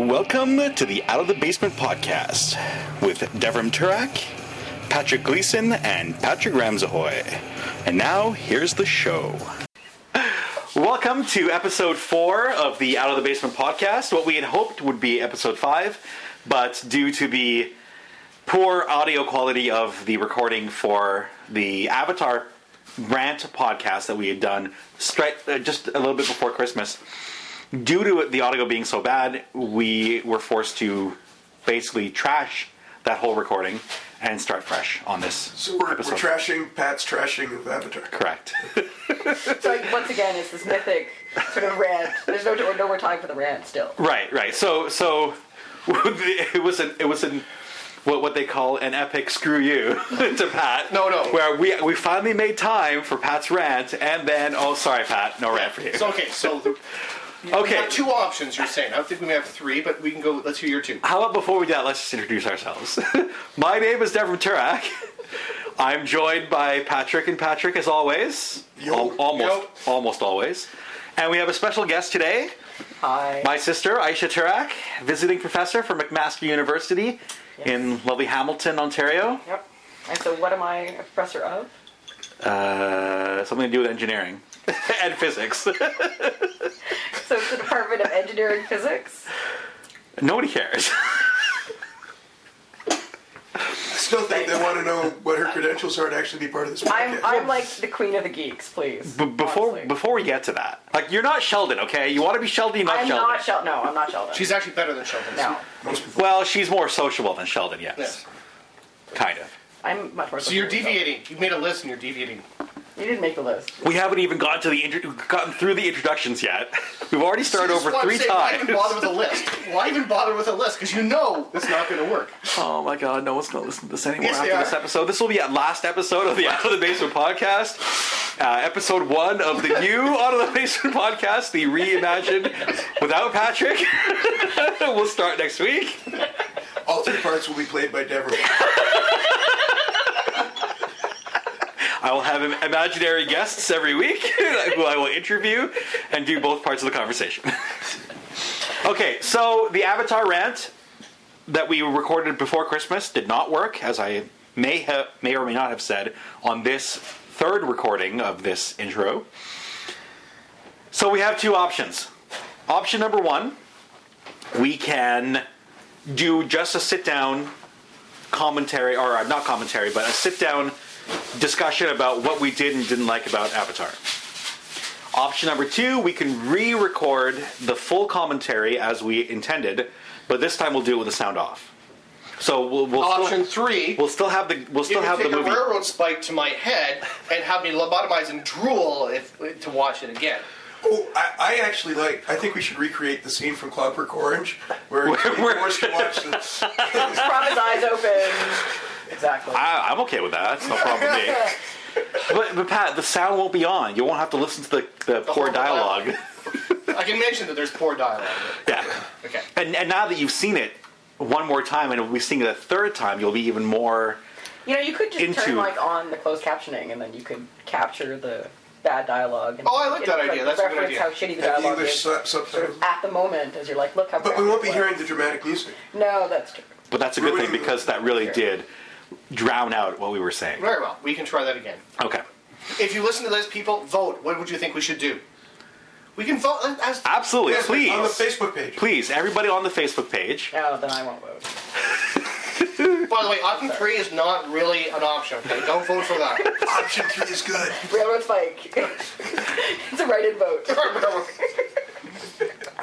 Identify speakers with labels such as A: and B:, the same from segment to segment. A: Welcome to the Out of the Basement podcast with Devram Turak, Patrick Gleason, and Patrick Ramsahoy. And now, here's the show. Welcome to episode four of the Out of the Basement podcast. What we had hoped would be episode five, but due to the poor audio quality of the recording for the Avatar rant podcast that we had done stri- uh, just a little bit before Christmas, due to the audio being so bad, we were forced to basically trash that whole recording and start fresh on this.
B: So we're, we're
A: episode.
B: trashing Pat's trashing of Avatar.
A: Correct.
C: So like, once again, it's this mythic sort of rant. There's no, no more time for the rant still.
A: Right, right. So, so it was an it was an what what they call an epic screw you to Pat.
D: No, no.
A: Where we we finally made time for Pat's rant, and then oh, sorry, Pat, no rant for you.
D: So okay, so the, we
A: okay.
D: have two options. You're saying I don't think we may have three, but we can go. Let's hear your two.
A: How about before we do that, let's just introduce ourselves. My name is Devram Turak. I'm joined by Patrick and Patrick, as always,
B: Yo.
A: Al- almost
D: Yo.
A: almost always, and we have a special guest today.
C: Hi.
A: My sister, Aisha Turak, visiting professor from McMaster University
C: Yes.
A: in lovely Hamilton, Ontario.
C: Yep. And so, what am I a professor of?
A: Uh, something to do with engineering and physics.
C: So it's the Department of Engineering Physics.
A: Nobody cares.
B: I still think they want to know what her credentials are to actually be part of this
C: I'm
B: podcast.
C: I'm like the queen of the geeks, please.
A: B- before
C: Honestly.
A: before we get to that, like you're not Sheldon, okay? You want to be Sheldon, not
C: I'm
A: Sheldon.
C: not Sheldon. No, I'm not Sheldon.
D: She's actually better than Sheldon.
C: no.
B: Most people.
A: well, she's more sociable than Sheldon, yes,
D: Yes.
A: kind of.
C: I'm much more.
D: So you're
C: sociable.
D: deviating. You made a list and you're deviating.
C: You didn't make the list.
A: We haven't even gotten to the intro- gotten through the introductions yet. We've already started
D: This is
A: over
D: why I'm
A: three
D: saying, Why even
A: times.
D: bother with a list? Why even bother with a list? Because you know it's not going to work.
A: Oh my god, no one's gonna listen to this anymore
D: Yes, they
A: after this
D: are.
A: episode. This will be at last episode of the Out of the Basement podcast, uh, episode one of the new Out of the Basement podcast, the reimagined without Patrick. we'll start next week.
B: All three parts will be played by Deborah.
A: I will have im- imaginary guests every week who I will interview and do both parts of the conversation. okay, so the Avatar rant that we recorded before Christmas did not work, as I may ha- may or may not have said on this third recording of this intro. So we have two options. Option number one, we can do just a sit down commentary, or uh, not commentary, but a sit down discussion about what we did and didn't like about Avatar. Option number two, we can re record the full commentary as we intended, but this time we'll do it with the sound off. So we'll, we'll
D: Option
A: still,
D: three.
A: we'll still have the we'll
D: you
A: still
D: can
A: have
D: take
A: the
D: a
A: movie.
D: railroad spike to my head and have me lobotomize and drool if to watch it again.
B: Oh, I, I actually like. I think we should recreate the scene from Clockwork Orange where
A: Where-
B: we're
A: where-
B: forced to watch this.
C: Just prop his eyes open. Exactly.
A: I, I'm okay with that. That's no problem with me. But, but Pat, the sound won't be on. You won't have to listen to the, the, poor
D: horrible
A: dialogue.
D: I can mention that there's poor dialogue.
A: yeah.
D: Okay.
A: And, and now that you've seen it one more time and we seen it a third time, you'll be even more.
C: you know, you could just
A: Into-
C: turn like on the closed captioning, and then you could capture the bad dialogue. And,
D: Oh, I like that
C: like,
D: idea. That's a good
C: reference
D: idea.
C: how shitty the
B: The
C: dialogue
B: English
C: is.
B: sub- subtitles.
C: at the moment as you're like, look how.
B: But we won't be hearing the dramatic music.
C: No, that's true.
A: But that's a good thing because that really
C: Sure.
A: did drown out what we were saying.
D: Very well. We can try that again.
A: Okay.
D: If you listen to those people, vote. What would you think we should do? We can vote. let- As,
A: Absolutely.
B: Yes,
A: please.
B: On the Facebook page.
A: please, everybody on the Facebook page.
C: No, then I won't vote.
D: By the way, option three is not really an option. Okay, don't vote for that.
B: Option three is good.
C: Railroad spike. it's a write-in vote.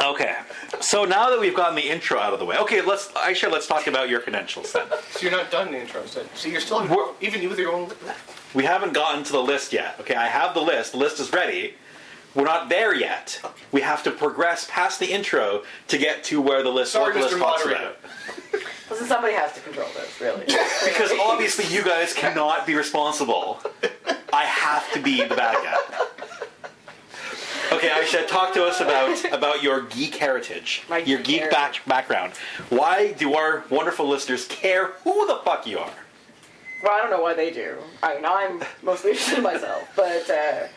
A: Okay. So now that we've gotten the intro out of the way, okay, let's Aisha, let's talk about your credentials then.
D: so you're not done in intros. Then. So you're still
A: We're-
D: even with your own.
A: We haven't gotten to the list yet. Okay, I have the list. The list is ready. We're not there yet. We have to progress past the intro to get to where the list.
D: Sorry,
A: what the list
D: Mr.
A: talks
D: Moderator.
A: about.
C: Listen, somebody has to control this, really.
A: Because obviously you guys cannot be responsible. I have to be the bad guy. Okay, Aisha, talk to us about about your geek heritage,
C: My
A: your
C: geek
A: geek back, background. Why do our wonderful listeners care who the fuck you are?
C: Well, I don't know why they do. I mean, I'm mostly interested in myself, but uh,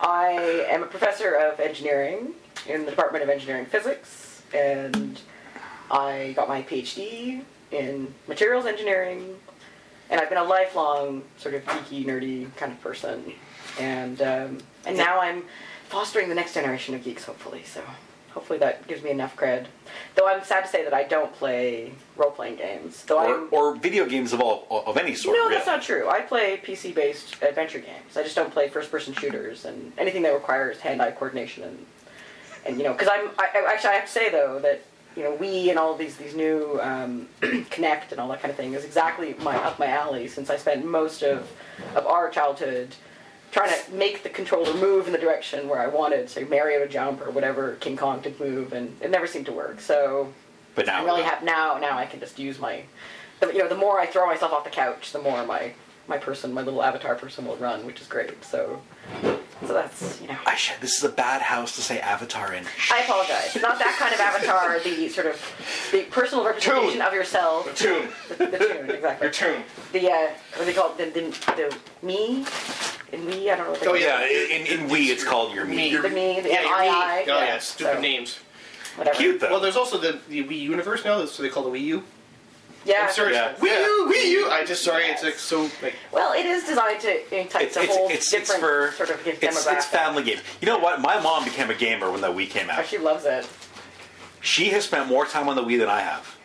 C: I am a professor of engineering in the Department of Engineering Physics, and I got my PhD in materials engineering, and I've been a lifelong sort of geeky, nerdy kind of person. And um, and now I'm fostering the next generation of geeks, hopefully. So hopefully that gives me enough cred. Though I'm sad to say that I don't play role-playing games. Though
A: Or,
C: I'm
A: or video games of all of any sort.
C: no, that's
A: really.
C: not true. I play PC-based adventure games. I just don't play first-person shooters and anything that requires hand-eye coordination and and you know because I'm I, I- actually I have to say though that you know we and all of these these new um, Connect and all that kind of thing is exactly my up my alley since I spent most of of our childhood trying to make the controller move in the direction where I wanted, say Mario to jump or whatever King Kong to move, and it never seemed to work. So
A: But now
C: I really have now. Now I can just use my, the, you know, the more I throw myself off the couch, the more my my person, my little avatar person will run, which is great. So, so that's you know.
A: I should, this is a bad house to say Avatar in.
C: I apologize. Not that kind of avatar. The sort of the personal representation of yourself.
D: Tune.
C: The, the tune, exactly.
D: Your tune.
C: The uh, what do they call it? The, the, the me and we. I don't know. What they
D: Oh,
C: call it.
A: Yeah, in, in we it's called your me.
D: Me.
C: The me. The
D: Yeah,
C: I.
D: your Wii.
C: I.
D: Oh, yeah, stupid
C: so,
D: names.
C: Whatever.
A: Cute though.
D: Well, there's also the, the Wii Universe now, that's what they call the Wii U.
C: Yeah.
D: I'm sorry.
A: Yeah.
D: Wii U, Wii U. I just sorry, it's
C: Yes.
D: like so like
C: Well, it is designed to entice
A: it's,
C: a
A: it's,
C: whole
A: it's, it's
C: different
A: for
C: sort of demographic.
A: it's, it's family game. You know what? My mom became a gamer when the Wii came
C: Oh,
A: out.
C: she loves it.
A: She has spent more time on the Wii than I have.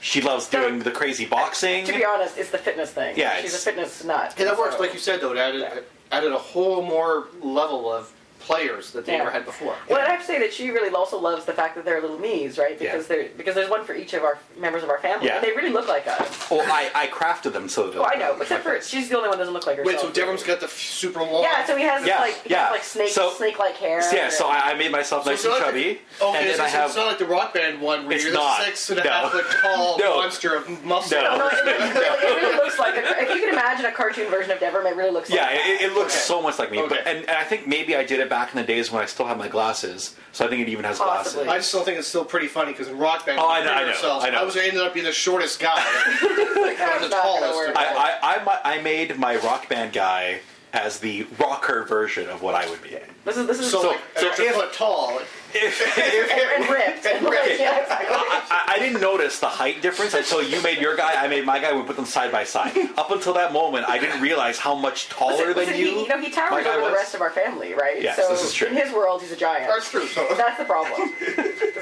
A: She loves doing the crazy boxing.
C: To be honest, it's the fitness thing.
A: Yeah,
C: she's a
A: it's-
C: fitness nut.
D: Yeah, that works,
C: so-
D: like you said, though. It added, it added a whole more level of players that they
C: Yeah.
D: never had before.
C: Well, and I have to say that she really also loves the fact that they're little me's, right?
A: Yeah.
C: Because they're because there's one for each of our members of our family,
A: Yeah.
C: and they really look like us.
A: Well, I, I crafted them so that.
C: Oh, I know, except for she's the only one that doesn't look like herself.
D: Wait, so Devram's got the f- super long.
C: Yeah, so he has
A: Yeah,
C: like he
A: yeah.
C: has, like snake
A: So-
C: snake like hair.
A: Yeah, so I, I made myself
D: So
A: nice
D: it's
A: and
D: not like-
A: chubby,
D: Okay,
A: and then
D: so
A: I
D: it's-
A: have
D: it's not like the rock band one where
A: It's
D: you're
A: not.
D: the six and a
A: No.
D: half foot tall
A: No.
D: monster of muscle.
A: No.
C: No, it really, it really looks like a, if you can imagine a cartoon version of Devram, it really looks
A: Yeah,
C: like that.
A: it, it looks
D: Okay.
A: so much like me. But
D: Okay.
A: and, and I think maybe I did it back in the days when I still had my glasses. So I think it even has
C: Possibly.
A: glasses.
D: I still think it's still pretty funny because in rock band,
A: Oh,
D: we
A: I know,
D: treat
A: I know,
D: ourselves.
A: I know.
D: was I ended up being the shortest guy.
C: Like, that's
D: the
C: not gonna
D: tallest.
C: work.
A: I, I, I, mi- I made my rock band guy as the rocker version of what I would be.
C: this is this is
D: so, like,
A: so
D: an extra
A: if-
D: foot tall.
C: and, and ripped and ripped. Yeah, exactly.
A: I, I didn't notice the height difference until you made your guy, I made my guy, we put them side by side. Up until that moment, I didn't realize how much taller
C: Listen,
A: than
C: listen,
A: you.
C: He, you know, he
A: my
C: towers
A: guy
C: over
A: was.
C: the rest of our family, right?
A: Yes,
C: so
A: this is true.
C: in his world, he's a giant.
D: That's true. So
C: That's the problem. Is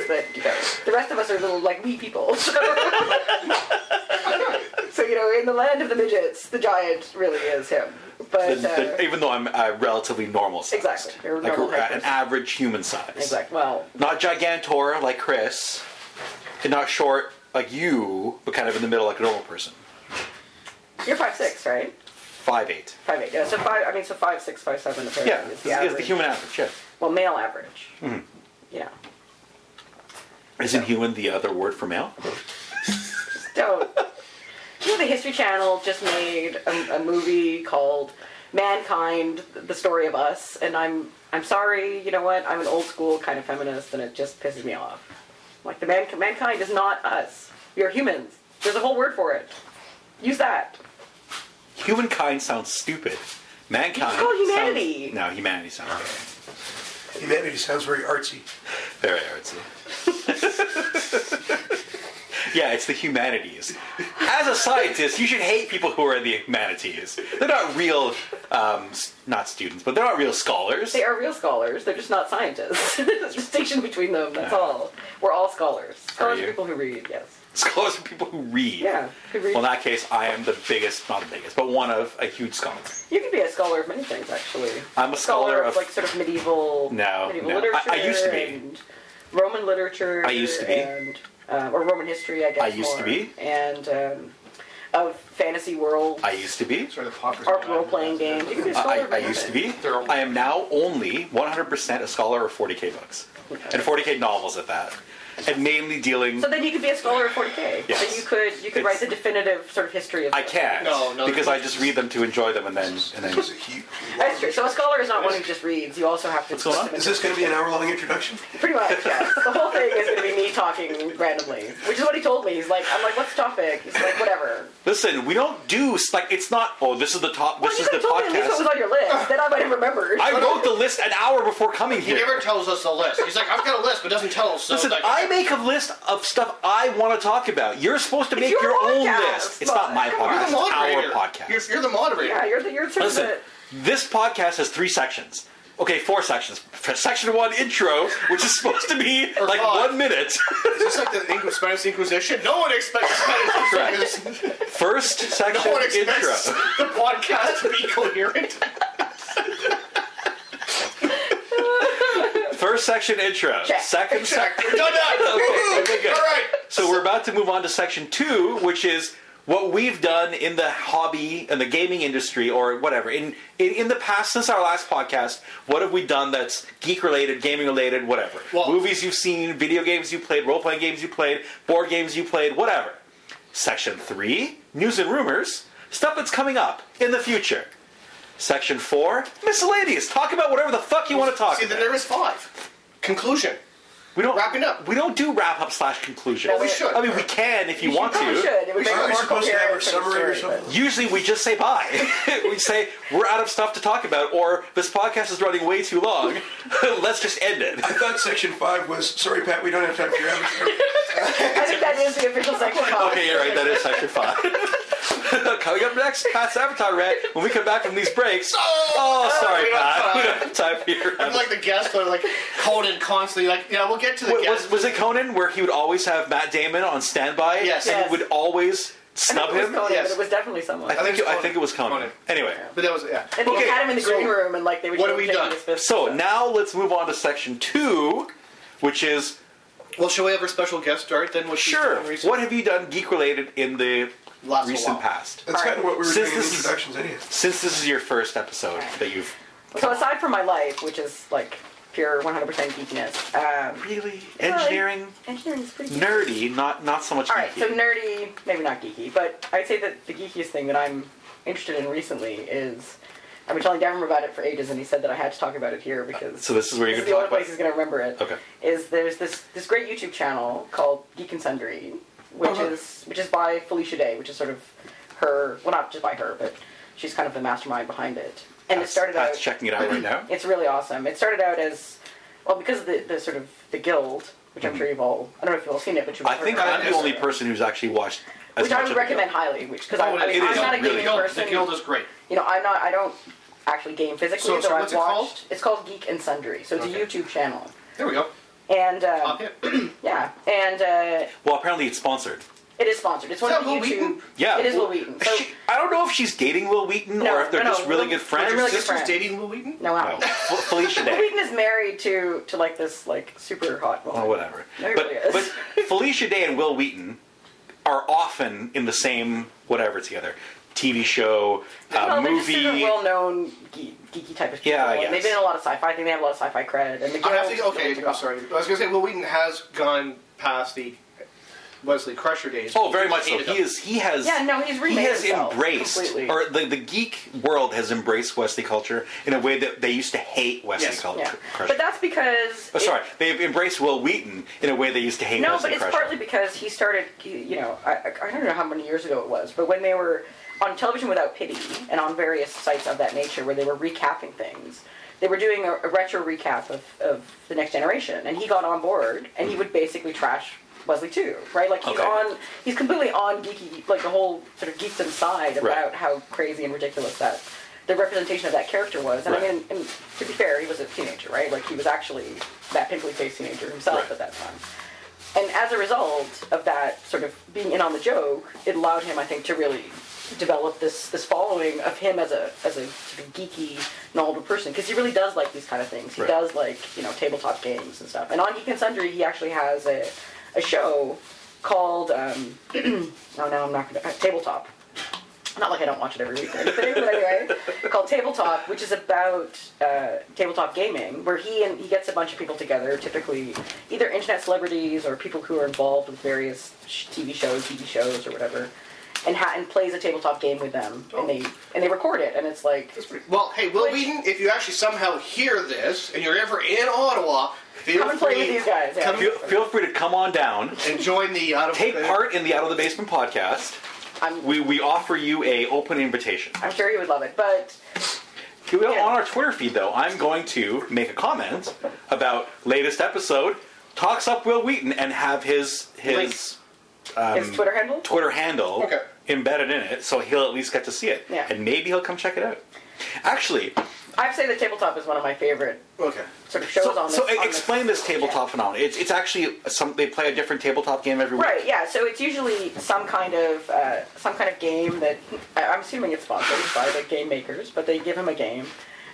C: that, you know, the rest of us are little like wee people. So. So, you know, in the land of the midgets, the giant really is him.
A: The-
C: But
A: the-
C: uh,
A: even though I'm uh, relatively normal sized.
C: Exactly. You're a
A: Like
C: normal
A: uh,
C: height
A: an
C: person.
A: average human size.
C: exactly. Well,
A: Not gigantor like Chris, and not short like you, but kind of in the middle like a normal person.
C: you're five six, right?
A: Five eight.
C: Five eight. Yeah. So five. I mean, so five six, five seven. Apparently,
A: Yeah,
C: is
A: it's,
C: the
A: it's
C: average.
A: the human Mm-hmm. average. Yeah,
C: Well, male average. Yeah.
A: isn't human the other word for male?
C: don't. You know, the History Channel just made a, a movie called "Mankind: The Story of Us," and I'm I'm sorry. You know what? I'm an old school kind of feminist, and it just pisses me off. Like the man, mankind is not us. We are humans. There's a whole word for it. Use that.
A: Humankind sounds stupid. Mankind.
C: You call it humanity.
A: sounds- no, humanity sounds okay.
B: Humanity sounds very artsy.
A: very artsy. yeah, it's the humanities. As a scientist, you should hate people who are in the humanities. They're not real, um, s- not students, but they're not real scholars.
C: They are real scholars. They're just not scientists. There's a distinction between them. That's all. We're all scholars. Scholars
A: you?
C: are people who read. Yes.
A: Scholars are people who read.
C: Yeah. Who read.
A: Well, in that case, I am the biggest, not the biggest, but one of a huge scholar.
C: You can be a scholar of many things, actually.
A: I'm a scholar of-
C: like sort of medieval,
A: No,
C: medieval
A: no.
C: literature.
A: I- I used to be.
C: And Roman literature.
A: I used to be.
C: And, uh, or Roman history, I guess.
A: I used to
C: more.
A: be.
C: And um, of fantasy world,
A: I used to be.
D: sort of the poppers.
C: art role playing games. You can be a scholar.
A: I,
C: of
A: I
C: many
A: used to
C: things.
A: be.
D: They're all-
A: I am now only 100% a scholar of 40k books and 40k novels at that, and mainly dealing.
C: So then you could be a scholar of 40k.
A: Yes.
C: So you could you could
A: It's-
C: write the definitive sort of history of.
A: I can't
D: No, no,
A: because
D: no.
A: I just read them to enjoy them and then and
B: This
A: then.
B: is a huge.
C: That's true. So a scholar is not one who just reads. You also have to.
A: going on?
B: Is this going to be an hour-long introduction?
C: Pretty much, yes. The whole thing is going to be me talking randomly, which is what he told me. He's like, I'm like, what's the topic? He's like, whatever.
A: This listen, we don't do like it's not. Oh, this is the top.
C: Well,
A: This
C: you
A: is the
C: could have told me at least what was
A: podcast.
C: on your list. Then I might have remembered.
A: I wrote the list an hour before coming
D: He
A: here.
D: never tells us the list. He's like, I've got a list, but doesn't tell us. So
A: Listen,
D: like,
A: I make a list of stuff I want to talk about. You're supposed to make
C: your
A: your, own
C: podcast,
A: list. It's not my
C: come on.
A: podcast.
D: you're
A: It's
D: the moderator.
A: our podcast.
D: You're, you're the moderator.
C: yeah, you're the you're sort of
A: Listen,
C: the-
A: this podcast has three sections. Okay, four sections. Section one, intro, which is supposed to be
D: Or
A: like
D: five.
A: one minute.
D: Is this like the Inqu- Spanish Inquisition? No one expects Spanish Inquisition.
A: First section,
D: No one
A: intro.
D: expects the podcast to be coherent.
A: First section, intro.
C: Check.
A: Second
D: Check.
A: section.
D: We're done now.
A: Okay, good.
D: All right.
A: So we're about to move on to section two, which is what we've done in the hobby and the gaming industry or whatever. In, in in the past, since our last podcast, what have we done that's geek related, gaming related, whatever?
D: Well-
A: Movies you've seen, video games you played, role playing games you played, board games you played, whatever. Section three, news and rumors, stuff that's coming up in the future. Section four, miscellaneous. Talk about whatever the fuck you want to talk
D: See, then
A: about.
D: there is five. Conclusion.
A: We don't
D: Wrapping up.
A: We don't do wrap up slash conclusion.
C: Well, we
D: should.
A: I mean, we can if you, want to.
C: probably should. It would make
B: Aren't we
C: it more
B: supposed to have
C: coherent
B: a
C: for the
B: summary or
C: story, but-
B: something?
A: Usually, we just say bye. we say we're out of stuff to talk about, or this podcast is running way too long. Let's just end it.
B: I thought section five was sorry, Pat. We don't have time for your avatar.
C: I think that is the official section. five.
A: Okay, you're right. That is section five. Coming up next, Pat's Avatar rant. When we come back from these breaks, oh, sorry,
D: we don't have
A: Pat, we
D: time.
A: don't have time for your.
D: I'm like the guests that are like Conan constantly like, yeah, we'll get to the
A: Wa- was,
D: guests.
A: was it Conan where he would always have Matt Damon on standby?
D: Yes.
A: and
C: Yes.
A: would always
C: I
A: snub
C: don't know if it was
A: him.
C: Conan,
D: Yes.
C: but it was definitely someone.
A: I think
D: think
A: it,
D: it's
A: I think it was Conan.
D: Conan.
A: Anyway.
D: but that was yeah.
C: and they
A: okay,
C: had him in the
D: so
C: green room, and like they would.
D: what
C: go
D: have we
C: shaking
D: done?
C: his fist.
A: So now let's move on to section two, which is
D: Well, shall we have our special guest start then? What she's
A: sure.
D: doing recently?
A: What have you done geek related in the
D: Lots of
A: recent
D: wow.
A: past?
B: That's kind of what we were
A: Since
B: doing in
A: this is-
B: introductions, anyway.
A: Since this is your first episode that you've
C: So aside from my life, which is like pure 100% geekiness, um,
A: really engineering
C: engineering is pretty. geeky.
A: nerdy, not not so much
C: All right,
A: geeky.
C: so nerdy, maybe not geeky, but I'd say that the geekiest thing that I'm interested in recently is I've been telling Devin about it for ages, and he said that I had to talk about it here because
A: So this is where you're
C: this is
A: gonna
C: the
A: talk
C: only
A: about
C: place he's going to remember it.
A: Okay.
C: Is there's this this great YouTube channel called Geek and Sundry, which
B: Uh-huh.
C: is which is by Felicia Day, which is sort of her well not just by her, but she's kind of the mastermind behind it. And
A: Pat's-
C: it started
A: Pat's
C: out
A: checking it out right now.
C: it's really awesome. It started out as well because of the, the sort of the guild, which I'm sure you've all I don't know if you've all seen it, but you've all
A: Mm-hmm. I think
C: heard about
A: I'm
C: it.
A: the only person who's actually watched. As
C: which
A: much
C: I
A: of
C: would
A: it.
C: recommend highly, which because
D: Oh,
C: I, I
A: it
C: mean,
A: is
C: I'm not a
A: really
C: gaming
A: good.
C: person.
D: The guild is great.
C: you know, I'm not. I don't actually game physically,
D: So- so
C: though I've
D: what's it
C: watched.
D: called?
C: It's called Geek and Sundry, so it's
A: Okay.
C: a YouTube channel,
D: There we go.
C: and um,
D: Pop it.
C: yeah, and uh,
A: Well, apparently it's sponsored.
C: it is sponsored. It's one
D: Is
C: of the
D: that Will
C: YouTube.
D: Wheaton?
A: Yeah,
C: it is
A: well,
C: Will Wheaton. So,
A: she- I don't know if she's dating Will Wheaton
C: No,
A: or if they're
C: no, no,
A: just really
C: Will-
A: good friends.
C: they're really good
D: Sister's
C: friend.
D: dating Will Wheaton.
C: no,
A: No,
C: wow.
A: Fel- Felicia
C: Will
A: Day.
C: Wheaton is married to to like this like super hot woman.
A: Oh, whatever.
C: No, it
A: but,
C: really is.
A: but Felicia Day and Will Wheaton are often in the same whatever together TV show, uh,
C: well, They're just sort of
A: movie.
C: well-known geek, geeky type of people.
A: Yeah,
C: and
A: yes.
C: They've been in a lot of sci-fi. I think they have a lot of sci-fi credit. And the
D: I have
C: guild-
D: to, okay,
C: guild-
D: I'm sorry. I was going to say, Will Wheaton has gone past the Wesley Crusher days.
A: Oh, very much so.
D: Hated
A: He
D: them.
A: is. He has.
C: Yeah, no, he's
A: he
C: remade
A: has
C: himself
A: embraced,
C: completely.
A: or the, the geek world has embraced Wesley culture in a way that they used to hate Wesley
D: Yes.
A: culture.
C: Yeah.
A: Crusher.
C: But that's because.
A: Oh,
C: it-
A: sorry, they've embraced Will Wheaton in a way they used to hate
C: No,
A: Wesley
C: but it's
A: Crusher.
C: partly because he started. he- You know, I, I- I don't know how many years ago it was, but when they were on television without pity and on various sites of that nature, where they were recapping things. They were doing a, a retro recap of, of the next generation, and he got on board, and he would basically trash Wesley too, right? Like he's
A: Mm-hmm. Okay.
C: on, he's completely on geeky, like the whole sort of geekdom side
A: Right.
C: about how crazy and ridiculous that the representation of that character was. And I
A: Right.
C: mean, and to be fair, he was a teenager, right? Like he was actually that pimply faced teenager himself
A: Right.
C: at that time. And as a result of that sort of being in on the joke, it allowed him, I think, to really develop this this following of him as a as a sort of geeky, knowledgeable person because he really does like these kind of things. He
A: Right.
C: does like you know tabletop games and stuff. And on Geek and Sundry, he actually has a a show called um, oh no, I'm not gonna uh, tabletop not like I don't watch it every week or anything, but anyway, called Tabletop, which is about uh, tabletop gaming, where he and he gets a bunch of people together, typically either internet celebrities or people who are involved with various sh- TV shows, TV shows, or whatever, and ha- and plays a tabletop game with them, and they and they record it, and it's like
D: Well, hey, Will
C: Which-
D: Wheaton, if you actually somehow hear this and you're ever in Ottawa, feel
C: Come and play
D: free
C: with these guys, yeah.
D: Come
A: Feel, feel free to come on down,
D: and join the out of
A: take part in the Out of the Basement podcast.
C: I'm,
A: We, we offer you a open invitation.
C: I'm sure he would love it. But
A: Here we are On our Twitter feed, though, I'm going to make a comment about latest episode, talks up Will Wheaton, and have his his Um,
C: his Twitter handle?
A: Twitter handle
D: Okay.
A: embedded in it, so he'll at least get to see it,
C: Yeah.
A: and maybe he'll come check it out. Actually,
C: I'd say the tabletop is one of my favorite
D: Okay.
C: sort of shows
A: so,
C: on this.
A: so
C: on this-
A: explain this, tabletop phenomenon. It's it's actually some they play a different tabletop game every week.
C: Right. Yeah. So it's usually some kind of uh, some kind of game that I- I'm assuming it's sponsored by the game makers, but they give him a game,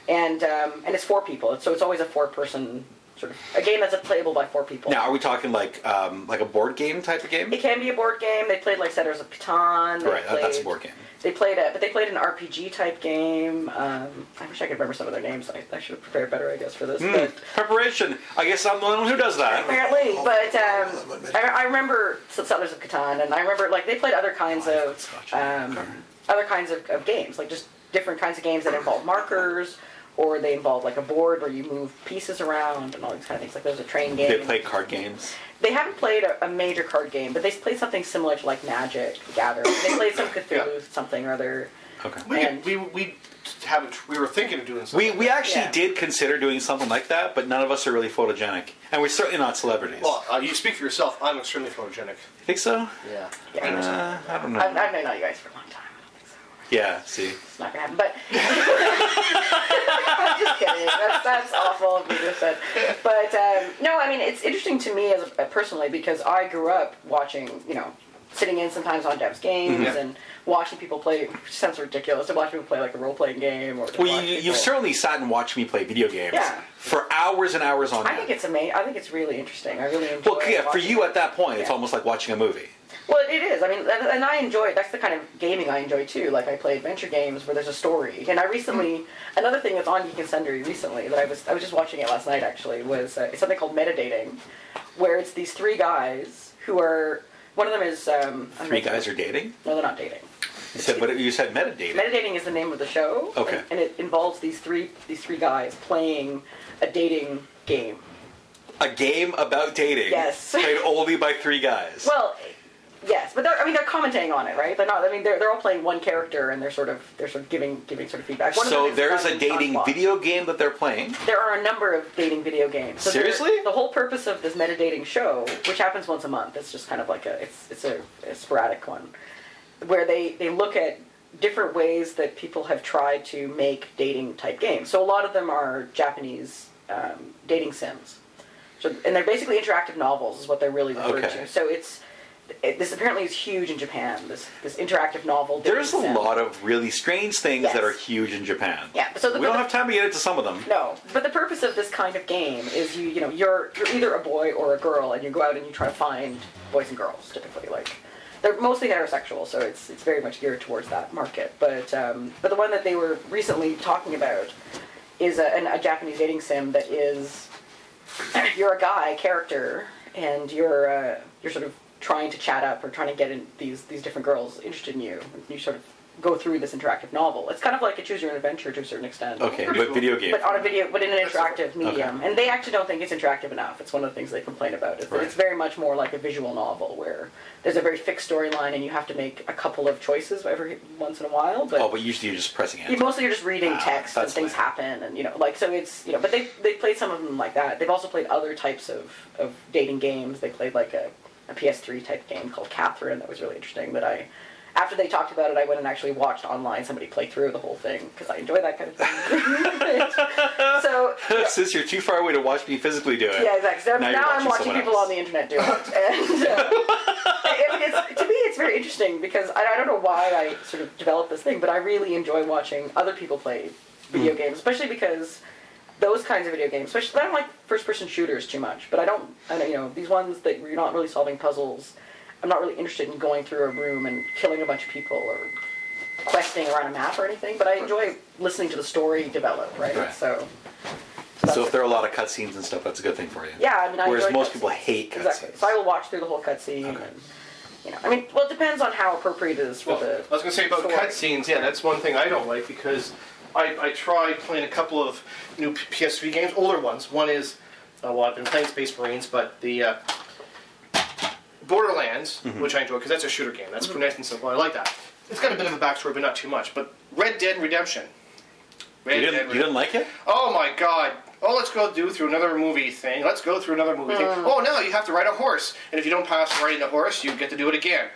C: and um, and it's four people. So it's always a four person sort of a game that's playable by four people.
A: Now, are we talking like um, like a board game type of game?
C: It can be a board game. They played like Settlers of Catan. They
A: Right, that- that's a
C: played-
A: board game.
C: They played a, but they played an RPG type game. Um, I wish I could remember some of their names. I, I should have prepared better, I guess, for this.
A: Hmm,
C: But
A: preparation. I guess I'm the only one who does that.
C: apparently, but um, I, I remember S- Settlers of Catan, and I remember like they played other kinds of um, other kinds of, of games, like just different kinds of games that involve markers. Or they involve like a board where you move pieces around and all these kind of things. Like there's a train game.
A: They play card games.
C: They haven't played a, a major card game, but they played something similar to like Magic the Gathering. They played some Cthulhu, something or other.
A: Okay.
D: We,
C: And-
D: could, we we haven't. We were thinking of doing something.
A: We, we actually
C: Yeah.
A: did consider doing something like that, but none of us are really photogenic, and we're certainly not celebrities.
D: Well, uh, you speak for yourself. I'm extremely photogenic.
A: think so?
D: Yeah.
C: Yeah.
A: Uh, I don't know.
C: I've, I've known you guys for a long time. I don't think so.
A: yeah, see,
C: It's not gonna happen. But I'm just kidding. That's, that's awful of me to have said. But um, no, I mean it's interesting to me as a, personally because I grew up watching, you know, sitting in sometimes on Dev's games
A: Mm-hmm.
D: Mhm.
C: and watching people play. Which sounds ridiculous to watch people play like a role playing game or. to
A: well,
C: watch
A: you,
C: people-
A: you've certainly sat and watched me play video games
C: Yeah.
A: for hours and hours on
C: I
A: end.
C: think it's amazing. I think it's really interesting. I really enjoy.
A: well, yeah, for
C: watching
A: you
C: it.
A: at that point, it's
C: Yeah.
A: almost like watching a movie.
C: Well, it is. I mean, and and I enjoy. That's the kind of gaming I enjoy too. Like I play adventure games where there's a story. And I recently, another thing that's on Geek and Sundry recently that I was I was just watching it last night actually was uh, it's something called metadating, where it's these three guys who are one of them is um, I don't
A: Three
C: know-
A: guys are dating.
C: no they're not dating.
A: You said, but you said metadating.
C: Metadating is the name of the show.
A: Okay.
C: And, and it involves these three these three guys playing a dating game.
A: a game about dating.
C: Yes.
A: played only by three guys.
C: Well, yes, but they're, I mean they're commenting on it, right? They're not. I mean they're, they're all playing one character and they're sort of they're sort of giving giving sort of feedback. One of them
A: so
C: is the
A: there's
C: guy
A: a
C: named John
A: dating
C: Block.
A: video game that they're playing.
C: There are a number of dating video games. So they're-
A: Seriously?
C: the whole purpose of this metadating show, which happens once a month, it's just kind of like a it's it's a, a sporadic one, where they they look at different ways that people have tried to make dating type games. So a lot of them are Japanese um, dating sims. So, and they're basically interactive novels, is what they're really referred
A: Okay.
C: to. So it's it, this apparently is huge in Japan. This this interactive novel. dating
A: There's a
C: sim.
A: lot of really strange things
C: Yes.
A: that are huge in Japan.
C: Yeah, but so the-
A: we don't have time to get into some of them.
C: No, but the purpose of this kind of game is you you know you're you're either a boy or a girl, and you go out and you try to find boys and girls typically. Like they're mostly heterosexual, so it's it's very much geared towards that market. But um, but the one that they were recently talking about is a, an, a Japanese dating sim that is you're a guy character and you're uh, you're sort of trying to chat up or trying to get in these these different girls interested in you. You sort of go through this interactive novel. It's kind of like a choose your own adventure to a certain extent.
A: Okay, but video game.
C: But on a video, but in an interactive
A: okay.
C: medium, and they actually don't think it's interactive enough. It's one of the things they complain about. Is that
A: Right.
C: It's very much more like a visual novel where there's a very fixed storyline, and you have to make a couple of choices every once in a while. But,
A: Oh, but usually you're just pressing
C: you,
A: it.
C: mostly you're just reading
A: Ah,
C: text and
A: that's
C: things
A: fine.
C: happen, and you know, like so it's you know. But they they played some of them like that. They've also played other types of of dating games. They played like a, a PS3 type game called Catherine that was really interesting. That I. After they talked about it, I went and actually watched online somebody play through the whole thing because I enjoy that kind of thing. so
A: Since you're too far away to watch me physically do it.
C: yeah, exactly. So
A: Now
C: now,
A: you're watching
C: I'm watching
A: someone
C: people
A: else.
C: on the internet do it. And, uh, I I mean, it's, to me, it's very interesting because I, I don't know why I sort of developed this thing, but I really enjoy watching other people play
A: Hmm.
C: video games, especially because those kinds of video games. Especially, I don't like first-person shooters too much, but I don't. I don't, you know, these ones that you're not really solving puzzles. I'm not really interested in going through a room and killing a bunch of people or questing around a map or anything. But I enjoy listening to the story develop, right?
A: Right.
C: So.
A: So
C: that's-
A: if there are a lot of cutscenes and stuff, that's a good thing for you.
C: yeah, I mean, I
A: Whereas
C: enjoy
A: most
C: cutscenes.
A: people hate cutscenes.
C: Exactly. So I will watch through the whole cutscene.
A: Okay.
C: And, you know, I mean, well, it depends on how appropriate it is for
D: Well, I
C: the.
D: was going to say about
C: story.
D: cutscenes. Yeah, that's one thing I don't like because I, I tried playing a couple of new P- PS3 games, older ones. One is, uh, well, I've been playing Space Marines, but the uh, Borderlands, which I enjoy because that's a shooter game. That's nice and simple. I like that. It's got a bit of a backstory, but not too much. But Red Dead Redemption. Red
A: You
D: Dead
A: didn't, you
D: Redemption.
A: didn't like it?
D: Oh my god. Oh, let's go do through another movie thing. Let's go through another movie thing.
C: Hmm.
D: Oh no, you have to ride a horse, and if you don't pass riding a horse, you get to do it again.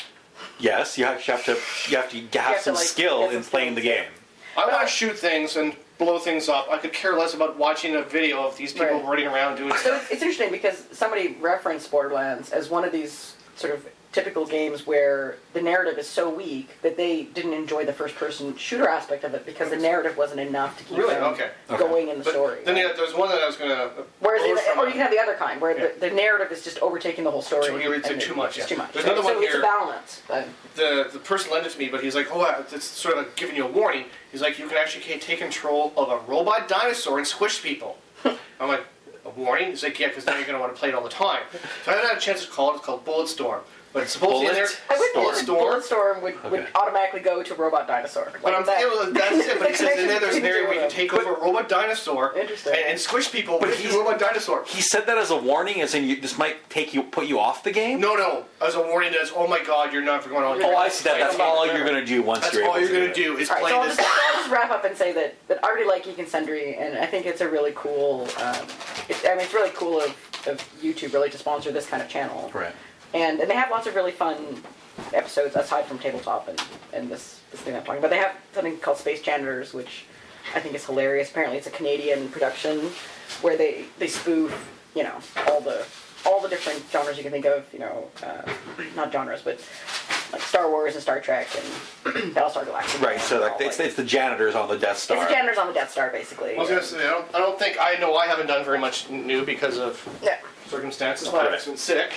A: Yes, you have, you have to you have to have,
C: have to,
A: some
C: like,
A: skill
C: get some
A: in playing the
C: skills,
A: game.
D: I want to shoot things and blow things up. I could care less about watching a video of these people
C: Right.
D: running around doing
C: So
D: stuff.
C: it's, it's interesting because somebody referenced Borderlands as one of these sort of typical games where the narrative is so weak that they didn't enjoy the first-person shooter aspect of it because the narrative wasn't enough to keep
D: Really?
C: them
D: Okay.
A: Okay.
C: going in the
D: But
C: story.
D: Then yeah, there's one that I was gonna.
C: Whereas,
D: borrow
C: the,
D: from.
C: or Oh, you can have the other kind where
D: Yeah.
C: the, the narrative is just overtaking the whole story.
D: Too- it's
C: and
D: too
C: it-
D: much,
C: It's too
D: yeah.
C: much.
D: There's
C: so
D: another one
C: so it's
D: here.
C: a balance. but-
D: the the person lent it to me, but he's like, oh, uh, it's sort of like giving you a warning. He's like, you can actually ca- take control of a robot dinosaur and squish people. I'm like, a warning? He's like, yeah, because now you're going to want to play it all the time. So I haven't had a chance to call it. It's called Bullet Storm, but it's supposed to be in there.
A: Bullet?
C: I would think that
D: Storm.
C: Bullet Storm would, would
A: Okay.
C: automatically go to Robot Dinosaur.
D: But
C: Like
D: I'm
C: that.
D: it was- that's it. But he says in there there's an area where you can take over a robot dinosaur and,
C: Interesting.
D: and squish people
A: But
D: with the
A: he's-
D: robot dinosaur.
A: He said that as a warning, as in you, this might take you put you off the game.
D: No, no. As a warning, as oh my god, you're not going on.
A: Oh, I see that. That's
C: Yeah.
A: all you're gonna do once
D: That's
A: you're
D: all
A: able
D: you're
A: to
D: going to do is
C: All right,
D: play
C: so I'll
D: this.
C: just, I'll just wrap up and say that, that I really like Geek and Sundry, and I think it's a really cool. Um, it, I mean, it's really cool of, of YouTube really to sponsor this kind of channel,
A: Right.
C: and and they have lots of really fun episodes aside from tabletop and, and this this thing I'm talking about. They have something called Space Janitors, which I think is hilarious. Apparently, it's a Canadian production where they they spoof you know all the all the different genres you can think of. You know, uh, not genres, but like Star Wars and Star Trek and Battlestar Galactica.
A: Right. So like, it's, it's the janitors on the Death Star.
C: It's the janitors on the Death Star, basically.
D: I was gonna say, I don't, I don't think I know I haven't done very much new because of
C: Yeah.
D: circumstances. I've
A: Right.
D: been sick,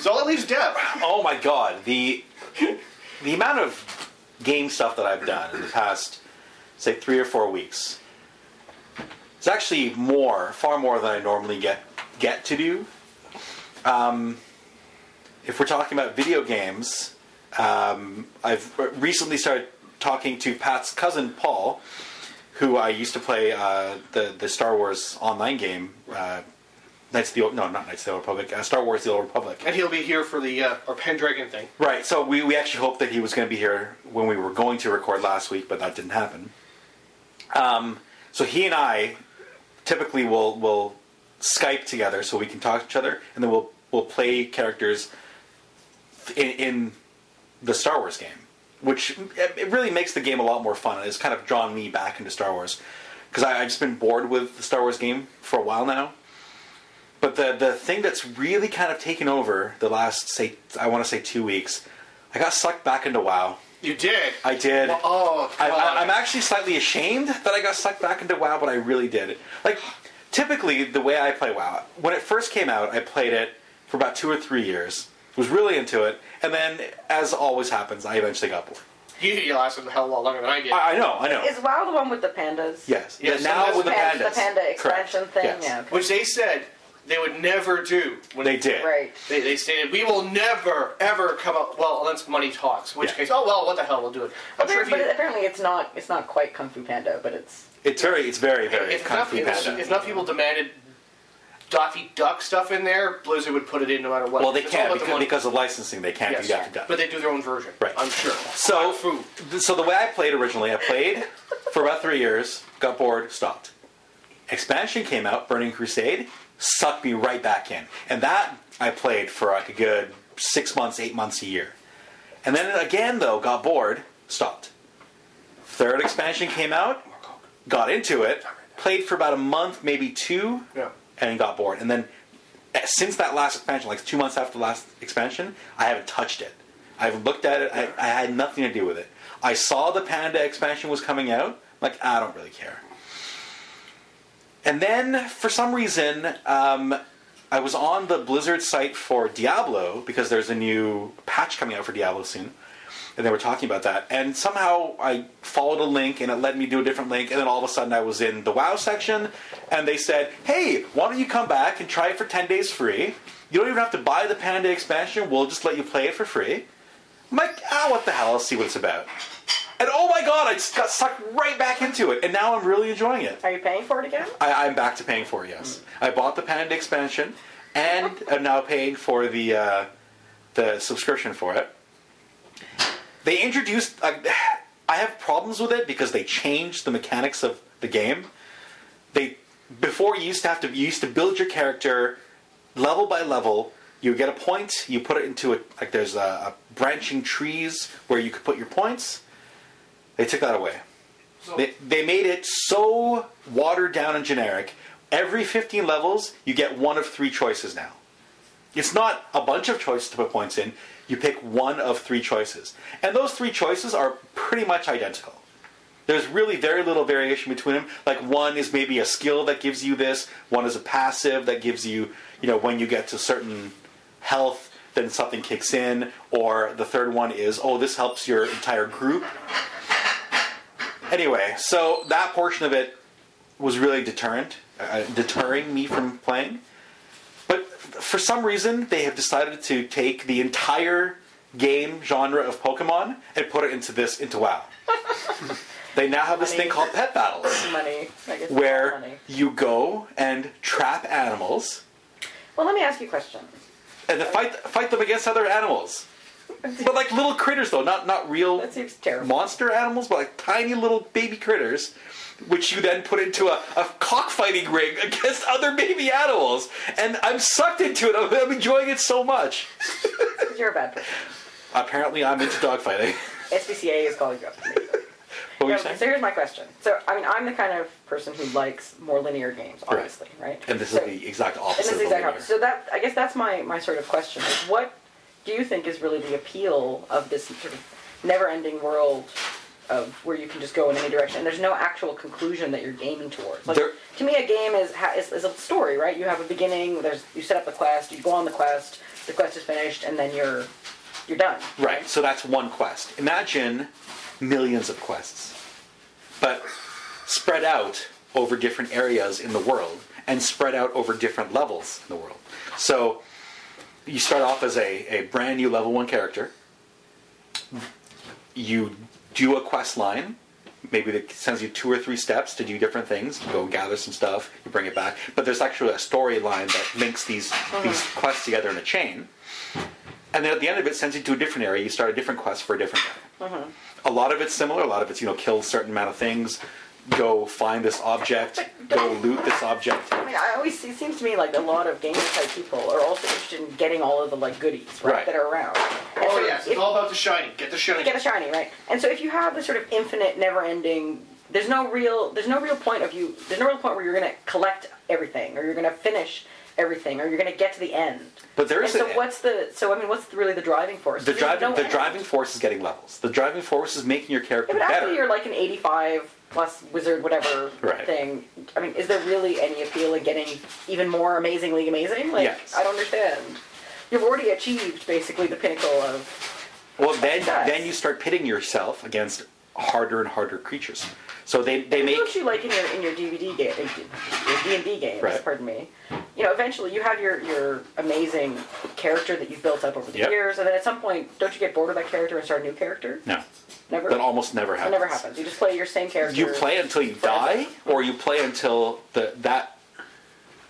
D: so that leaves Deb.
A: oh my god the the amount of game stuff that i've done in the past say three or four weeks it's actually more far more than i normally get get to do um, if we're talking about video games um, i've recently started talking to pat's cousin paul who i used to play uh, the, the star wars online game uh, Knights of the Old, no, not Knights of the Old Republic. Uh, Star Wars: The Old Republic.
D: And he'll be here for the uh, our Pendragon thing.
A: Right. So we, we actually hoped that he was going to be here when we were going to record last week, but that didn't happen. Um, so he and I typically will will Skype together so we can talk to each other, and then we'll we'll play characters in, in the Star Wars game, which it it really makes the game a lot more fun. And it's kind of drawn me back into Star Wars because I've just been bored with the Star Wars game for a while now. But the the thing that's really kind of taken over the last say I want to say two weeks, I got sucked back into WoW.
D: You did.
A: I did.
D: Well, oh,
A: I,
D: God.
A: I, I'm actually slightly ashamed that I got sucked back into WoW, but I really did. Like, typically, the way I play WoW, when it first came out, I played it for about two or three years, was really into it, and then, as always happens, I eventually got bored.
D: you, you lasted a hell of a lot longer than I did.
A: I, I know, I know.
C: Is WoW the one with the pandas?
A: yes.
D: Yes,
A: now
D: that's
A: with the
D: the
C: Pan-
A: pandas.
C: The panda expansion
A: Correct.
C: thing?
A: Yes.
C: Yeah. okay.
D: which they said they would never do. When
A: They did.
C: Right.
D: They, they stated we will never ever come up. Well, unless money talks. Which
A: Yeah.
D: case, oh well, what the hell, we'll do it. I'm
C: But,
D: sure if you.
C: apparently it's not it's not quite Kung Fu Panda, but it's
A: It's very, it's very, very
D: if
A: Kung
D: enough,
A: Fu
D: people,
A: Panda.
D: if enough people demanded Daffy Duck stuff in there, Blizzard would put it in no matter what.
A: well, they
D: It's all
A: can't
D: about the
A: because,
D: money.
A: because of licensing. They can't
D: Yes.
A: do that.
D: But they do their own version.
A: Right.
D: I'm sure.
A: So,
D: Kung
A: th- so the way I played originally, I played for about three years, got bored, stopped. Expansion came out, Burning Crusade, sucked me right back in, and that I played for like a good six months, eight months, a year, and then again though, got bored, stopped. Third expansion came out, got into it, played for about a month, maybe two,
D: Yeah.
A: and got bored. And then eh, since that last expansion, like two months after the last expansion, I haven't touched it. I haven't looked at it. I, I had nothing to do with it. I saw the Panda expansion was coming out. Like "Ah, I don't really care. And then for some reason, um, I was on the Blizzard site for Diablo because there's a new patch coming out for Diablo soon. And they were talking about that. And somehow I followed a link and it led me to a different link. And then all of a sudden I was in the WoW section. And they said, hey, why don't you come back and try it for 10 days free? You don't even have to buy the Panda expansion. We'll just let you play it for free. I'm like, ah, what the hell? I'll see what it's about. And oh my god, I just got sucked right back into it. And now I'm really enjoying it.
C: are you paying for it again?
A: I, I'm back to paying for it. Yes, I bought the Panda expansion, and I'm now paying for the uh, the subscription for it. They introduced. Uh, I have problems with it because they changed the mechanics of the game. They before you used to have to you used to build your character level by level. You get a point. You put it into a like there's a, a branching trees where you could put your points. They took that away.
D: So,
A: They, they made it so watered down and generic. Every 15 levels, you get one of three choices now. It's not a bunch of choices to put points in. You pick one of three choices. And those three choices are pretty much identical. There's really very little variation between them. Like one is maybe a skill that gives you this, one is a passive that gives you, you know, when you get to certain health, then something kicks in, or the third one is, oh, this helps your entire group. Anyway, so that portion of it was really deterrent, uh, deterring me from playing. But f- for some reason, they have decided to take the entire game genre of Pokemon and put it into this into WoW. they now have this thing
C: Funny.
A: called Pet Battles,
C: money. I guess it's all
A: where
C: money.
A: you go and trap animals
C: Well, let me ask you a question.
A: and then fight fight them against other animals. But like little critters though, not not real
C: That seems terrible.
A: monster animals, but like tiny little baby critters, which you then put into a, a cockfighting ring against other baby animals. And I'm sucked into it. I'm, I'm enjoying it so much.
C: You're a bad person.
A: Apparently, I'm into dogfighting.
C: SPCA is calling you up.
A: what were
C: No,
A: you
C: so
A: saying?
C: here's my question. So I mean, I'm the kind of person who likes more linear games, obviously, right?
A: And this
C: so,
A: is the exact
C: and
A: opposite.
C: this
A: of
C: is
A: the
C: exactly
A: linear.
C: so that I guess that's my my sort of question. Is what do you think is really the appeal of this sort of never-ending world? Of where you can just go in any direction, and there's no actual conclusion that you're gaming towards. Like
A: There-
C: to me, a game is, ha- is is a story, right? You have a beginning. There's you set up the quest, you go on the quest, the quest is finished, and then you're you're done.
A: Right, so that's one quest. Imagine millions of quests, but spread out over different areas in the world and spread out over different levels in the world. So you start off as a, a brand new level one character, you do a quest line. Maybe it sends you two or three steps to do different things. You go gather some stuff, you bring it back. But there's actually a storyline that links these these quests together in a chain. And then at the end of it, sends you to a different area. You start a different quest for a different area. A lot of it's similar. A lot of it's you know kill a certain amount of things, go find this object, go loot this object.
C: I mean, I always it seems to me like a lot of gamer type people are also interested in getting all of the like goodies right,
A: Right.
C: that are around. And
D: oh
C: so
D: yes,
C: if-
D: it's all about the shiny. Get the shiny.
C: get a shiny, right? And so if you have this sort of infinite, never-ending, there's no real, there's no real point of you, there's no real point where you're gonna collect everything, or you're gonna finish everything, or you're gonna get to the end.
A: But there
C: And
A: is
C: so
A: an-
C: what's the, so I mean, what's really the driving force?
A: the
C: There's
A: driving
C: no
A: the
C: end.
A: driving force is getting levels. The driving force is making your character
C: Yeah, but
A: better.
C: after you're like an 85 plus wizard, whatever
A: Right.
C: thing, I mean, is there really any appeal in getting even more amazingly amazing? Like,
A: Yes.
C: I don't understand. You've already achieved basically the pinnacle of.
A: Well, then,
C: Yes.
A: then you start pitting yourself against harder and harder creatures. So they, they make
C: Don't you like in your in your DVD game, your D and D games?
A: Right.
C: Pardon me. You know, eventually you have your your amazing character that you've built up over the
A: Yep.
C: years, and then at some point, don't you get bored of that character and start a new character?
A: no.
C: Never.
A: That almost never
C: That
A: happens.
C: never happens. You just play your same character.
A: You play until you die, or you play until the that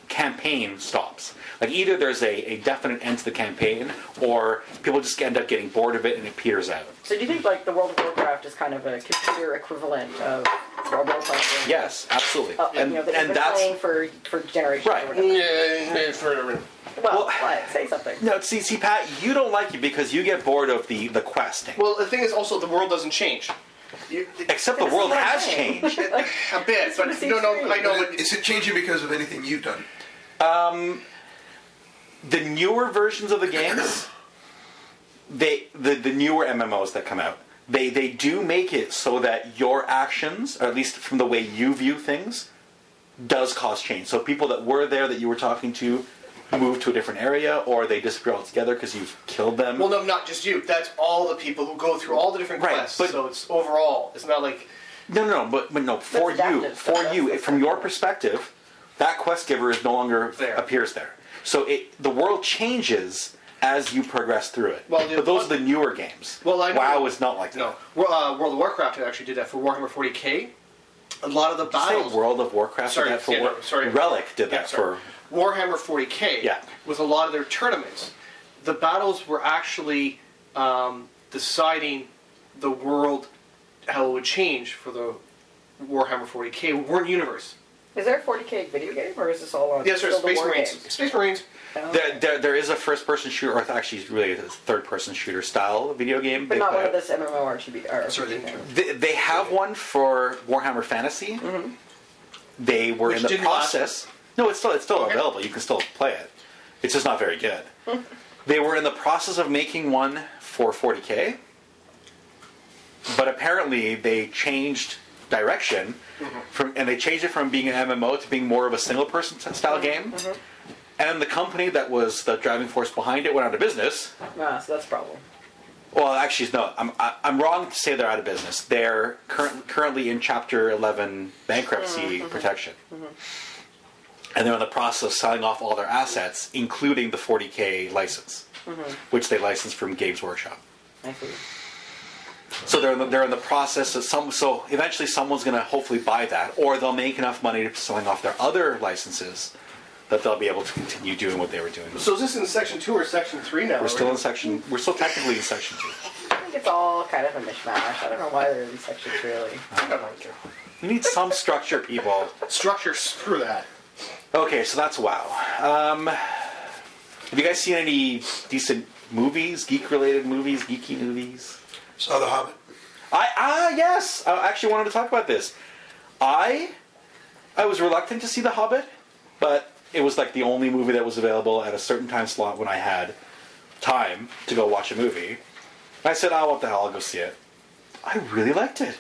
A: campaign stops. Like either there's a, a definite end to the campaign, or people just end up getting bored of it and it peters out.
C: So do you think like the World of Warcraft is kind of a computer equivalent of World of Warcraft?
A: Yes, absolutely.
C: Uh,
A: and
C: you know, that has
A: and
C: been
A: that's
C: playing for for generations. or
A: Right.
C: whatever.
D: Yeah, forever.
C: Well,
A: Well-
C: what? say something.
A: no. See, see, Pat, you don't like it because you get bored of the the questing.
D: Well, the thing is, also the world doesn't change. You,
A: Except the
C: This is
A: world
C: what I'm
A: has
C: saying.
A: changed.
D: a bit,
C: what it
D: but no,
C: seems to
D: no,
C: me.
D: I know. But
B: Is it changing because of anything you've done?
A: the newer versions of the games, they the, the newer MMOs that come out, they they do make it so that your actions, or at least from the way you view things, does cause change. So people that were there that you were talking to move to a different area, or they disappear altogether because you've killed them.
D: Well, no, not just you. That's all the people who go through all the different
A: Right,
D: quests.
A: but-
D: so it's overall. It's not like
A: No, no, no, but, but no, for you,
C: adaptive stuff,
A: for
C: that's-
A: you,
C: that's
A: from your
C: adaptive.
A: perspective, that quest giver is no longer
D: There.
A: appears there. So it the world changes as you progress through it.
D: Well, the-
A: but those are the newer games.
D: Well, I know-
A: WoW is not like
D: no.
A: that.
D: Wor- Uh, World of Warcraft actually did that for Warhammer 40k. A lot of the
A: Did you
D: battles.
A: say World of Warcraft
D: Sorry,
A: did that for
D: yeah, no,
A: War-
D: sorry.
A: Relic did
D: Yeah,
A: that
D: sorry.
A: for
D: Warhammer 40k.
A: Yeah.
D: With a lot of their tournaments, the battles were actually um, deciding the world how it would change for the Warhammer 40k Warren universe.
C: Is there a 40k video game, or is this all on?
D: Yes, sir.
C: still the
D: Space
C: war
D: Marines.
C: games?
D: Space Marines.
C: Oh, okay.
A: There, there, there is a first-person shooter, or actually, it's really a third-person shooter style video game.
C: But
A: They
C: not
A: put
C: one of
A: out-
C: this MMORPG. Or
D: Sorry,
C: RPG
D: they-
C: games.
A: They, they have one for Warhammer Fantasy. They were
D: Mm-hmm. Which
A: in the
D: didn't last.
A: process. No, it's still it's still
D: Okay.
A: available. You can still play it. It's just not very good. they were in the process of making one for 40k, but apparently they changed direction
D: Mm-hmm.
A: from and they changed it from being an MMO to being more of a single person
D: Mm-hmm.
A: style game. And then the company that was the driving force behind it went out of business.
C: Ah, so that's a problem.
A: Well, actually, no. I'm I, I'm wrong to say they're out of business. They're current, currently in Chapter 11 bankruptcy protection, and they're in the process of selling off all their assets, including the 40k license, which they licensed from Games Workshop.
C: I see.
A: So they're in the, they're in the process of some. So eventually, someone's going to hopefully buy that, or they'll make enough money selling off their other licenses that they'll be able to continue doing what they were doing.
D: So is this in section two or section three now?
A: We're still in section. We're still technically in section two.
C: I think it's all kind of a mishmash. I don't know why they're in sections really.
A: You need some structure, people.
D: Structure. Screw that.
A: Okay, so that's WoW. Um, have you guys seen any decent movies, geek-related movies, geeky movies?
B: Saw The Hobbit.
A: I ah yes, I actually wanted to talk about this. I I was reluctant to see The Hobbit, but it was like the only movie that was available at a certain time slot when I had time to go watch a movie. I said, "Oh, what the hell? I'll go see it." I really liked it.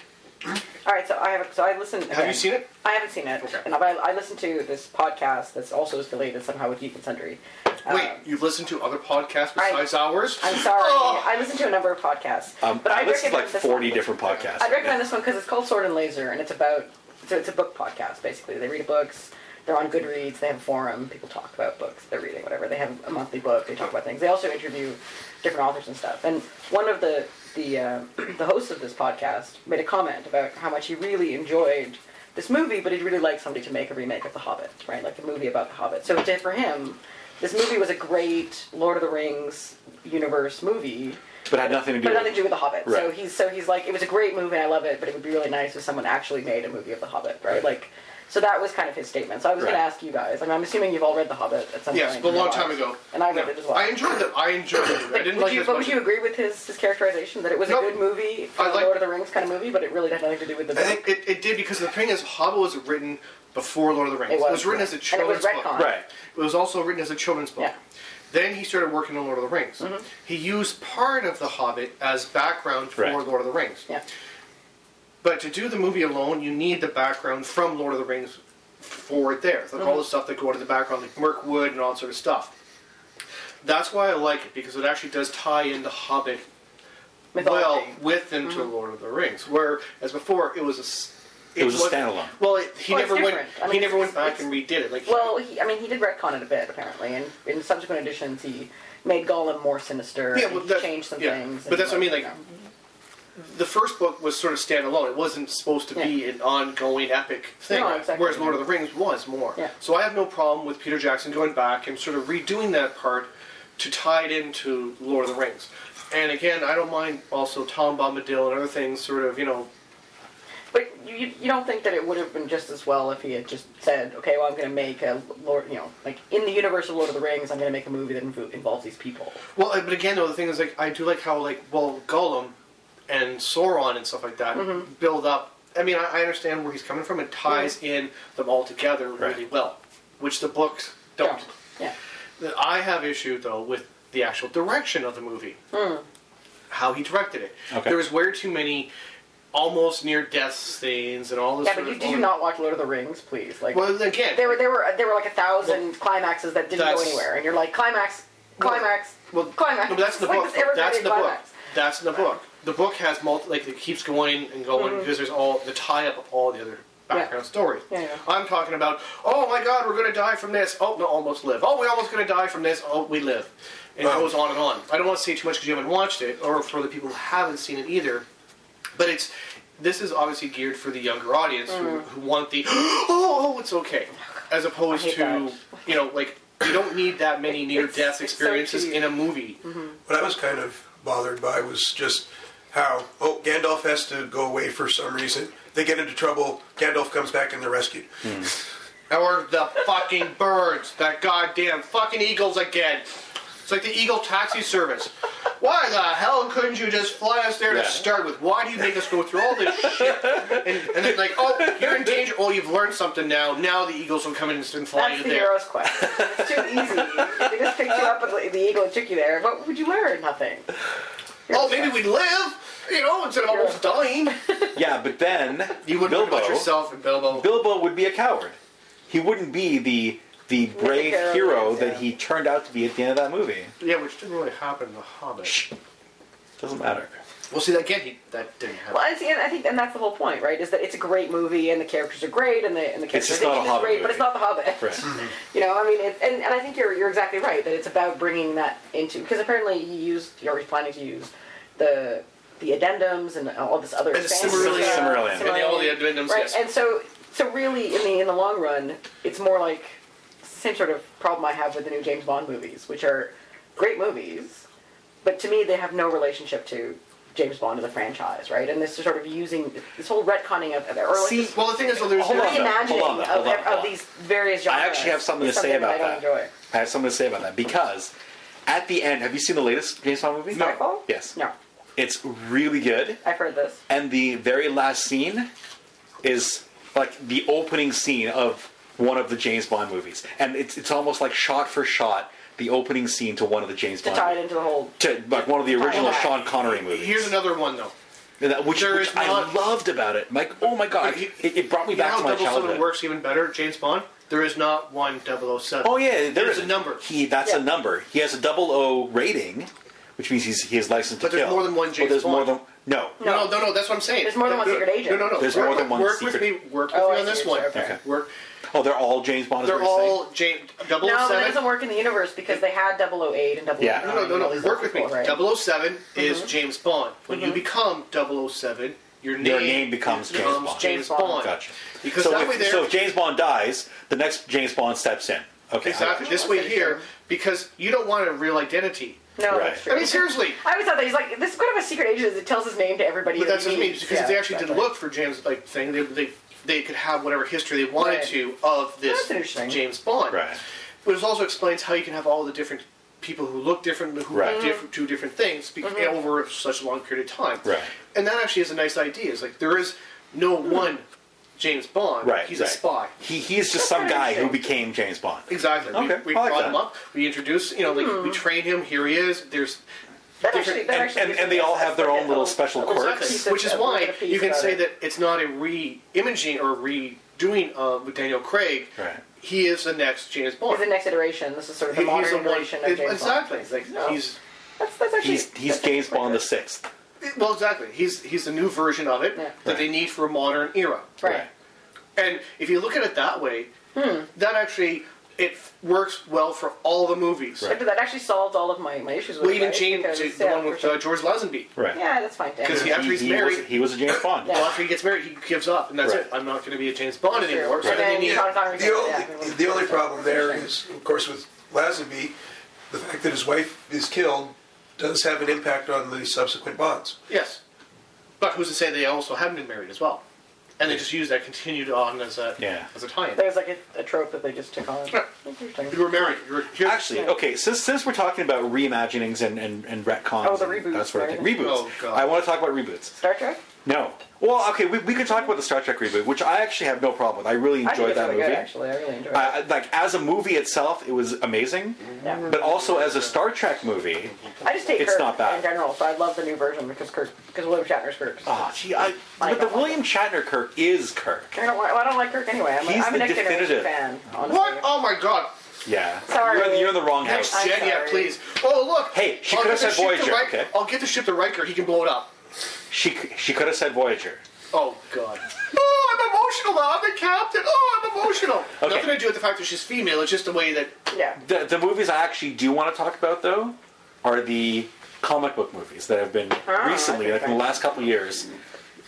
C: All right, so I have so I listened.
D: Have you seen it?
C: I haven't seen it,
D: Okay.
C: and I, I listened to this podcast that's also related somehow with Geek and Sundry. Um,
D: Wait, you've listened to other podcasts
C: I-
D: besides ours?
C: I'm sorry,
D: Oh.
C: I listened to a number of podcasts,
A: Um,
C: but I,
A: I listened to like
C: recommend this
A: forty
C: one.
A: different podcasts.
C: I'd recommend this one because it's called Sword and Laser, and it's about so it's a book podcast basically. They read books. They're on Goodreads. They have a forum. People talk about books they're reading, whatever. They have a monthly book. They talk about things. They also interview different authors and stuff. And one of the the uh, the hosts of this podcast made a comment about how much he really enjoyed this movie, but he'd really like somebody to make a remake of The Hobbit, right? Like a movie about The Hobbit. So to, for him, this movie was a great Lord of the Rings universe movie
A: but it had nothing to do.
C: but
A: with
C: nothing to do with the Hobbit. So
A: Right.
C: he's so he's like, it was a great movie, and I love it, but it would be really nice if someone actually made a movie of the Hobbit, right?
A: Right.
C: Like, so that was kind of his statement. So I was
A: Right.
C: going to ask you guys. I mean, I'm assuming you've all read the Hobbit at some
D: Yes,
C: point.
D: but a
C: in your
D: long time
C: lives.
D: ago.
C: and I read
D: No.
C: it as well.
D: I enjoyed it. I enjoyed it. I
C: But
D: didn't
C: would
D: like
C: you,
D: it as
C: but
D: much.
C: would you agree with his, his characterization that it was
D: Nope.
C: a good movie for
D: I
C: the
D: like-
C: Lord of the Rings kind of movie, but it really had nothing to do with the
D: I
C: book?
D: think it, it did because the thing is, Hobbit was written before Lord of the Rings.
C: It was.
D: written as a
C: And it was
D: children's book.
C: retconned.
A: Right.
D: It was also written as a children's book.
C: Yeah. Mm-hmm.
D: Then he started working on Lord of the Rings. He used part of The Hobbit as background for
A: Right.
D: Lord of the Rings.
C: yeah.
D: But to do the movie alone, you need the background from Lord of the Rings for it there. Like all
C: Mm-hmm.
D: the stuff that go into the background, like Mirkwood and all that sort of stuff. That's why I like it because it actually does tie in the Hobbit well
C: Mythology. Mm-hmm.
D: with into Lord of the Rings. Where as before, it was a s-
A: It was a
D: wasn't-
A: standalone.
D: Well, it, he
C: Well, it's
D: never went.
C: different. I
D: he
C: mean,
D: never went
C: it's-
D: back and redid it. Like
C: Well, he, I mean, he did retcon it a bit apparently, and in subsequent editions, he made Gollum more sinister.
D: Yeah,
C: and
D: well,
C: he
D: that-
C: changed some
D: yeah.
C: things.
D: But
C: and,
D: that's what I mean, like,
C: you know.
D: the first book was sort of standalone. It wasn't supposed to be
C: Yeah.
D: an ongoing epic thing.
C: No, exactly.
D: Whereas Lord of the Rings was more.
C: Yeah.
D: So I have no problem with Peter Jackson going back and sort of redoing that part to tie it into Lord of the Rings. And again, I don't mind also Tom Bombadil and other things sort of, you know,
C: But you, you, you don't think that it would have been just as well if he had just said, okay, well, I'm going to make a Lord, you know, like in the universe of Lord of the Rings, I'm going to make a movie that invo- involves these people.
D: Well, uh, but again, though, the thing is, like, I do like how, like, well, Gollum and Sauron and stuff like that
C: Mm-hmm.
D: build up. I mean, I, I understand where he's coming from. It ties in them all together really
A: Right.
D: well, which the books don't.
C: Yeah.
D: The- I have issue though with the actual direction of the movie,
C: Mm.
D: how he directed it.
A: Okay.
D: There was way too many almost near death scenes and all this.
C: Yeah,
D: sort
C: but you
D: of
C: did you not watch Lord of the Rings, please? Like
D: Well, again,
C: there were there were there were like a thousand climaxes that didn't go
D: that's-
C: anywhere, and you're like climax, climax,
D: Well,
C: climax.
D: No, but that's in the
C: Like
D: book.
C: this ever
D: That's in the
C: ending climax.
D: book. That's in the book. The book has multi, like it keeps going and going because there's all the tie up of all the other background stories.
C: Mm-hmm. Yeah, yeah.
D: I'm talking about, oh my God, we're gonna die from this. Oh no, almost live. Oh, we're almost gonna die from this. Oh, we live. And it
B: Wow.
D: goes on and on. I don't want to say too much because you haven't watched it, or for the people who haven't seen it either. But it's this is obviously geared for the younger
C: Mm.
D: audience who, who want the oh, oh it's okay, as opposed
C: I hate
D: to
C: that.
D: you know like You don't need that many near-death
C: It's- it's so
D: experiences
C: cheap.
D: in a movie.
B: What I was kind of bothered by was just how oh Gandalf has to go away for some reason. They get into trouble. Gandalf comes back and they're rescued.
D: Or the fucking birds, that goddamn fucking eagles again. It's like the Eagle taxi service. Why the hell couldn't you just fly us there
A: Yeah.
D: to start with? Why do you make us go through all this shit? And, and then like, oh, you're in danger. Oh, you've learned something now. Now the eagles will come in and fly
C: That's
D: you
C: the
D: there.
C: hero's quest. It's too easy. They just picked you up with the- the eagle and took you there. What would you learn? Nothing.
D: Oh, maybe we live. You know, instead of almost dying.
A: Yeah, but then
D: You would
A: Bilbo,
D: Bilbo. yourself and Bilbo.
A: Bilbo would be a coward. He wouldn't be the the brave
C: hero
A: hero
C: he is,
A: that
C: yeah.
A: he turned out to be at the end of that movie.
D: yeah, which didn't really happen in The Hobbit.
A: Doesn't matter.
D: Well, see, again, he, that didn't happen.
C: Well, and, see, and I think, and that's the whole point, right? Is that it's a great movie, and the characters are great, and the and the
A: It's
C: characters
A: just not a Hobbit
C: great, but it's
A: movie.
C: not the Hobbit.
A: Right.
C: You know, I mean, it, and and I think you're you're exactly right that it's about bringing that into because apparently he used, or he's planning to use the the addendums and all this other
D: And the
C: fancy
D: Silmarillion.
C: stuff,
A: Silmarillion.
D: And the- all the addendums,
C: right?
D: yes.
C: And so, so really, in the in the long run, it's more like same sort of problem I have with the new James Bond movies, which are great movies, but to me they have no relationship to James Bond as a franchise, right? And this is sort of using this whole retconning of, of or like
A: See,
C: this
D: Well, the thing is, though, there's
A: Hold on, though.
C: reimagining
A: Hold on, though.
C: of,
A: Hold on,
C: of
A: hold on.
C: these various genres.
A: I actually have something to
C: is
A: say
C: something
A: about
C: I don't
A: that.
C: Enjoy.
A: I have something to say about that because at the end, have you seen the latest James Bond movie?
C: Skyfall?
A: Yes.
C: No,
A: It's really good.
C: I've heard this.
A: and the very last scene is like the opening scene of one of the James Bond movies, and it's it's almost like shot for shot the opening scene to one of the James
C: To
A: Bond
C: tie it into the whole.
A: to like one of the original
C: back.
A: Sean Connery movies,
D: Here's another one, though.
A: And that- which,
D: There
A: which
D: is
A: I
D: not-
A: loved about it. Like, oh my god,
D: Like,
A: it, it brought me
D: You know
A: back
D: how
A: to my
D: 007
A: childhood.
D: works even better, James Bond? There is not one 007.
A: Oh yeah,
D: There's
A: is
D: a number.
A: He that's a
C: Yeah.
A: number. He has a double O rating, which means he's he is licensed
D: But
A: to
D: there's
A: kill.
D: more than one
A: But
D: James
A: there's more
D: Bond.
A: than no.
D: No, no, no, no, that's what I'm saying.
C: There's more than one
D: No,
C: secret agent.
D: No, no, no.
A: There's
D: work,
A: more than one
D: work
A: secret-
D: with me. Work with
C: Oh,
D: me
C: I
D: on
C: see
D: this
C: what
D: one.
C: you're saying. Okay.
D: Work.
A: Oh, they're all James Bond. Is
D: They're
A: what you're saying?
D: all James 007.
C: No, but it doesn't work in the universe because they had 008 and 009.
A: Yeah.
D: no, no, no, no. Work with me. 007
C: Mm-hmm.
D: is James Bond. When you become 007, your name,
A: Your name becomes James
D: becomes
A: Bond.
D: James
C: James
D: Bond.
C: Bond.
A: Gotcha.
D: Because
A: so,
D: that
A: if,
D: way there-
A: so if James Bond dies, the next James Bond steps in. Okay.
D: Exactly.
A: I-
D: This way here, because you don't want a real identity.
C: No,
A: Right.
C: that's
D: I
C: true.
D: mean, seriously.
C: I always thought that he's like this is kind of a secret agent. Is it tells his name to everybody.
D: But
C: that
D: that's
C: he
D: what I mean
C: meets.
D: because
C: Yeah,
D: if they actually
C: exactly.
D: did look for James like thing, they they, they could have whatever history they wanted
C: Right.
D: to of this
C: That's interesting.
D: James Bond.
A: Right.
D: But it also explains how you can have all the different people who look different, who
A: Right.
D: diff- do different things bec-
C: Mm-hmm.
D: over such a long period of time.
A: Right.
D: And that actually is a nice idea. It's like there is no
C: Hmm.
D: one James Bond.
A: Right.
D: He's
A: right.
D: a spy.
A: He he's just
C: That's
A: some
C: kinda
A: guy who
C: interesting.
A: became James Bond.
D: Exactly.
A: Okay,
D: We, we
A: I like
D: brought
A: that.
D: him up. We introduce. You know, like,
C: Hmm.
D: we train him. Here he is. There's
C: That actually, that
A: And-
C: actually
A: and-
C: gives
A: and
C: me
A: they
C: a-
A: all have their
C: like
A: own
C: a
A: little special
C: little
A: quirks.
C: piece
D: Which is
C: of-
D: why
C: little piece
D: you can
C: about
D: say
C: it.
D: that it's not a re-imaging or redoing of with Daniel Craig.
A: Right.
D: He is the next James Bond.
C: He's the next iteration. This is sort of the
D: He-
C: modern
D: he's the one.
C: iteration of James
D: exactly.
C: Bond.
D: It's Like,
C: No.
D: He's
C: that's, that's actually
A: He's he's
C: that's actually
A: James
C: quite
A: Bond the
C: good.
A: sixth.
D: well, exactly. He's he's the new version of it
C: Yeah.
D: that they need for a modern era.
C: Right.
D: And if you look at it that way,
C: Hmm.
D: that actually it f- works well for all the movies.
A: Right.
C: But that actually solved all of my, my issues with
D: Well,
C: it,
D: even
C: right?
D: James,
C: Because,
D: the
C: yeah,
D: one with
C: for sure.
D: uh, George Lazenby.
A: Right.
C: Yeah, that's fine.
D: Because
C: Yeah.
D: he after he's
A: he,
D: married,
A: was, he was a James Bond.
C: Yeah.
D: well, after he gets married, he gives up, and that's
A: Right.
D: it. I'm not going to be a James Bond
C: Sure.
D: anymore. So
C: And
D: then
C: then
D: you need
C: Sean Connery
B: The
C: goes,
B: only,
C: yeah, everyone-
B: the only problem there is, of course, with Lazenby, the fact that his wife is killed does have an impact on the subsequent bonds.
D: Yes. But who's to say they also haven't been married as well? And they just use that continued on as a
A: Yeah.
D: as a tie-in.
C: There's like a, a trope that they just took on. Interesting.
D: You were married. You were here.
A: Actually, okay, since since we're talking about reimaginings and and, and retcons,
C: Oh, the
A: and
C: reboots,
A: that sort of
C: right?
A: thing. Reboots.
D: Oh, God.
A: I want to talk about reboots.
C: Star Trek?
A: No. Well, okay, we, we could talk about the Star Trek reboot, which I actually have no problem with. I really
C: I think
A: enjoyed
C: it's
A: that
C: really
A: movie.
C: good, actually. I really enjoyed it.
A: I, I- like as a movie itself, it was amazing,
C: Yeah.
A: but also as a Star Trek movie,
C: I just hate
A: it's
C: Kirk
A: not bad.
C: in general, so I love the new version because Kirk, because William Shatner's Kirk.
A: Ah, gee, I, but the William Shatner Kirk is Kirk.
C: I don't, well, I don't like Kirk anyway. I'm, a-
A: He's
C: I'm a
A: the
C: next generation
A: definitive.
C: fan. Honestly.
D: What? Oh my God!
A: Yeah.
C: Sorry.
A: You're, in- you're in the wrong
D: Next
A: house.
C: I'm
D: gen, yeah,
C: sorry.
D: please. Oh look!
A: Hey, she
D: I'll
A: could have
D: get the
A: said
D: ship to
A: Voyager,
D: Riker-
A: okay?
D: I'll get the ship to Riker. He can blow it up.
A: She c- she could have said Voyager.
D: Oh God! Oh, I'm emotional now. I'm the captain. Oh, I'm emotional.
A: Okay.
D: Nothing to do with the fact that she's female. It's just the way that
C: Yeah.
A: The, the movies I actually do want to talk about though are the comic book movies that have been
C: Oh, I
A: recently,
C: think
A: like in the
C: I-
A: last couple of years,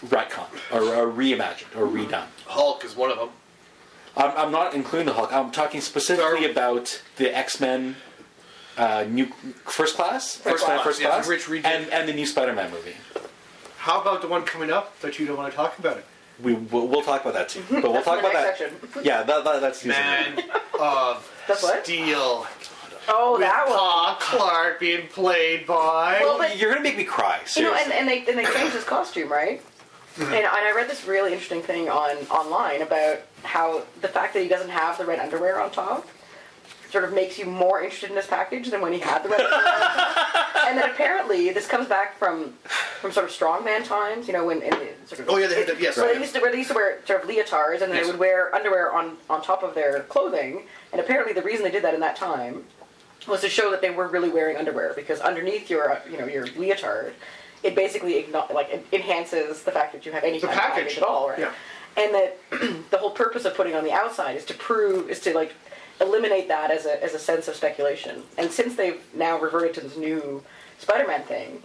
A: retconned or, or reimagined or redone.
D: Hulk is one of them.
E: I'm, I'm not including the Hulk. I'm talking specifically about the X Men. Uh, new first class, first
D: Class,
E: first
D: yeah,
E: class,
D: Rich Reed-
E: and and the new Spider-Man movie.
D: How about the one coming up that you don't want to talk about it?
E: We we'll, we'll talk about that too, but we'll
C: That's
E: talk
C: in the
E: about that.
C: next section.
E: Yeah, that, that, that's news. and
D: Man of
C: That's what?
D: Steel.
C: Oh,
D: With
C: that one.
D: Pa Clark being played by.
C: Well,
A: You're gonna make me cry.
C: You know,
A: Seriously.
C: and, and they and they changed his costume, right? And, and I read this really interesting thing on online about how the fact that he doesn't have the red underwear on top sort of makes you more interested in this package than when he had the red underwear. on top. and then apparently this comes back from from sort of strongman times, you know, when in the, sort of
D: Oh, yeah, they had the- yes,
C: where
D: right.
C: they used to where they used to wear sort of leotards and they
D: Yes.
C: would wear underwear on on top of their clothing. And apparently the reason they did that in that time was to show that they were really wearing underwear because underneath your uh, you know your leotard, it basically igno- like en- enhances the fact that you have any
D: The
C: kind of
D: package.
C: at all, right?
D: Yeah.
C: And that the whole purpose of putting on the outside is to prove is to like eliminate that as a as a sense of speculation. And since they've now reverted to this new Spider-Man thing,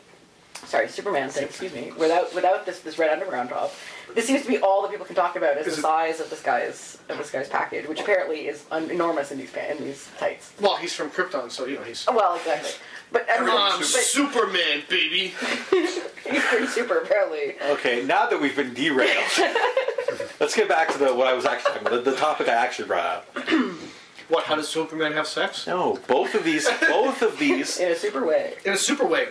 C: sorry, Superman thing, excuse me, without without this this red underwear on top, this seems to be all that people can talk about is,
B: Is
C: the
B: it-
C: size of this guy's of this guy's package, which apparently is un- enormous in these pa- in these tights.
D: Well, he's from Krypton, so you know he's.
C: Well, exactly. But I mean,
D: I'm
C: but
D: Superman, baby.
C: he's pretty super, apparently.
A: Okay, now that we've been derailed, let's get back to the what I was actually the, the topic I actually brought up.
D: What? How does Superman have sex?
A: No, both of these, both of these
C: In a super way.
D: In a super way.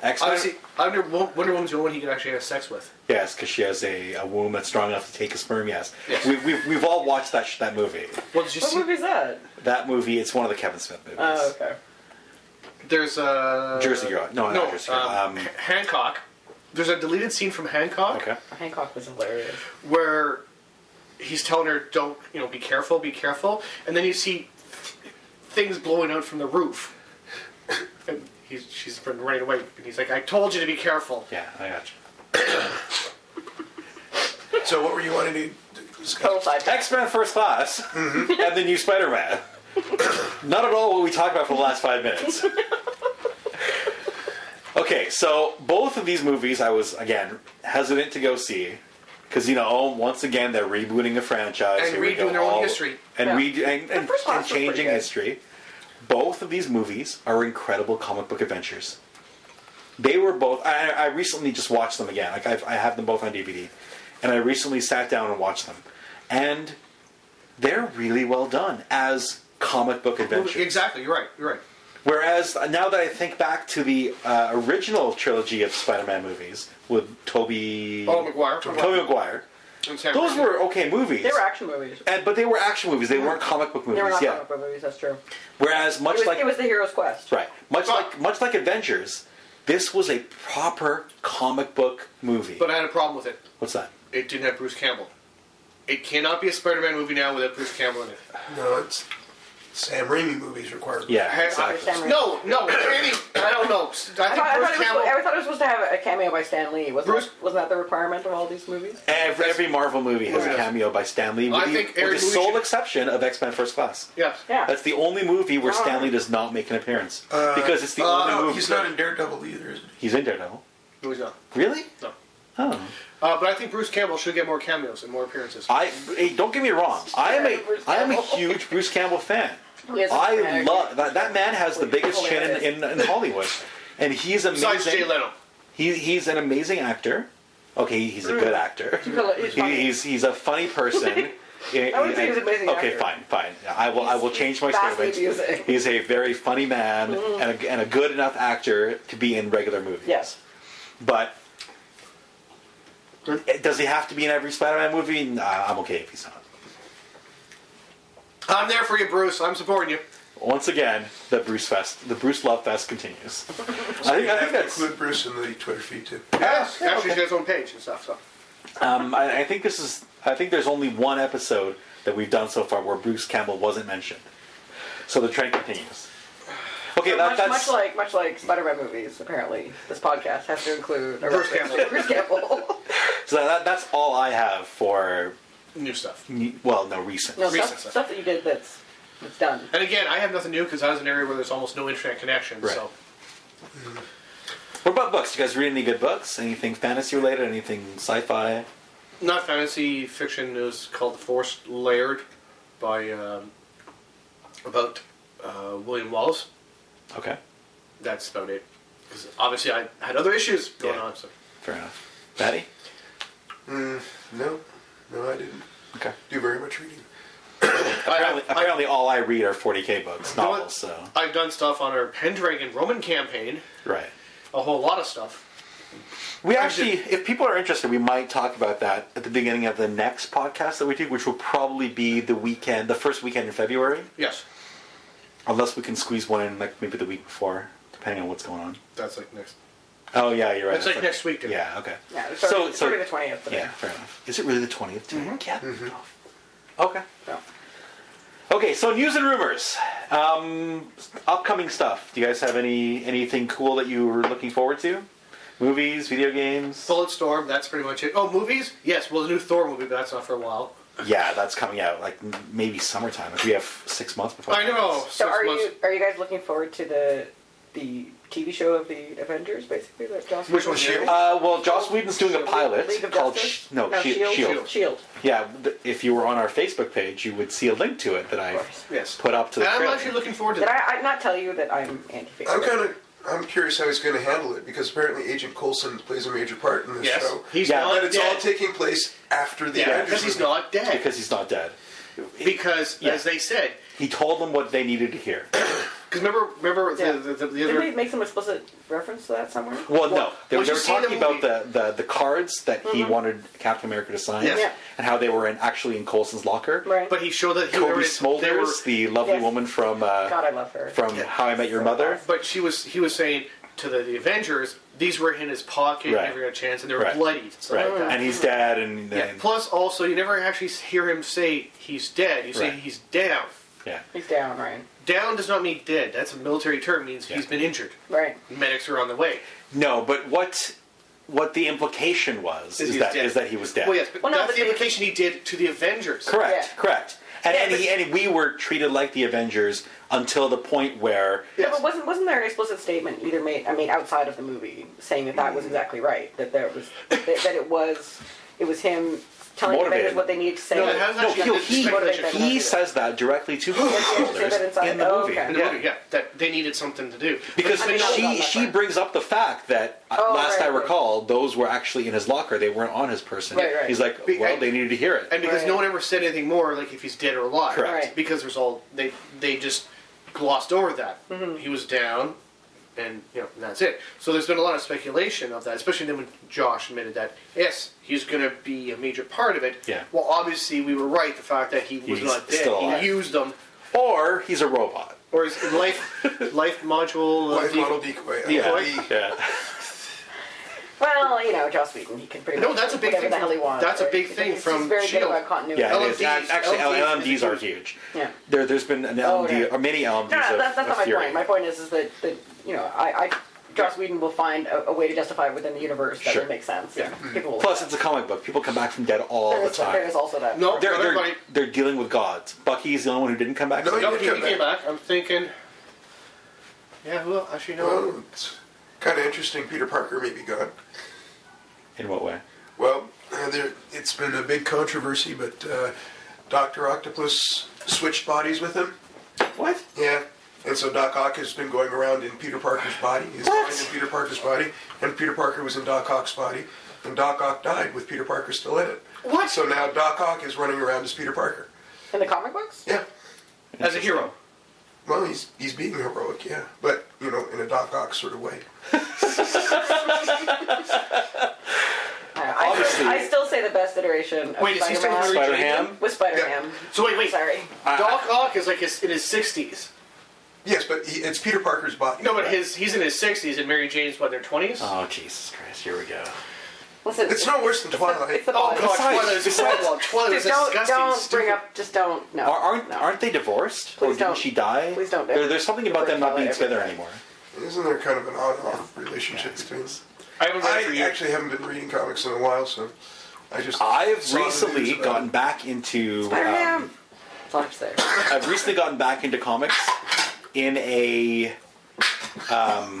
A: X
D: Obviously,
A: Men.
D: Wonder, Wonder Woman's the only one he can actually have sex with.
A: Yes, because she has a, a womb that's strong enough to take a sperm. Yes,
D: Yes.
A: We, we've we've all watched that sh- that movie.
D: Well, did you
C: What
D: see?
C: movie is that?
A: That movie, it's one of the Kevin Smith movies.
C: Oh, okay.
D: There's a
A: Jersey Girl. No, not
D: no,
A: Jersey Girl.
D: um,
A: Um,
D: H- Hancock. There's a deleted scene from Hancock
A: okay.
C: Hancock was hilarious.
D: where he's telling her, "Don't you know? Be careful, be careful." And then you see things blowing out from the roof. and he's she's been running away, and he's like, "I told you to be careful."
A: Yeah, I got you.
B: So what were you wanting to discuss?
C: Total side.
A: X Men First Class
D: Mm-hmm.
A: and the new Spider Man. Not at all what we talked about for the last five minutes. Okay, so both of these movies I was, again, hesitant to go see. Because, you know, once again, they're rebooting the franchise.
D: And
A: Here we go,
D: redoing their own history.
A: And,
C: Yeah.
A: redo- and, and,
C: first class
A: and
C: was pretty
A: changing
C: good.
A: history. Both of these movies are incredible comic book adventures. They were both. I, I recently just watched them again. Like I've, I have them both on DVD, and I recently sat down and watched them, and they're really well done as comic book adventures.
D: Exactly. You're right. You're right.
A: Whereas uh, now that I think back to the uh, original trilogy of Spider-Man movies with Toby,
D: Oh, McGuire.
A: Toby Maguire, those were okay movies.
C: They were action movies.
A: and, but they were action movies. They weren't comic book
C: They
A: movies.
C: were not
A: yeah.
C: comic book movies, that's true.
A: Whereas much
C: It was,
A: like
C: it was the hero's quest.
A: Right. Much
D: But-
A: like much like Avengers, this was a proper comic book movie.
D: But I had a problem with it.
A: What's that?
D: It didn't have Bruce Campbell. It cannot be a Spider-Man movie now without Bruce Campbell in it.
B: No, it's Sam Raimi movies required.
A: Yeah,
D: I-
A: exactly.
C: Sam Raimi.
D: No, no, Andy, I don't know. I think
C: I thought, I, thought
D: Bruce
C: it was,
D: Campbell.
C: I thought it was supposed to have a cameo by Stan Lee. Wasn't,
D: Bruce-
C: that, wasn't that the requirement of all these movies?
A: Every, every Marvel movie has a
D: Yes.
A: cameo by Stan Lee, with,
D: I
A: the,
D: think
A: with
D: every
A: the
D: movie
A: sole
D: should-
A: exception of X Men First Class.
D: Yeah.
C: Yeah.
A: That's the only movie where
C: Oh.
A: Stan Stanley does not make an appearance because it's the
D: uh,
A: only
B: No,
A: movie.
B: he's not in Daredevil either, is he?
A: He's in Daredevil.
D: No, he's not.
A: Really?
D: No.
A: Oh,
D: Uh, but I think Bruce Campbell should get more cameos and more appearances.
A: I hey, don't get me wrong. I am
C: Bruce
A: a I am a
C: Campbell.
A: huge Bruce Campbell fan.
C: He has a
A: I
C: dramatic-
A: love that, that man has the biggest chin in, in, in Hollywood, and he's amazing.
D: Besides Jay Leno.
A: He, he's an amazing actor. Okay, he's a
D: Mm.
A: good actor.
C: He's funny.
A: He- he's he's a funny person. I
C: wouldn't say he's an amazing
A: Okay,
C: actor.
A: fine, fine. I will I will
C: He's
A: change my
C: vastly
A: statement.
C: amusing. Mm-hmm.
A: He's a very funny man and, a, and a good enough actor to be in regular movies.
C: Yes.
A: but does he have to be in every Spider-Man movie? Nah, I'm okay if he's not.
D: I'm there for you, Bruce. I'm supporting you.
A: Once again, the Bruce fest, the Bruce love fest continues. I think I
B: I
A: think
B: have to
A: that's.
B: include Bruce in the Twitter feed too.
D: Yes. Actually, she has her own page and stuff. So.
A: Um, I, I think this is. I think there's only one episode that we've done so far where Bruce Campbell wasn't mentioned. So the trend continues. Okay, that,
C: much,
A: that's
C: much like much like Spider-Man movies, apparently this podcast has to include a
D: Bruce
C: reference to
D: Campbell.
C: Bruce Campbell.
A: so that, that's all I have for.
D: New stuff.
A: n- Well, no recent.
C: no
D: Recent
C: stuff,
D: stuff.
C: stuff that you did that's that's done.
D: And again, I have nothing new because I was in an area where there's almost no internet connection.
A: Right.
D: So
A: What about books? You guys read any good books? Anything fantasy related? Anything sci-fi?
D: not fantasy fiction. It was called The Force Layered by um, about uh, William Wallace.
A: Okay.
D: That's about it. Because obviously I had other issues going
A: Yeah.
D: on. So
A: Fair enough. Patty?
B: No, no, I didn't
A: Okay.
B: do very much reading.
A: Apparently,
D: I-
A: apparently all I read are 40k books,
D: know what?
A: novels, so.
D: I've done stuff on our Pendragon Roman campaign,
A: Right.
D: a whole lot of stuff.
A: We
D: I
A: actually, if people are interested, we might talk about that at the beginning of the next podcast that we do, which will probably be the weekend, the first weekend in February,
D: Yes,
A: unless we can squeeze one in, like maybe the week before, depending on what's going on.
D: that's like next.
A: Oh yeah, you're right.
D: That's like next week, dude.
A: Yeah. Okay.
C: Yeah, it's
A: So-
C: already, it's
A: so-
C: already the twentieth. Mm-hmm.
A: Yeah. Fair enough. Is it really the twentieth? Yeah. Okay.
C: So.
A: Okay. So news and rumors, um, upcoming stuff. Do you guys have any anything cool that you were looking forward to? Movies, video games.
D: Bulletstorm. That's pretty much it. Oh, movies? Yes. Well, the new Thor movie, but that's not for a while.
A: Yeah, that's coming out like m- maybe summertime. Like we have six months before.
D: I know.
A: that.
C: So
D: six
C: are
D: months.
C: you are you guys looking forward to the the TV show of the Avengers, basically? That Joss
D: Which
C: Whedon-
D: one's
B: Shield?
D: new?
A: Uh, well, Joss Whedon's doing a pilot
C: League of
A: called
C: Justice?
A: Sh- no, Shi- Shield.
C: Shield. Shield.
A: Yeah, th- if you were on our Facebook page, you would see a link to it that I
C: course.
D: Yes.
A: put up to
D: And
A: the
D: I'm
A: trailer.
D: actually looking forward to
C: Did
D: that.
C: I, I not tell you that I'm anti-favorite?
B: I'm kind of I'm curious how he's going to handle it because apparently Agent Coulson plays a major part in this
D: Yes.
B: show.
D: He's
A: Yeah,
D: not
B: but it's
D: dead.
B: all taking place after the
D: yeah,
B: Avengers
D: because he's
B: movie.
D: not dead.
A: because he's not dead.
D: Because,
A: Yeah.
D: as they said,
A: He told them what they needed to hear.
D: because remember, remember
C: Yeah.
D: the, the, the, the
C: Did
D: other
C: they make some explicit reference to that somewhere?
A: Well, no,
D: Well,
A: they,
D: once
A: they
D: you
A: were
D: see the
A: talking about
D: movie-
A: the, the, the cards that he wanted Captain America to sign,
D: Yes.
C: Yeah.
A: and how they were in, actually in Colson's locker.
C: Right.
D: But he showed that he
A: Kobe
D: was, they were,
A: Smolders, the lovely
C: Yes.
A: woman from uh,
C: God, I love her.
A: from
D: Yeah.
A: How I Met Your Mother.
D: but she was he was saying to the, the Avengers, these were in his pocket,
A: Right.
D: never got a chance, and they were
A: Right.
D: bloodied. So
A: Right,
D: like that.
A: and he's dead, and,
D: yeah.
A: and-
D: Plus, also, you never actually hear him say he's dead. You say
A: Right.
D: he's down.
A: yeah.
C: He's down, Ryan.
D: Down does not mean dead. That's a military term. It means
A: Yeah.
D: he's been injured.
C: Right.
D: Medics are on the way.
A: No, but what what the implication was
D: Is
A: is
D: he
A: that
D: was dead.
A: is that he was dead.
D: Well, yes, but
C: Well, no,
D: that's
C: but
D: the
C: they-
D: implication he did to the Avengers.
A: Correct,
C: Yeah.
A: correct. And,
C: Yeah,
A: and, he, and we were treated like the Avengers until the point where
D: Yes.
C: But wasn't wasn't there an explicit statement either made? I mean, outside of the movie, saying that
A: Mm.
C: that was exactly right. That there was that, that it was it was him telling the
A: Motivated.
C: Avengers what they needed to say.
D: No, it hasn't
A: no,
D: actually
A: he,
D: got the
A: he,
D: speculation.
C: Motivated.
A: he says that directly to Smolders
C: inside?
A: in the
C: Oh,
A: movie.
C: okay.
D: In the movie, yeah, that they needed something to do.
A: Because
D: But they
C: not
A: she
C: about that
A: she
C: part.
A: brings up the fact that uh,
C: Oh,
A: last
C: right,
A: I
C: right.
A: recall, those were actually in his locker. They weren't on his person.
C: Right, right.
A: He's like,
D: Be-
A: well,
D: and-
A: they needed to hear it.
D: And because
C: Right.
D: no one ever said anything more, like if he's dead or alive,
A: Correct.
C: Right.
D: because there's all they they just glossed over that
C: Mm-hmm.
D: he was down, and you know and that's it. So there's been a lot of speculation of that, especially then when Josh admitted that yes, he's going to be a major part of it.
A: Yeah.
D: Well, obviously we were right. The fact that he was
A: He's
D: not dead,
A: still alive.
D: he used them,
A: or he's a robot.
D: or his life life module. uh,
B: Life
D: the-
B: model decoy. I
D: Yeah.
B: believe.
A: Yeah.
C: Well, you know, Joss Whedon, he can pretty
D: No,
C: much
D: that's a big
C: whatever
D: thing
C: the hell he
D: from-
C: wants.
D: that's a
C: right?
D: big thing
C: He's-
D: from
C: he's very
D: Shield.
C: good about continuity.
A: Yeah, it is.
D: LMDs,
A: Ac- Actually,
D: LMDs
A: LMDs are huge.
C: Yeah.
A: There, there's been an
C: Oh,
A: LMD,
C: yeah.
A: or many LMDs
C: No, no,
A: of,
C: that's, that's
A: of
C: not my
A: Fury.
C: point. My point is, is that, that you know, I, I Joss Whedon will find a, a way to justify it within the universe that
A: Sure.
C: will make sense.
D: Yeah.
C: and People will
A: Plus, it's a comic book. People come back from dead all
C: there
A: the
C: is, there
A: time.
C: is also that.
D: No,
A: They're, they're,
D: Everybody-
A: they're dealing with gods. Bucky's the only one who didn't come back.
B: No,
A: from
B: he
A: it.
D: No, he,
B: Come
D: he came
B: back.
D: back. I'm thinking. Yeah, well, actually, no.
B: Well, it's kind of interesting. Peter Parker may be gone.
A: In what way?
B: Well, uh, there, it's been a big controversy, but uh, Doctor Octopus switched bodies with him.
A: What?
B: Yeah. And so Doc Ock has been going around in Peter Parker's body. He's
A: What?
B: lying in Peter Parker's body, and Peter Parker was in Doc Ock's body, and Doc Ock died with Peter Parker still in it.
D: What?
B: So now Doc Ock is running around as Peter Parker.
C: In the comic books?
B: Yeah.
D: as a hero.
B: Well, he's he's being heroic, yeah, but you know, in a Doc Ock sort of way.
C: I, I-
A: Obviously.
C: I still say the best iteration of
D: Wait, is he still
C: Spider-Man
D: Mary
A: Spider
D: Jane?
A: Ham?
C: with Spider-Man.
D: So wait, wait.
C: Sorry.
D: Doc Ock is like his, in his sixties.
B: Yes, but he, it's Peter Parker's body.
D: No, but his he's in his sixties, and Mary Jane's what in her twenties.
A: Oh, Jesus Christ. Here we go.
C: Listen,
B: it's no worse than Twilight.
C: It's the
D: oh
C: body.
D: God,
A: Besides-
D: Twilight is
A: besides-
D: horrible. Twilight is
C: Dude, don't
D: disgusting.
C: don't
D: stupid.
C: bring up. Just don't. No.
A: Are, aren't,
C: no.
A: aren't they divorced? or
C: Please
A: didn't
C: don't.
A: she die?
C: Please don't.
A: There, there's something about them not being
C: Every-
A: together anymore.
B: Isn't there kind of an on-off relationship between?
D: I haven't read it for
B: I
D: you.
B: actually haven't been reading comics in a while, so I just
A: I've
B: saw the news
A: recently
B: about
A: gotten
B: it.
A: back into.
C: Spider-Man.
A: um,
C: It's not there.
A: I've recently gotten back into comics in a
D: Whoa.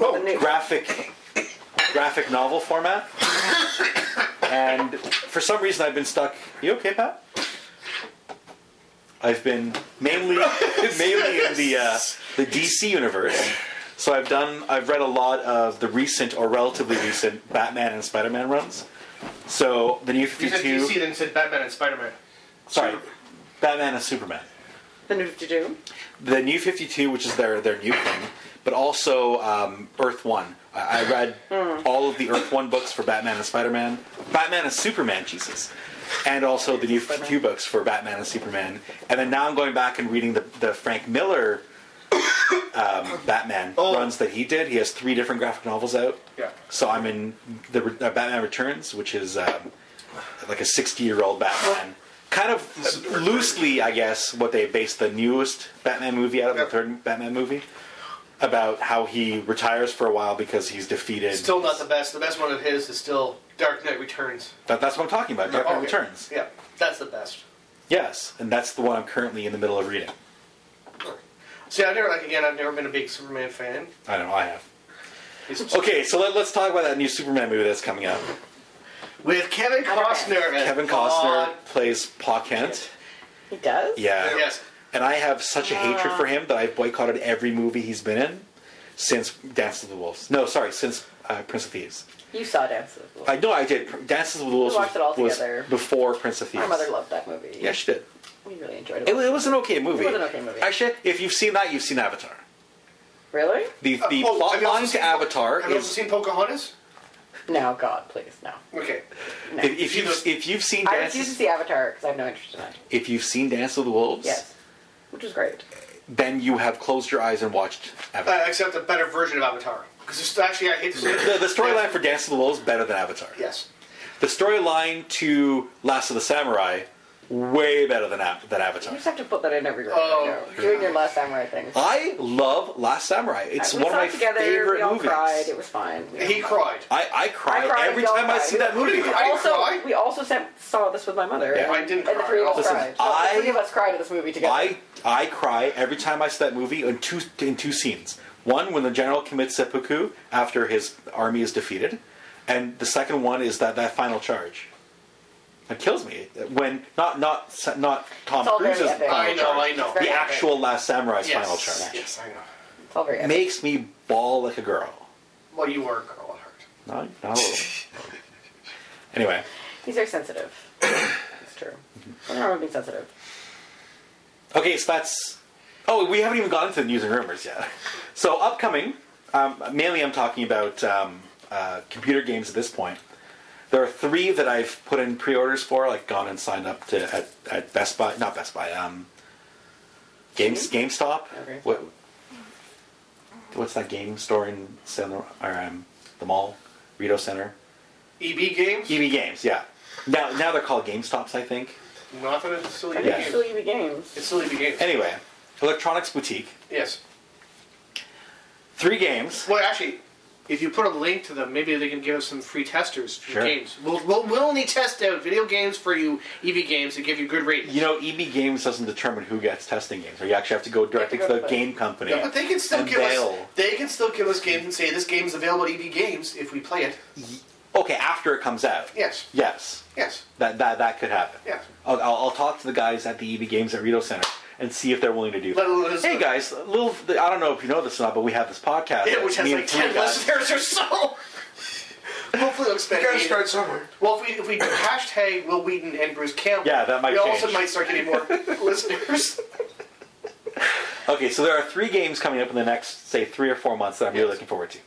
A: Oh,
C: The new-
A: graphic graphic novel format. and for some reason I've been stuck. You okay, Pat? I've been mainly mainly in the uh, the DC universe. So I've done I've read a lot of the recent or relatively recent Batman and Spider-Man runs. So the New
D: You
A: Fifty
D: said DC,
A: Two,
D: then said Batman and Spider Man.
A: sorry, Batman and Superman.
C: The new to do.
A: the new 52 which is their their new thing but also um, earth one i, I read
D: Hmm.
A: all of the earth one books for batman and spider-man batman and superman jesus and also the new 52 books for batman and superman and then now i'm going back and reading the, the frank miller um, batman
D: Oh.
A: runs that he did he has three different graphic novels out
D: Yeah.
A: so i'm in the re- uh, batman returns which is um, like a 60 year old Batman. Kind of loosely, I guess, what they based the newest Batman movie out of, the
D: Yep.
A: third Batman movie, about how he retires for a while because he's defeated.
D: Still not the best. The best one of his is still Dark Knight Returns.
A: But that's what I'm talking about, Dark Knight
D: Oh, Okay.
A: Returns.
D: Yeah, that's the best.
A: Yes, and that's the one I'm currently in the middle of reading.
D: See, I never like again. I've never been a big Superman fan.
A: I know, I have.
D: He's
A: Okay, so let, let's talk about that new Superman movie that's coming out.
D: with Kevin Costner. Uh, as
A: Kevin Costner
D: Bond.
A: plays Pa Kent.
C: He does.
A: Yeah.
D: Yes.
A: And I have such a hatred for him that I've boycotted every movie he's been in since Dances with Wolves. No, sorry, since uh, Prince of Thieves.
C: You saw Dance of the Wolves.
A: I know I did. Dances with Wolves
C: We watched it all
A: was, was
C: together.
A: before Prince of Thieves.
C: My mother loved that movie.
A: Yeah, she did.
C: we really enjoyed it.
A: It, wa- it was an okay movie.
C: It was an okay movie.
A: Actually, if you've seen that, you've seen Avatar.
C: really?
A: The, the
D: Oh,
A: plot
D: have you also
A: line
D: seen-
A: to Avatar
D: Have you also
A: is
D: seen Pocahontas?
C: No, God, please, no.
D: Okay.
C: no.
A: if, if you've if you've seen
C: I refuse to
A: Dances
C: see Avatar because I have no interest in it.
A: if you've seen Dance with the Wolves,
C: Yes, which is great.
A: then you have closed your eyes and watched Avatar.
D: Uh, except a better version of Avatar. Because actually, I hate to say
A: the
D: it.
A: the storyline for Dance with the Wolves better than Avatar.
D: Yes.
A: The storyline to Last of the Samurai way better than Av- than
C: You
A: Avatar.
C: just have to put that in every room.
D: Oh,
C: you know, doing your last samurai thing.
A: I love Last Samurai. Oh, It's
C: we
A: one of
C: saw
A: my
C: it together.
A: favorite
C: we all
A: movies.
C: cried. It was fine. We
D: He
C: all-
D: cried.
A: I, I cry
C: I cried,
A: every
C: we all
A: time I
C: cried.
A: see that movie.
D: Who did- I didn't
C: Also,
D: cry.
C: we also sent, saw this with my mother.
A: Yeah.
D: I didn't
C: And the
D: cry.
C: three of us
A: Listen,
C: cried.
A: I-
C: the three of us cried at this movie together.
A: I I cry every time I see that movie in two in two scenes. One when the general commits seppuku after his army is defeated, and the second one is that that final charge. It kills me when not not not Tom
C: It's all very
A: Cruise's
C: epic.
A: final
D: I know,
A: charge,
D: I know.
A: the actual Last Samurai's
D: yes.
A: final charge
D: Yes, I know.
C: It's all very epic.
A: makes me bawl like a girl.
D: Well, you were a girl at heart.
A: Not, not a little. anyway,
C: He's very sensitive. it's true. I don't know being sensitive.
A: Okay, so that's. Oh, we haven't even gotten to the news and rumors yet. So, upcoming, um, mainly I'm talking about um, uh, computer games at this point. There are three that I've put in pre orders for, like gone and signed up to at, at Best Buy, not Best Buy, um, Games, GameStop.
C: Okay.
A: What, what's that game store in San Lor- or, um, the mall? Rito Center?
D: EB E games?
A: EB Games, yeah. Now, now they're called GameStops, I think.
D: Not that it's still
C: I
D: EB
C: think it's
D: games.
C: still EV Games.
D: It's still EB games.
A: Anyway, Electronics Boutique.
D: Yes.
A: Three games.
D: Well, actually, if you put a link to them, maybe they can give us some free testers for
A: Sure.
D: games. We'll, we'll, we'll only test out video games for you, EV games, to give you good ratings.
A: You know, EB Games doesn't determine who gets testing games, or you actually have to go directly
C: You
A: to the
C: have to go to the-
A: game company.
D: No, but they can still
A: And
D: give
A: they'll-
D: us. They can still give us games and say this game's available at EB Games if we play it.
A: Okay, after it comes out.
D: Yes.
A: Yes,
D: Yes.
A: that that, that could happen.
D: Yes.
A: I'll, I'll, I'll talk to the guys at the EB Games at Rito Center and see if they're willing to do
D: Let
A: that.
D: alone us-
A: Hey guys, a little I don't know if you know this or not, but we have this podcast.
D: Yeah, which has
A: Me and
D: like
A: three
D: ten
A: guys-
D: listeners or so. Hopefully, it'll
B: You
D: expand.
B: gotta start somewhere.
D: Well, if we, if we hashtag Will Wheaton and Bruce Campbell,
A: Yeah, that might
D: we also
A: change.
D: might start getting more listeners.
A: Okay, so there are three games coming up in the next, say, three or four months that I'm really
D: Yes.
A: looking forward to.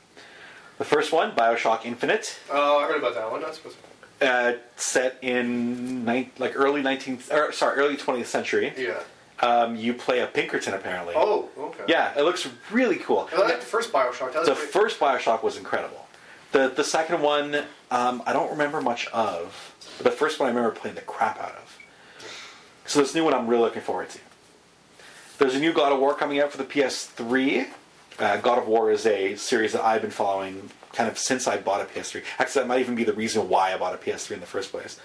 A: The first one, Bioshock Infinite,
D: Oh, I heard about that one. That's supposed
A: uh, set in nine, like early 19th, or sorry, early 20th century.
D: to. Yeah.
A: Um, you play a Pinkerton apparently.
D: Oh, okay.
A: Yeah, it looks really cool.
D: I like the first Bioshock. That was
A: The
D: great.
A: first Bioshock was incredible. The the second one, um, I don't remember much of. But the first one I remember playing the crap out of. So this new one I'm really looking forward to. There's a new God of War coming out for the PS3. Uh, God of War is a series that I've been following kind of since I bought a PS3. Actually, that might even be the reason why I bought a PS3 in the first place.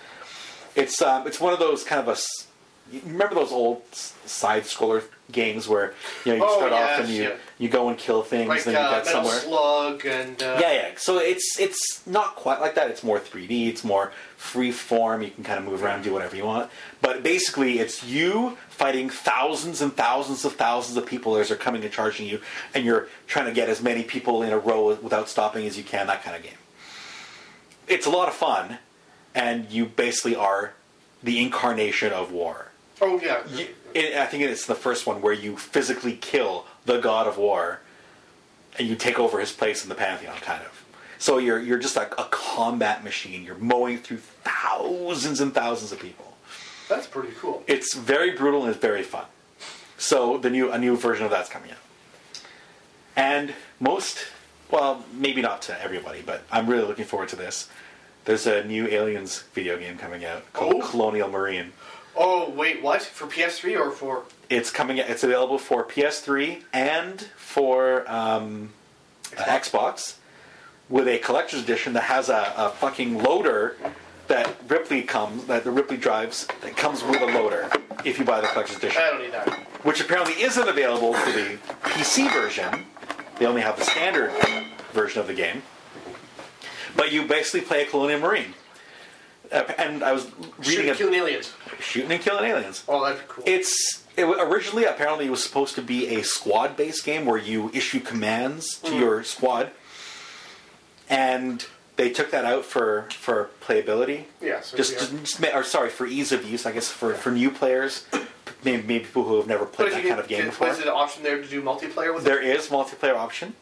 A: It's um, it's one of those kind of a s- you remember those old side scroller games where you know you
D: Oh,
A: start off
D: yes,
A: and you
D: yeah.
A: you go and kill things
D: Like uh,
A: and you
D: Metal
A: get somewhere.
D: Slug and uh,
A: yeah, yeah. So it's it's not quite like that. It's more 3D. It's more free form. You can kind of move around, do whatever you want. But basically, it's you fighting thousands and thousands of thousands of people as they're coming and charging you, and you're trying to get as many people in a row without stopping as you can. That kind of game. It's a lot of fun, and you basically are the incarnation of war.
D: oh yeah,
A: You, it, I think it's the first one where you physically kill the god of war, and you take over his place in the pantheon, kind of. So you're you're just like a combat machine. You're mowing through thousands and thousands of people.
D: that's pretty cool.
A: It's very brutal and it's very fun. So the new a new version of that's coming out, and most well maybe not to everybody, but I'm really looking forward to this. There's a new Aliens video game coming out called
D: Oh.
A: Colonial Marine.
D: Oh wait, what for PS3 or for?
A: it's coming. It's available for PS3 and for um, uh, Xbox with a collector's edition that has a, a fucking loader that Ripley comes that the Ripley drives that comes with a loader if you buy the collector's edition,
D: I don't need that.
A: which apparently isn't available for the PC version. They only have the standard version of the game. But you basically play a Colonial Marine. Uh, and I was reading
D: Shooting,
A: a,
D: killing aliens.
A: shooting and killing aliens.
D: Oh, that'd be cool.
A: It's it, wa- originally apparently it was supposed to be a squad-based game where you issue commands
D: Mm.
A: to your squad, and they took that out for for playability.
D: Yeah, so
A: just,
D: yeah.
A: just, just ma- or sorry for ease of use, I guess for for new players, maybe, maybe people who have never
D: but
A: played
D: if
A: that
D: you
A: kind of game
D: can,
A: before.
D: was it an option there to do multiplayer with
A: There is multiplayer option,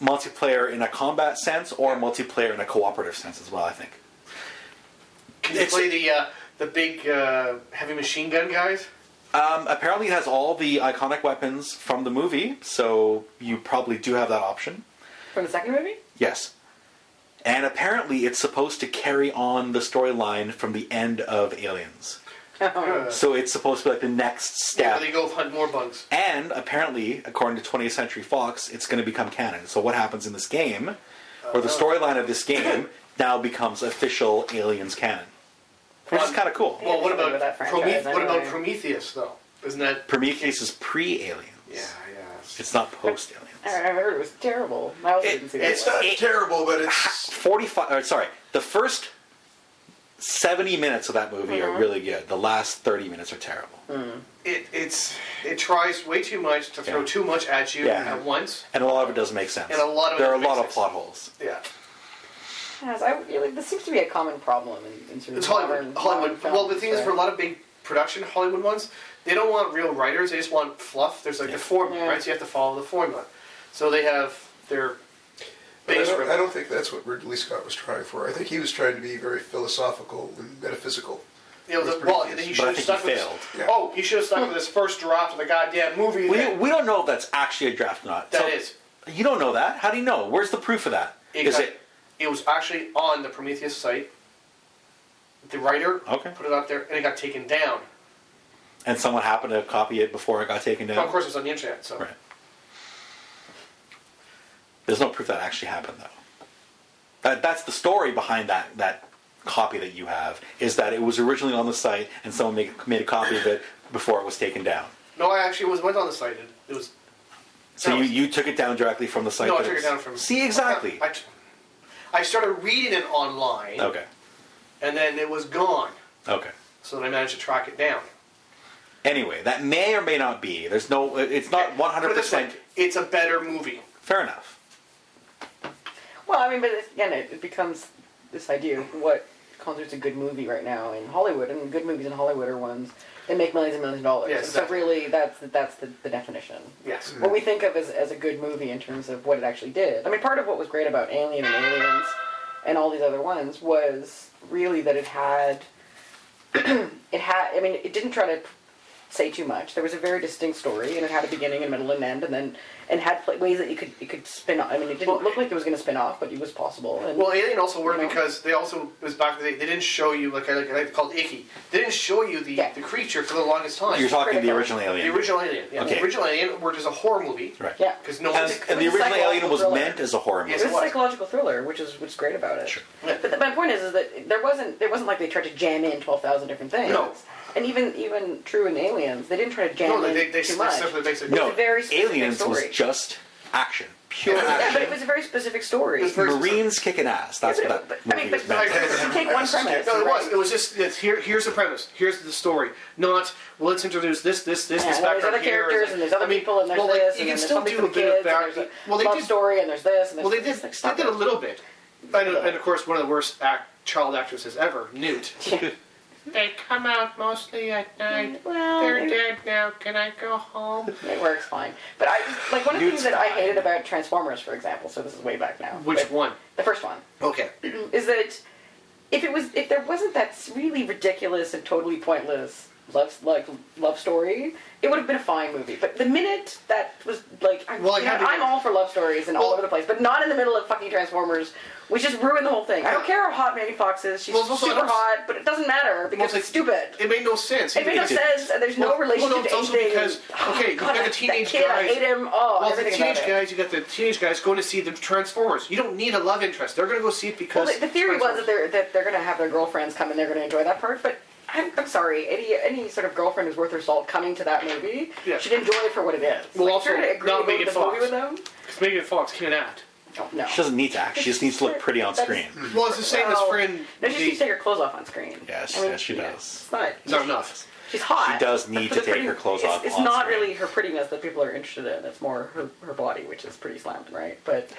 A: multiplayer in a combat sense, or multiplayer in a cooperative sense as well. I think.
D: it? Can you
A: it's-
D: play the uh, the big uh, heavy machine gun guys?
A: Um, apparently, it has all the iconic weapons from the movie, so you probably do have that option.
C: From the second movie?
A: Yes. And apparently, it's supposed to carry on the storyline from the end of Aliens.
C: Oh.
D: Uh,
A: So it's supposed to be like the next
D: yeah.
A: step.
D: Where they go hunt more bugs.
A: And apparently, according to 20th Century Fox, it's going to become canon. So what happens in this game, or
D: Uh-huh.
A: the storyline of this game, now becomes official Aliens canon, which is kind of cool.
D: Well, what about
C: With that franchise,
D: Promethe- what about
C: anyway.
D: Prometheus though? Isn't that?
A: Prometheus is pre-Aliens.
D: Yeah, yeah.
A: It's not post-Aliens.
C: I heard it was terrible. I also didn't see that.
B: It's not
A: It-
B: terrible, but it's
A: 45 or uh, sorry the first 70 minutes of that movie are really good the last 30 minutes are terrible
D: It it's it tries way too much to throw
A: Yeah.
D: too much at you
A: Yeah.
D: at once.
A: and a lot of it doesn't make sense
D: And a lot of it
A: there are a
D: doesn't
A: lot
D: make
A: of
D: sense.
A: plot holes
D: Yeah.
C: Yes, I, you know, like, this seems to be a common problem in, in sort of
D: It's Hollywood.
C: modern- modern
D: Hollywood.
C: films,
D: well, the thing is,
C: right?
D: for a lot of big production Hollywood ones, they don't want real writers. They just want fluff. There's like the formula,
C: Yeah.
D: right? So you have to follow the formula. So they have their
B: I
D: base.
B: don't,
D: rhythm.
B: I don't think that's what Ridley Scott was trying for. I think he was trying to be very philosophical and metaphysical.
D: you know, the,
B: That's
D: well,
B: pretty
D: he
A: but
D: should
A: I
D: have
A: think
D: stuck
A: he
D: with.
A: failed
D: This, Oh, he should have stuck with his first draft of the goddamn movie.
A: we,
D: that-
A: we don't know if that's actually a draft or not
D: that
A: So-
D: is.
A: you don't know that how do you know where's the proof of that
D: It
A: is
D: got-
A: it
D: It was actually on the Prometheus site. The writer
A: Okay.
D: put it up there, and it got taken down.
A: and someone happened to copy it before it got taken down
D: Well, of course, it's on the internet. So
A: right there's no proof that actually happened though that, that's the story behind that that copy that you have is that it was originally on the site and someone made, made a copy of it before it was taken down
D: no, I actually was went on the site. It, it was
A: So
D: No.
A: you, you took it down directly from the site.
D: No, I
A: that
D: took it
A: was-
D: down from.
A: See exactly.
D: I, I started reading it online,
A: Okay.
D: and then it was gone.
A: Okay.
D: So then I managed to track it down.
A: Anyway, that may or may not be. There's no. It's
D: Put
A: not
D: it
A: 100.
D: this way,
A: percent
D: It's a better movie.
A: Fair enough.
C: Well, I mean, but it's- again, it, it becomes this idea of what constitutes a good movie right now in Hollywood, and good movies in Hollywood are ones that make millions and millions of dollars.
D: Yes,
C: And so
D: exactly.
C: really, that's that's the, the definition.
D: Yes.
C: What we think of as, as a good movie in terms of what it actually did. I mean, part of what was great about Alien and Aliens and all these other ones was really that it had it had. I mean, it didn't try to say too much. There was a very distinct story, and it had a beginning and middle and end, and then and had pl- ways that you could you could spin off. I mean, it didn't
D: Well-
C: look like it was going to spin off, but it was possible. And
D: Well, Alien also worked
C: You know?
D: because they also it was back. They, they didn't show you like I like, I like to call it Icky. They didn't show you the,
C: Yeah.
D: the creature for the longest time.
A: You're talking the
C: critical.
A: original alien.
D: the original Alien. Yeah.
A: Okay.
D: The original Alien worked as a horror movie.
A: Right.
C: yeah,
D: Because no
A: And,
D: one's.
A: and the
C: It was a
A: original alien
C: psychological
A: was
C: thriller.
A: meant as a horror movie.
C: it was a
D: what?
C: psychological thriller, which is what's great about it.
A: Sure.
C: But, th- my point is, is that there wasn't there wasn't like they tried to jam in twelve thousand different things.
D: No.
C: and even even true in Aliens, they didn't try to jam
D: No,
C: in
D: they, they, they
C: too much.
D: simply basically.
A: No,
C: It's a very specific
A: Aliens
C: story.
A: was just action, pure
C: yeah, but it
A: action.
C: was a very specific story.
D: It's very-
A: Marines kicking ass. That's
C: Yeah,
A: what
C: but-
A: that
C: but- I
A: movie
C: mean,
A: was
C: but-
A: meant. to be.
C: You take one premise.
D: No, it was.
C: right?
D: It was just it's, here. Here's the premise. Here's the story. Not well. Let's introduce this, this, this,
C: Yeah,
D: this
C: well, there's
D: background
C: other
D: here.
C: characters and there's other
D: I mean,
C: people and there's
D: well,
C: this
D: like, you
C: and
D: can
C: there's
D: still
C: something
D: do
C: for
D: a bit
C: kids
D: of
C: and
D: back.
C: there's a
D: well, they
C: love
D: did.
C: story and there's this and there's
D: Well, they did.
C: this. Like,
D: They
C: stop
D: did a
C: it.
D: little bit. I know, and of course, one of the worst act, child actresses ever, Newt.
C: Yeah.
D: They come out mostly at night.
C: Mm, Well,
D: They're
C: it-
D: dead now. Can I go home?
C: It works fine. But I like one of the
A: Newt's
C: things that I
A: fine.
C: hated about Transformers, for example. So this is way back now.
D: Which
C: but
D: one?
C: The first one
D: Okay.
C: is that if it was if there wasn't that really ridiculous and totally pointless love like love story, it would have been a fine movie. But the minute that was like, I,
D: Well, it
C: you know,
D: had to-
C: I'm all for love stories and all
D: Well-
C: over the place, but not in the middle of fucking Transformers, which just ruined the whole thing. I don't care how hot Manny Fox is; she's
D: Well, it's also-
C: super hot, but it doesn't matter because
D: Well, it's like-
C: it's stupid.
D: It made no sense.
C: It made no
D: Even-
C: sense, and there's no
D: Well, well, no,
C: relationship
D: it's
C: to
D: also
C: anything.
D: because,
C: Oh,
D: okay, you've
C: God,
D: got the
C: that-
D: teenage
C: that kid, I
D: guys-
C: hate him. Oh,
D: Well, the
C: everything
D: teenage
C: about it.
D: guys, you got the teenage guys going to see the Transformers. You don't need a love interest. They're going to go see it because
C: Well, the, the theory was that they're that they're going to have their girlfriends come and they're going to enjoy that part. But I'm, I'm sorry, any any sort of girlfriend who's worth her salt coming to that movie
D: Yeah.
C: should enjoy it for what it is.
D: Well,
C: like,
D: also,
C: if you're going to agree
D: not
C: to go to
D: Megan
C: this
D: Fox.
C: movie with them.
D: because Megan Fox can't act.
C: Oh, no.
A: She doesn't need to act. She just needs to look pretty on screen.
C: That's-
D: Well, it's the same as
C: Well,
D: friend.
C: No, she
D: the-
C: needs to take her clothes off on screen.
A: Yes,
C: I mean,
A: yes, she
C: yeah,
A: does.
C: It's not.
D: It's not enough.
C: She's hot.
A: She does
C: but
A: need
C: for
A: to
C: the
A: take
C: pretty-
A: her clothes
C: it's,
A: off
C: It's
A: on
C: not
A: screen.
C: really her prettiness that people are interested in. It's more her, her body, which is pretty slammed, right? But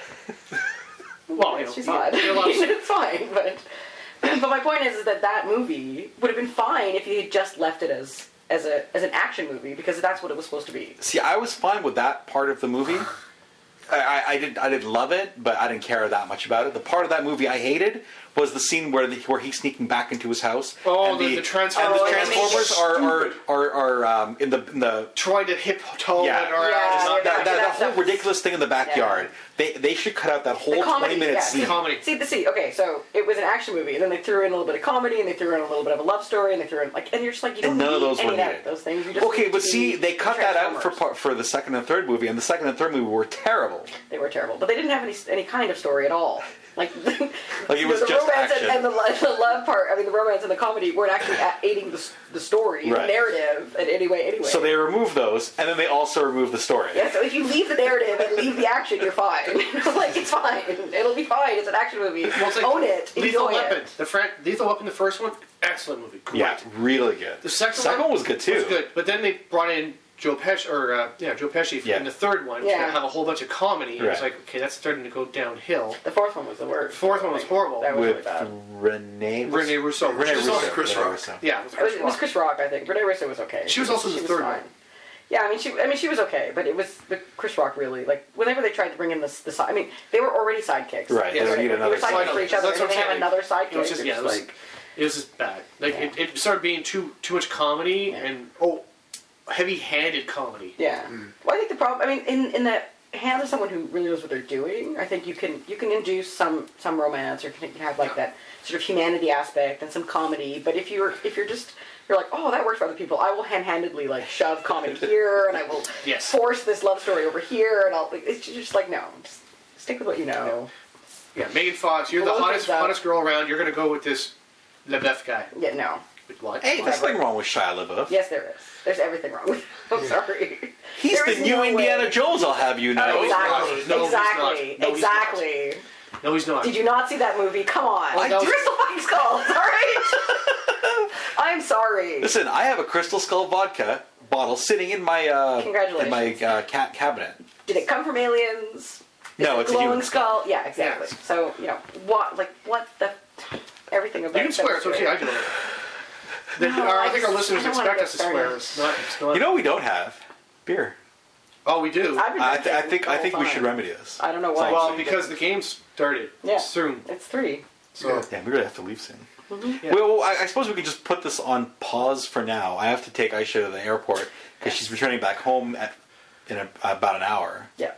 D: Well, you know,
C: She's
D: you-
C: hot.
D: you love-
C: it's fine, but but my point is, is that that movie would have been fine if you had just left it as as a as an action movie because that's what it was supposed to be.
A: See, I was fine with that part of the movie. I, I, I did I did love it, but I didn't care that much about it. The part of that movie I hated was the scene where the, where he's sneaking back into his house.
D: Oh,
A: and
D: the- the Transform-
A: and the
C: Oh, that makes
A: Transformers
C: it
A: are are, are are um in the in the
D: trying to hip toe
A: Yeah.
D: it around.
C: Yeah,
A: that,
D: It's not
C: yeah,
A: that,
D: that,
C: yeah.
A: that
C: stuff
A: whole
C: is-
A: ridiculous thing in the backyard.
C: Yeah.
A: They they should cut out that whole
C: The comedy,
A: twenty minute
C: yeah.
A: scene.
D: Comedy.
C: See the see, okay, so it was an action movie, and then they threw in a little bit of comedy, and they threw in a little bit of a love story, and they threw in like, and you're just like, you don't
A: And none
C: need
A: of those
C: any
A: were
C: of that-
A: needed.
C: those things. You just
A: Okay,
C: need
A: but
C: to
A: see,
C: be
A: they cut that out for
C: Transformers.
A: part for the second and third movie, and the second and third movie were terrible.
C: They were terrible, but they didn't have any any kind of story at all. Like, like
A: it was
C: the
A: just
C: romance
A: action.
C: And, and the, lo- the love part. I mean, the romance and the comedy weren't actually a- aiding the, s- the story,
A: Right.
C: the narrative, in any way. Anyway,
A: So they removed those, and then they also removed the story.
C: Yeah, so if you leave the narrative and leave the action, you're fine. like it's fine. It'll be fine. It's an action movie.
D: well, it's like
C: Own it.
D: Lethal
C: Enjoy
D: Weapon.
C: it.
D: The friend, Lethal Weapon, the first one, excellent movie. Great.
A: Yeah, really good.
D: The second,
A: one was good too.
D: Was good, but then they brought in Joe Pesci or uh, yeah, Joe Pesci
A: Yeah.
D: in the third one.
C: Yeah.
D: to have a whole bunch of comedy. And it's
A: Right.
D: like okay, that's starting to go downhill.
C: The fourth one was the worst.
D: Fourth one was horrible.
C: That was really
A: with
C: bad.
A: Renee
D: Renee Russo.
A: Renee
D: She's
A: Russo.
D: also-
B: Chris
A: Renee
B: Rock.
A: Russo.
D: Yeah, it was
C: It was,
D: Chris
C: it was
D: Rock.
C: Chris Rock, I think. Renee Russo was okay.
D: She was also in the
C: She
D: third
C: fine.
D: one.
C: Yeah, I mean, she. I mean, she was okay, but it was but Chris Rock really like. Whenever they tried to bring in this, the side. I mean, they were already sidekicks.
A: Right,
D: they
C: Like,
D: need
A: another
C: They were sidekicks for
D: sidekick.
C: each other. and
D: That's what
C: they
D: I'm
C: have
D: saying.
C: another sidekick.
D: It was just
C: It's
D: yeah, it was,
C: like
D: it was just bad. Like it, it started being too too much comedy
C: Yeah.
D: and oh, heavy-handed comedy.
C: yeah.
A: Mm.
C: Well, I think the problem. I mean, in in that hand of someone who really knows what they're doing, I think you can you can induce some some romance or can, can have like that sort of humanity aspect and some comedy. But if you're if you're just you're like, oh, that works for other people. I will hand-handedly like shove comedy here, and I will
D: Yes.
C: force this love story over here, and I'll. It's just like no, just stick with what you know.
D: Yeah, Megan Fox, you're the
C: Well, those
D: hottest
C: are bad.
D: hottest girl around. You're gonna go with this Lebeuf guy.
C: Yeah, no.
D: With What?
A: Hey, there's
C: Whatever.
A: nothing wrong with Shia LaBeouf.
C: Yes, there is. There's everything wrong with. I'm sorry.
A: He's
C: There is
A: the new
C: no way. Oh,
A: Indiana Jones. I'll have you know.
D: No, he's not.
C: Exactly.
D: No, he's not. No,
C: exactly.
D: he's not.
C: exactly.
D: No, he's not.
C: Did you not see that movie? Come on.
D: Well, that was-
C: Crystal fucking skull. Sorry. I'm sorry.
A: Listen, I have a Crystal Skull vodka bottle sitting in my uh, in my
C: Congratulations.
A: uh, cat cabinet.
C: Did it come from aliens?
A: No,
C: Is it
A: it's a
C: glowing
A: human
C: skull. Yeah, exactly.
D: Yes.
C: So you know what? Like what the? Everything about
D: You can
C: it
D: swear. It's
C: demonstrates-
D: okay. I do it. The-
C: No,
D: our- I
C: I
D: think our
C: just-
D: listeners
C: I don't wanna
D: expect
C: get
D: us to swear.
C: started.
D: It's not. It's not.
A: You know we don't have beer.
D: oh, we do.
C: I've been
A: I, th- I
C: drinking
A: think I
C: the
A: think
C: whole
A: we should
C: time.
A: remedy this.
C: I don't know why.
D: well, because the game started
C: yeah.
D: soon,
C: It's three.
D: so
A: Damn, we really have to leave soon.
D: Yeah.
A: Well, I, I suppose we could just put this on pause for now. I have to take Aisha to the airport because she's returning back home at, in a, about an hour.
C: Yeah.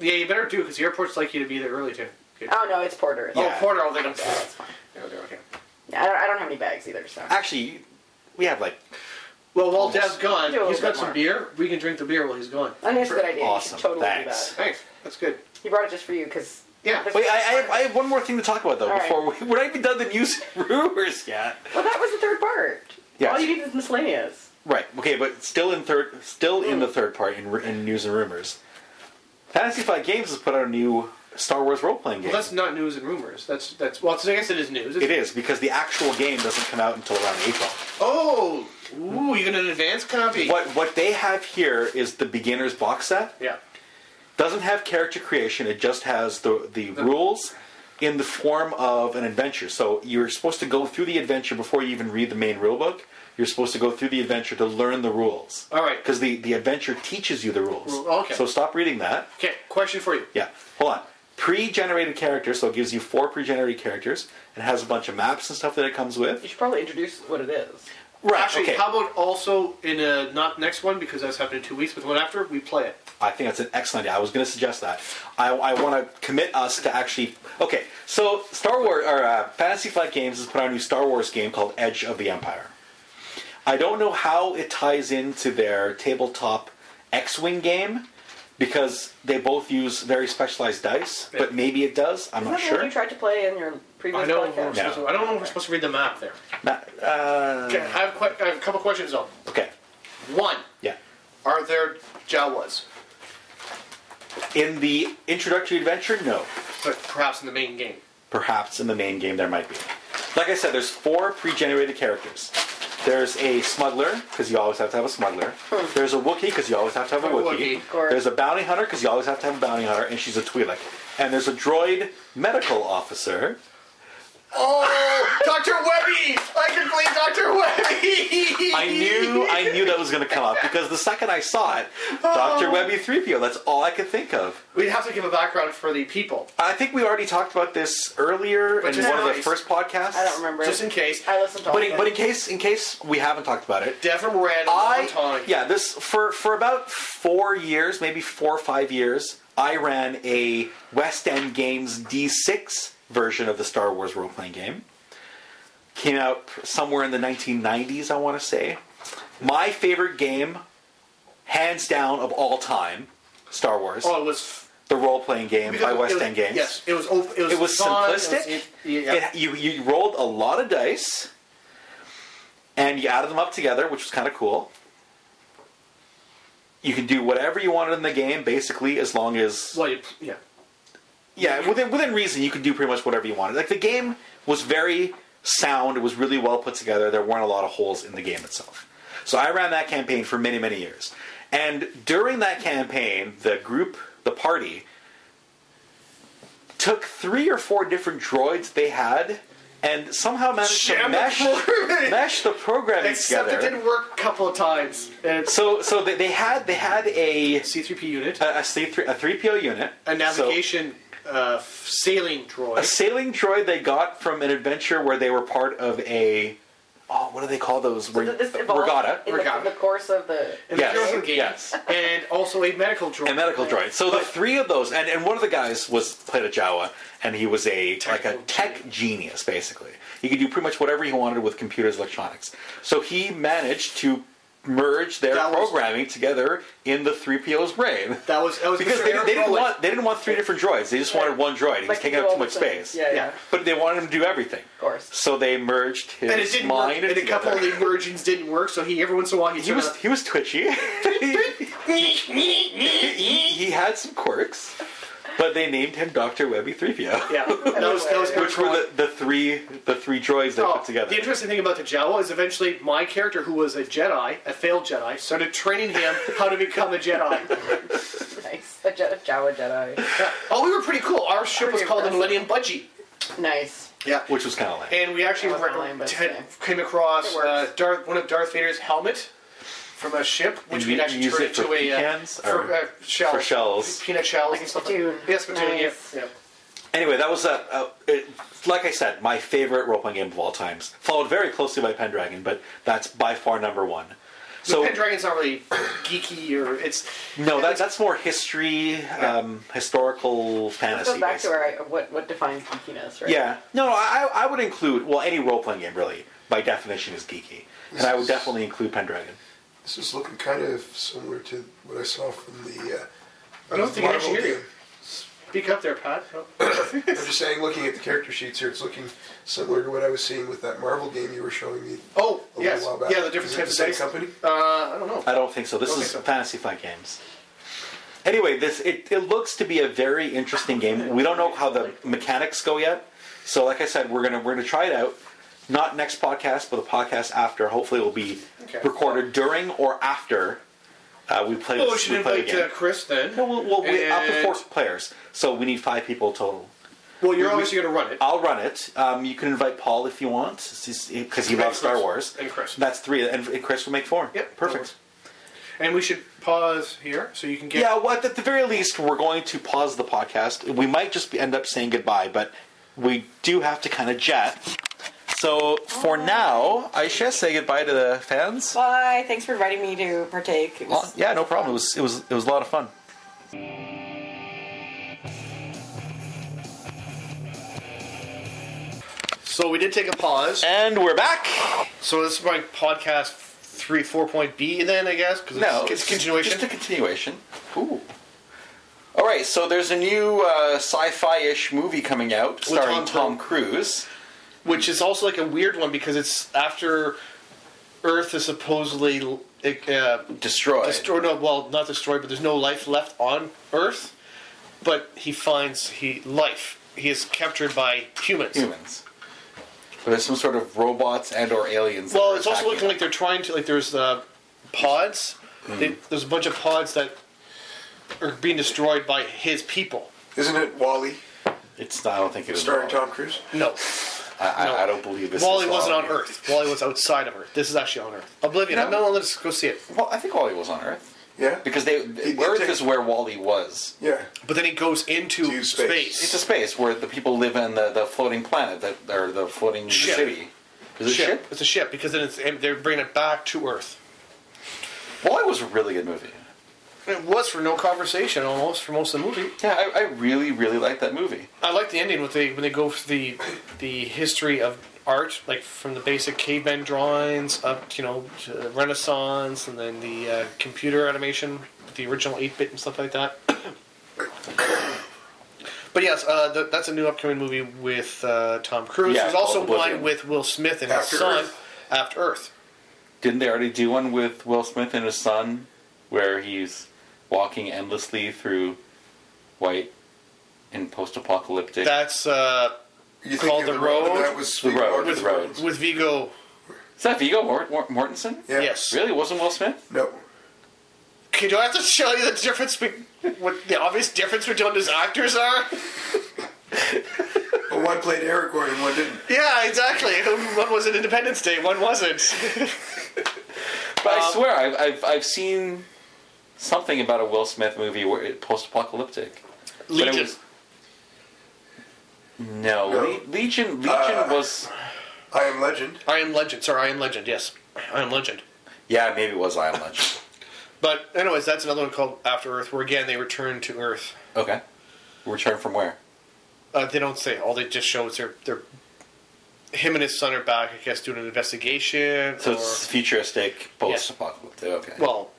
D: yeah, you better do because the airport's likely to be there early too. Okay.
C: Oh no, it's porter.
D: Oh,
A: Yeah.
D: Porter, oh, they don't.
C: Yeah, it's fine.
D: Yeah, they're okay.
C: I don't, I don't have any bags either, so.
A: Actually, we have like
D: Well, while
A: Almost.
D: Dad's gone,
C: Do a
D: he's
C: little
D: got
C: bit
D: some
C: more.
D: beer. We can drink the beer while he's gone.
C: I think it's a good idea.
A: Awesome.
C: You should totally
A: Thanks.
C: do that.
D: Thanks. That's good.
C: He brought it just for you because.
D: Yeah.
A: Wait, I, I, have, I have one more thing to talk about though.
C: All right.
A: before we, we're not even done the news rumors yet.
C: Well, that was the third part.
A: Yes.
C: All you need is miscellaneous.
A: Right. Okay, but still in third, still in the third part in, in news and rumors. Fantasy Flight Games has put out a new Star Wars role playing game.
D: Well, that's not news and rumors. That's that's well, it's- I guess it is news. It's,
A: it is because the actual game doesn't come out until around April.
D: Oh, ooh, you get an advance copy.
A: What what they have here is the beginner's box set.
D: Yeah.
A: Doesn't have character creation. It just has the the rules in the form of an adventure. So you're supposed to go through the adventure before you even read the main rule book. You're supposed to go through the adventure to learn the rules.
D: All right.
A: Because the, the adventure teaches you the rules.
D: Rule- okay.
A: So stop reading that.
D: Okay, question for you.
A: Yeah, hold on. Pre-generated characters, so it gives you four pre-generated characters. It has a bunch of maps and stuff that it comes
C: You
A: with.
C: should probably introduce what it is.
A: Right.
D: Actually,
A: okay.
D: how about also in a not next one because that's happening in two weeks, but the one after we play it.
A: I think that's an excellent idea. I was going to suggest that. I, I want to commit us to actually. Okay, so Star Wars or uh, Fantasy Flight Games has put out a new Star Wars game called Edge of the Empire. I don't know how it ties into their tabletop X-wing game because they both use very specialized dice,
D: Yeah.
A: but maybe it does. I'm
C: Isn't
A: not
C: that the one
A: sure.
C: you tried to play in your previous
D: I don't. know if we're
C: podcast?
D: supposed to- I don't know if we're supposed to read the map there.
A: Not- uh,
D: Okay, I have, que- I have a couple questions though.
A: okay.
D: One,
A: Yeah.
D: are there Jawas?
A: In the introductory adventure, no.
D: But perhaps in the main game.
A: Perhaps in the main game there might be. Like I said, there's four pre-generated characters. There's a smuggler because you always have to have a smuggler.
C: Hmm.
A: There's a Wookiee because you always have to have a
D: A Wookiee,
A: Wookiee.
D: of
C: course.
A: There's a bounty hunter because you always have to have a bounty hunter, and she's a Twi'lek. And there's a droid medical officer.
D: Oh, Doctor Webby! I can play Doctor Webby.
A: I knew I knew that was going to come up because the second I saw it,
C: Oh.
A: Doctor Webby 3PO. That's all I could think of.
D: We'd have to give a background for the people,
A: I think we already talked about this earlier
D: But
A: in
D: just
A: one of
D: in
A: the
D: case.
A: first podcasts.
C: I don't remember.
D: just in case.
C: I listened to all
A: But
C: of
A: in,
C: them.
A: but in case in case we haven't talked about it,
D: Devin Moran,
A: I
D: one time.
A: yeah this for for about four years, maybe four or five years. I ran a West End Games D6 version of the Star Wars role playing game. Came out somewhere in the 1990s, I want to say. My favorite game, hands down of all time, Star Wars,
D: Oh, it was
A: the role playing game
D: Because
A: by
D: it
A: West
D: was-
A: End Games.
D: Yes, it was. Op- it was,
A: It was
D: fun,
A: simplistic.
D: It was, it, yeah.
A: It- you, you rolled a lot of dice, and you added them up together, which was kind of cool. You can do whatever you wanted in the game, basically, as long as
D: well, you, yeah.
A: yeah, within within reason, you could do pretty much whatever you wanted. Like the game was very sound; it was really well put together. There weren't a lot of holes in the game itself. So I ran that campaign for many many years, and during that campaign, the group, the party, took three or four different droids they had. And somehow managed to
D: Jam the
A: mesh,
D: programming.
A: mesh the programming
D: Except
A: together.
D: it didn't work a couple of times. And it's
A: so, so they, they had they had a
D: C3P unit,
A: a C three a three PO unit,
D: a
A: So-
D: navigation uh, sailing droid.
A: a sailing droid they got from an adventure where they were part of a oh what do they call those
C: So th- this
A: Re-
C: evolved
A: regatta
C: in the,
D: Regatta.
C: in the course of the.
D: in the
A: yes,
D: Heroes of the Game,
A: yes.
D: And also a medical droid.
A: a medical droid so the three of those and, and one of the guys was played a jawa and he was a like a
D: Technical
A: tech genius basically he could do pretty much whatever he wanted with computers electronics so he managed to merge their
D: That was-
A: programming together in the 3po's brain
D: That was that was
A: because
D: Mr.
A: they,
D: Eric
A: they didn't
D: Rowan.
A: want they didn't want three different droids they just wanted one droid he was
C: Like,
A: taking
C: do
A: up too
C: all
A: much
C: the things.
A: space
C: Yeah, yeah,
D: Yeah.
A: but they wanted him to do everything
C: of course.
A: So they merged his
D: and it didn't work.
A: mind
D: And a couple of the mergings didn't work. So he every once in a while he,
A: he was he was twitchy.
D: yeah.
A: he had some quirks, but they named him Doctor Webby 3PO.
D: That was, that was Eric
A: Which were
D: Rowan.
A: the, the three the three droids they
D: Oh,
A: put together.
D: The interesting thing about the Jawa is eventually my character, who was a Jedi, a failed Jedi, started training him how to become a Jedi.
C: Nice. A Je- Jawa Jedi.
D: oh, we were pretty cool. Our ship was
C: Pretty
D: called the Millennium
C: impressive.
D: Budgie.
C: Nice.
D: Yeah.
A: which was kinda lame.
D: And we actually
C: That was
D: re-
C: my lame, but
D: had-
C: yeah.
D: came across
C: It works.
D: uh, Darth, one of Darth Vader's helmet from a ship, which
A: you
D: we'd actually
A: use
D: turned
A: it for
D: into a uh,
A: pecans
D: for
A: or-
D: uh, shells,
A: for shells.
D: peanut shells,
C: Like
D: and
C: a
D: stuff.
C: spittoon.
D: Yes, spittoon. yeah,
C: Nice.
D: Yeah.
A: Anyway, that was a, a it, like I said, my favorite role playing game of all times. Followed very closely by Pendragon, but that's by far number one. So
D: Pendragon's not really geeky or it's
A: no, that, that's more history, um, historical
C: Let's
A: fantasy.
C: go back to
A: basically.
C: where I, what what defines geekiness, right?
A: Yeah. No, I, I would include, well, any role playing game, really, by definition, is geeky. And I would definitely include Pendragon.
B: This is looking kind of similar to what I saw from the. Uh,
D: I don't think I should hear you. Speak up Oh. there, Pat.
B: I'm just saying, looking at the character sheets here, it's looking similar to what I was seeing with that Marvel game you were showing me
D: Oh,
B: a
D: yes.
B: little while back.
D: Yeah, the different
B: Is it
D: types
B: the
D: of
B: same
D: dice.
B: company.
D: Uh, I don't know.
A: I don't think so. This
D: Don't
A: is
D: think so.
A: Fantasy Flight Games. Anyway, this it, it looks to be a very interesting game. We don't know how the mechanics go yet. So, like I said, we're gonna we're gonna try it out. Not next podcast, but the podcast after. Hopefully, it will be
D: Okay.
A: recorded during or after uh, we play.
D: Well, we
A: this-
D: should
A: we play the
D: invite
A: game.
D: uh, Chris then.
A: No, we'll, we'll, we up to
D: And-
A: four players, so we need five people total.
D: Well, you're obviously going to run it.
A: I'll run it. Um, you can invite Paul if you want, because he
D: And
A: loves Star
D: Chris.
A: Wars.
D: And Chris.
A: That's three, and Chris will make four.
D: Yep, that
A: perfect.
D: works. and we should pause here so you can get.
A: Yeah, well, at the very least, we're going to pause the podcast. We might just end up saying goodbye, but we do have to kind of jet. So for now, I should say goodbye to the fans.
C: Bye. Thanks for inviting me to partake. It was-
A: Yeah, no problem. It was it was it was a lot of fun.
D: So we did take a pause.
A: And we're back.
D: So this is my podcast three four point B then I guess because
A: No,
D: it's, it's a continuation.
A: Just a continuation. Ooh. All right, so there's a new uh, sci-fi-ish movie coming out starring
D: Tom
A: Tom
D: Cruise.
A: Cruise.
D: which is also like a weird one because it's after Earth is supposedly uh,
A: Destroyed.
D: destroyed. No, well, not destroyed, but there's no life left on Earth. But he finds he life. He is captured by humans.
A: humans. So there's some sort of robots and or aliens. that
D: Well,
A: are
D: it's
A: attacking
D: also looking
A: them.
D: like they're trying to like there's uh, pods. They, there's a bunch of pods that are being destroyed by his people.
B: Isn't it Wally
A: It's not, I don't think it is.
B: starring
A: Wall-E.
B: Tom Cruise?
D: No,
A: I, I,
D: no.
A: I don't believe this.
D: Wally
A: is
D: wasn't on
A: Wall-E.
D: Earth. Wally was outside of Earth. This is actually on Earth. Oblivion.
A: No.
D: No, no let's go see it.
A: Well, I think Wally was on Earth
B: Yeah.
A: because they
B: he
A: Earth
B: did.
A: is where Wally was.
B: yeah.
D: But then he goes into
B: To
D: space.
B: space.
A: It's a space where the people live in the, the floating planet that or the floating
D: Ship.
A: city. Is it
D: ship.
A: ship?
D: It's a ship because then it's and they're bringing it back to Earth.
A: Wally was a really good movie.
D: It was for no conversation almost for most of the movie.
A: Yeah, I, I really really liked that movie.
D: I like the ending with the when they go for the the history of art, like from the basic caveman drawings up, you know, to the Renaissance, and then the uh, computer animation, the original eight bit and stuff like that. But yes, uh, th- that's a new upcoming movie with uh, Tom Cruise.
A: Yeah,
D: There's also
A: called Oblivion.
D: one with Will Smith and
B: After
D: his son,
B: Earth.
D: After Earth.
A: Didn't they already do one with Will Smith and his son, where he's walking endlessly through white and post-apocalyptic?
D: That's uh,
B: You
D: Called
B: of
D: The
B: one
D: Road?
B: That was
A: The Road,
B: Leonardo
A: The Road.
B: DiCaprio.
D: with Vigo.
A: Is that Vigo Mort- Mort- Mortensen?
B: Yeah.
D: Yes.
A: Really, wasn't Will Smith?
B: No.
D: Okay, do I have to show you the difference? Be- what the obvious difference between those actors are?
B: But one played Aragorn and one didn't.
D: Yeah, exactly. One was an Independence Day, one wasn't.
A: But I
D: Um,
A: swear, I've, I've I've seen something about a Will Smith movie where it post-apocalyptic. But it
D: Legion.
A: was- No,
B: No.
A: Le- Legion. Legion
B: Uh,
A: was.
B: I Am Legend.
D: I am Legend. Sorry, I am Legend. Yes, I am Legend.
A: Yeah, maybe it was I Am Legend.
D: But anyways, that's another one called After Earth, where again they return to Earth.
A: okay. Return from where?
D: Uh, they don't say. All they just show is their their him and his son are back. I guess doing an investigation.
A: So
D: or,
A: it's futuristic post-apocalyptic. Okay. Well,
D: well,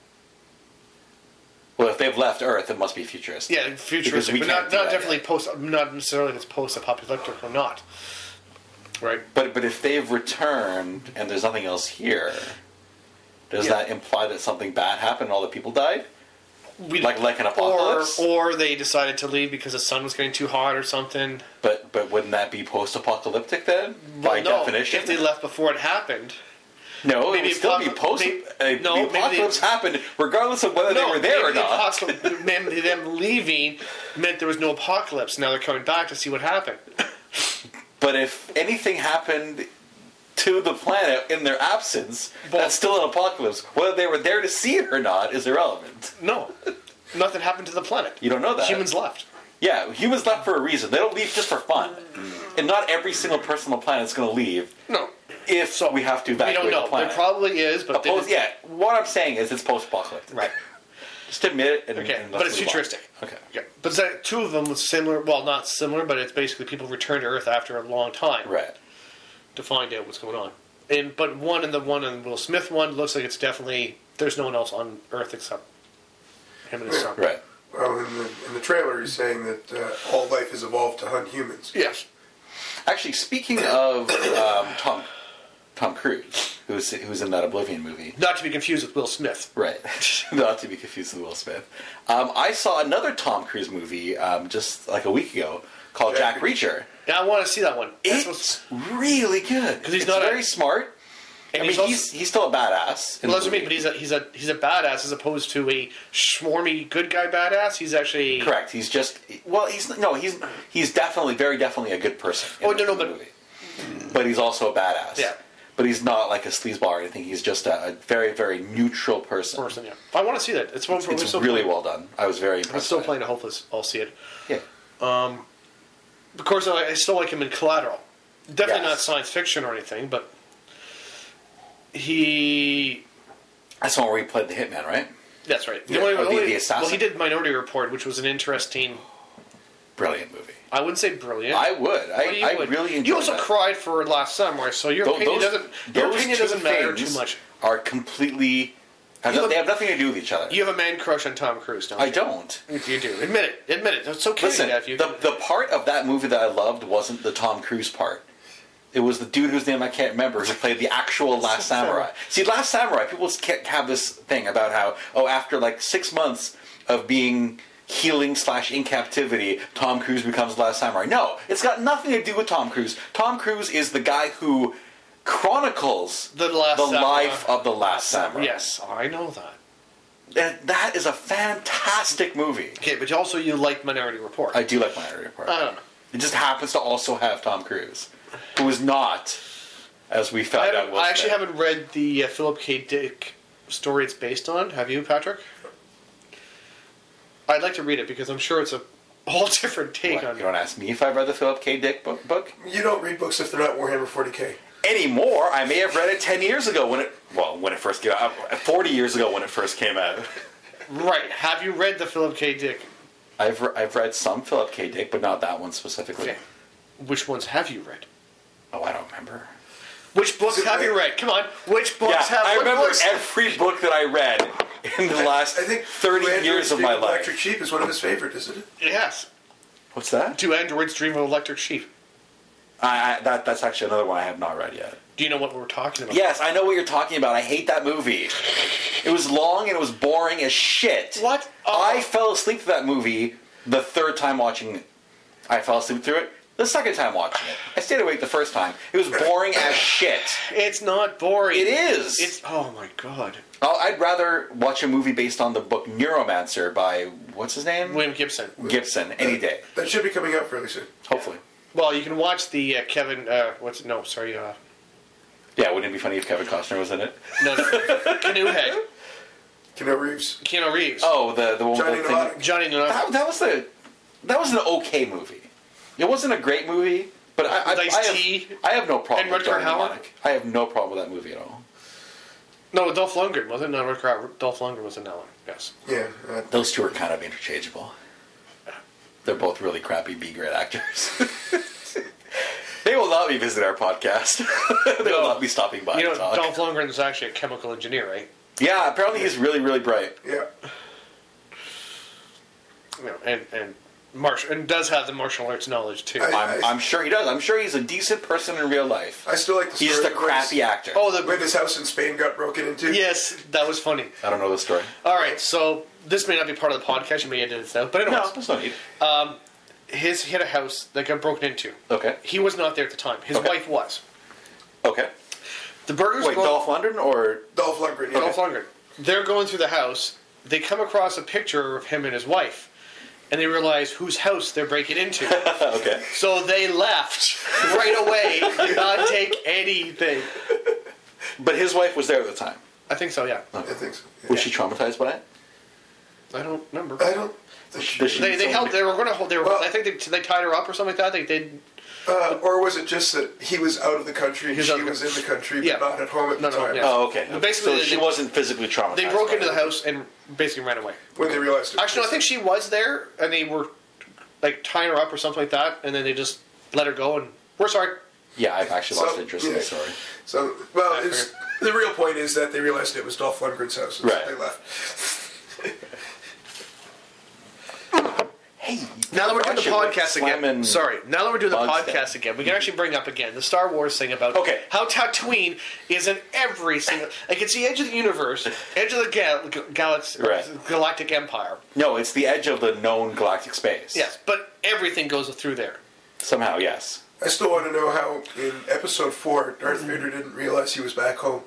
A: if they've left Earth, it must be futuristic.
D: yeah, futuristic,
A: we
D: but
A: can't
D: not,
A: do
D: not
A: that
D: definitely
A: yet.
D: post. Not necessarily if it's post-apocalyptic or not. Right.
A: But but if they've returned and there's nothing else here, does
D: Yeah.
A: that imply that something bad happened and all the people died?
D: We,
A: Like- like an apocalypse?
D: Or, or they decided to leave because the sun was getting too hot or something.
A: But but wouldn't that be post-apocalyptic then, by
D: Well, no,
A: definition?
D: If they left before it happened.
A: no,
D: maybe
A: it would still be
D: apoc-
A: post.
D: may-
A: uh,
D: no,
A: the
D: maybe they-
A: apocalypse happened regardless of whether they were there or
D: maybe the
A: not.
D: apocalypse- maybe them leaving meant there was no apocalypse. Now they're coming back to see what happened.
A: but if anything happened to the planet in their absence,
D: Well-
A: that's still an apocalypse. Whether they were there to see it or not is irrelevant.
D: No, nothing happened to the planet.
A: You don't know that.
D: Humans left.
A: Yeah, humans left for a reason. They don't leave just for fun.
D: Mm.
A: And not every single person on the planet is going to leave
D: No,
A: if we have to
D: we
A: evacuate the
D: don't know. There
A: planet.
D: probably is, but they
A: Post-
D: didn't-
A: yeah, what I'm saying is it's post-apocalyptic.
D: right.
A: Just admit it. And,
D: Okay,
A: and let's
D: but it's
A: move on.
D: futuristic.
A: Okay.
D: Yeah. But that, two of them was similar. Well, not similar, but it's basically people return to Earth after a long time
A: Right.
D: to find out what's going on. And but one and the one and Will Smith one looks like it's definitely there's no one else on Earth except him and his son.
A: Right.
B: well, in the, in the trailer, he's saying that uh, all life has evolved to hunt humans.
A: Yes. Actually, speaking of um, Tom Tom Cruise, who's who's in that Oblivion movie,
D: Not to be confused with Will Smith.
A: right? Not to be confused with Will Smith. Um, I saw another Tom Cruise movie um, just like a week ago called
B: Jack
A: Jack Reacher.
D: Yeah, I want to see that one. That's what's-
A: It's really good
D: 'Cause he's
A: It's
D: not a-
A: very smart. I
D: and
A: mean,
D: he's
A: he's,
D: also-
A: he's, still a badass. in
D: well,
A: the
D: that's what I mean, but
A: movie.
D: he's a he's a he's a badass as opposed to a swarmy good guy badass. He's actually
A: correct. He's just well, he's no, he's he's definitely very definitely a good person. in
D: Oh, no,
A: the
D: no, but-
A: movie. but he's also a badass.
D: Yeah.
A: But he's not like a sleazeball or anything. He's just a, a very, very neutral person.
D: person. Yeah, I want to see that. It's one for
A: It's
D: we're still
A: really
D: playing,
A: well done. I was very
D: I'm
A: impressed.
D: still
A: by it.
D: playing a hopeless. I'll see it.
A: Yeah.
D: Of course, I, I still like him in Collateral. Definitely
A: Yes.
D: not science fiction or anything, but he.
A: That's the one where he played the hitman, right?
D: That's right.
A: Yeah,
D: only-
A: oh, the-
D: only-
A: the
D: well, he
A: assassin.
D: did Minority Report, which was an interesting.
A: Brilliant movie.
D: I wouldn't say brilliant.
A: I would. I,
D: Well, you
A: I
D: would.
A: really enjoyed
D: You also
A: that.
D: cried for Last Samurai, so your
A: Tho-
D: opinion doesn't. Your
A: those
D: opinion
A: two
D: doesn't matter too
A: things
D: much.
A: Are completely. Have
D: You
A: no-
D: have-
A: they have nothing to do with each other.
D: You have a man crush on Tom Cruise, don't
A: I
D: you?
A: don't.
D: You do. Admit it. Admit it. It's okay.
A: Listen,
D: yeah, if you,
A: the, the part of that movie that I loved wasn't the Tom Cruise part. It was the dude whose name I can't remember who played the actual Last Samurai. See, Last Samurai, people can't have this thing about how, oh, after like six months of being healing slash in captivity, Tom Cruise becomes Last Samurai. No, it's got nothing to do with Tom Cruise. Tom Cruise is the guy who chronicles
D: The Last Samurai.
A: life of the Last Samurai.
D: yes, I know that.
A: And that is a fantastic movie.
D: Okay, but you also you like Minority Report.
A: I do like Minority Report.
D: I don't know.
A: It just happens to also have Tom Cruise, who is not, as we
D: I,
A: found out.
D: haven't-
A: Will
D: I actually
A: Smith.
D: haven't read the uh, Philip K. Dick story it's based on. Have you, Patrick? I'd like to read it because I'm sure it's a whole different take
A: What,
D: on
A: you don't ask me if I've read the Philip K. Dick book, book
B: You don't read books if they're not Warhammer 40k.
A: anymore. I may have read it ten years ago when it well when it first came out, uh, forty years ago when it first came out.
D: Right. Have you read the Philip K. Dick?
A: I've re- I've read some Philip K. Dick, but not that one specifically.
D: Okay. Which ones have you read?
A: Oh, I don't remember.
D: Which books have you read? Come on. Which books
A: Yeah,
D: have
A: I
D: what
A: remember
D: books?
A: every book that I read in the last
B: I think
A: thirty
B: Landry's
A: years of
B: Dream
A: my life.
B: Electric Sheep is one of his favorite, isn't it?
D: Yes.
A: What's that?
D: Do androids dream of electric sheep?
A: I, I, that that's actually another one I have not read yet.
D: Do you know what we're talking about?
A: Yes, I know what you're talking about. I hate that movie. It was long and it was boring as shit.
D: What?
A: I fell asleep to that movie the third time watching it. I fell asleep through it the second time watching it. I stayed awake the first time. It was boring as shit.
D: Oh, It's not boring.
A: It is.
D: It's oh my god.
A: Oh, I'd rather watch a movie based on the book Neuromancer by, what's his name?
D: William Gibson.
A: Gibson, any day.
B: That should be coming out fairly soon.
A: Hopefully.
D: Well, you can watch the uh, Kevin. Uh, what's no? Sorry. Uh,
A: Yeah, wouldn't it be funny if Kevin Costner was in it?
D: no, no. Canoe Head.
B: Keanu Reeves.
D: Keanu Reeves.
A: Oh, the, the one with
B: Johnny
A: the thing.
B: Mnemonic.
D: Johnny Mnemonic.
A: That, that was the that was an okay movie. It wasn't a great movie, but I I,
D: With
A: I,
D: Ice-T
A: have, I have no problem.
D: and
A: with
D: Rutger
A: Johnny
D: Hauer?
A: Mnemonic. I have no problem with that movie at all.
D: No, Dolph Lundgren was it? No, Rick Row- Dolph Lundgren was in that one. Yes.
B: Yeah. Uh,
A: Those two are kind of interchangeable. They're both really crappy B grade actors. they will not be visiting our podcast. they
D: No.
A: will not be stopping by
D: You know,
A: to talk.
D: Dolph Lundgren is actually a chemical engineer, right?
A: Yeah, apparently he's really really bright.
B: yeah.
D: You know, and and martial and does have the martial arts knowledge too.
B: I-
A: I'm, I'm sure he does. I'm sure he's a decent person in real life.
B: I still like the
A: He's
B: story
A: just a
B: of when his-
A: crappy actor.
D: oh,
B: When
D: the
B: his house in Spain got broken into.
D: yes, that was funny.
A: I don't know the story.
D: All right, so this may not be part of the podcast. You may edit this out, but anyways,
A: No, there's no need.
D: his he had a house that got broken into.
A: Okay.
D: He was not there at the time. His
A: Okay.
D: wife was.
A: Okay.
D: The burgers.
A: Wait,
D: go-
A: Dolph Lundgren or
B: Dolph Lundgren. Yeah.
D: Dolph Lundgren. They're going through the house. They come across a picture of him and his wife, and they realize whose house they're breaking into.
A: okay?
D: so they left right away, did not take anything.
A: But his wife was there at the time.
D: I think so. Yeah.
B: I think so. Yeah.
A: Was she traumatized by it?
D: I don't remember.
B: I don't. think she-
A: Does she-
D: They, they held. They were going to hold. They were.
B: Well-
D: I think they, they tied her up or something like that. They did.
B: Uh, or was it just that he was out of the country and
D: He's
B: she
D: out of the
B: was in the country,
D: Yeah.
B: but not at home at
D: No,
B: the
D: no,
B: time
D: yeah.
A: Oh, okay.
D: But basically,
A: so
D: they-
A: she wasn't physically traumatized.
D: They broke
A: by
D: into the
A: it.
D: house and basically ran away.
B: when they realized it.
D: Actually, no, I think she was there, and they were like tying her up or something like that, and then they just let her go. And we're sorry.
A: Yeah, I've actually lost
B: So-
A: interest in the story.
B: So,
D: I
B: well, it's, the real point is that they realized it was Dolph Lundgren's house, and so
A: Right.
B: they left.
A: hey.
D: Now that we're doing the podcast again,
A: slamming
D: sorry. Now that we're doing the
A: bugs
D: podcast again, we can actually bring up again the Star Wars thing about
A: Okay.
D: how Tatooine is in every single like it's the edge of the universe, edge of the gal- galaxy,
A: Right.
D: galactic empire.
A: No, it's the edge of the known galactic space.
D: Yes, but everything goes through there.
A: Somehow, yes.
B: I still want to know how in episode four Darth
D: Mm-hmm.
B: Vader didn't realize he was back home.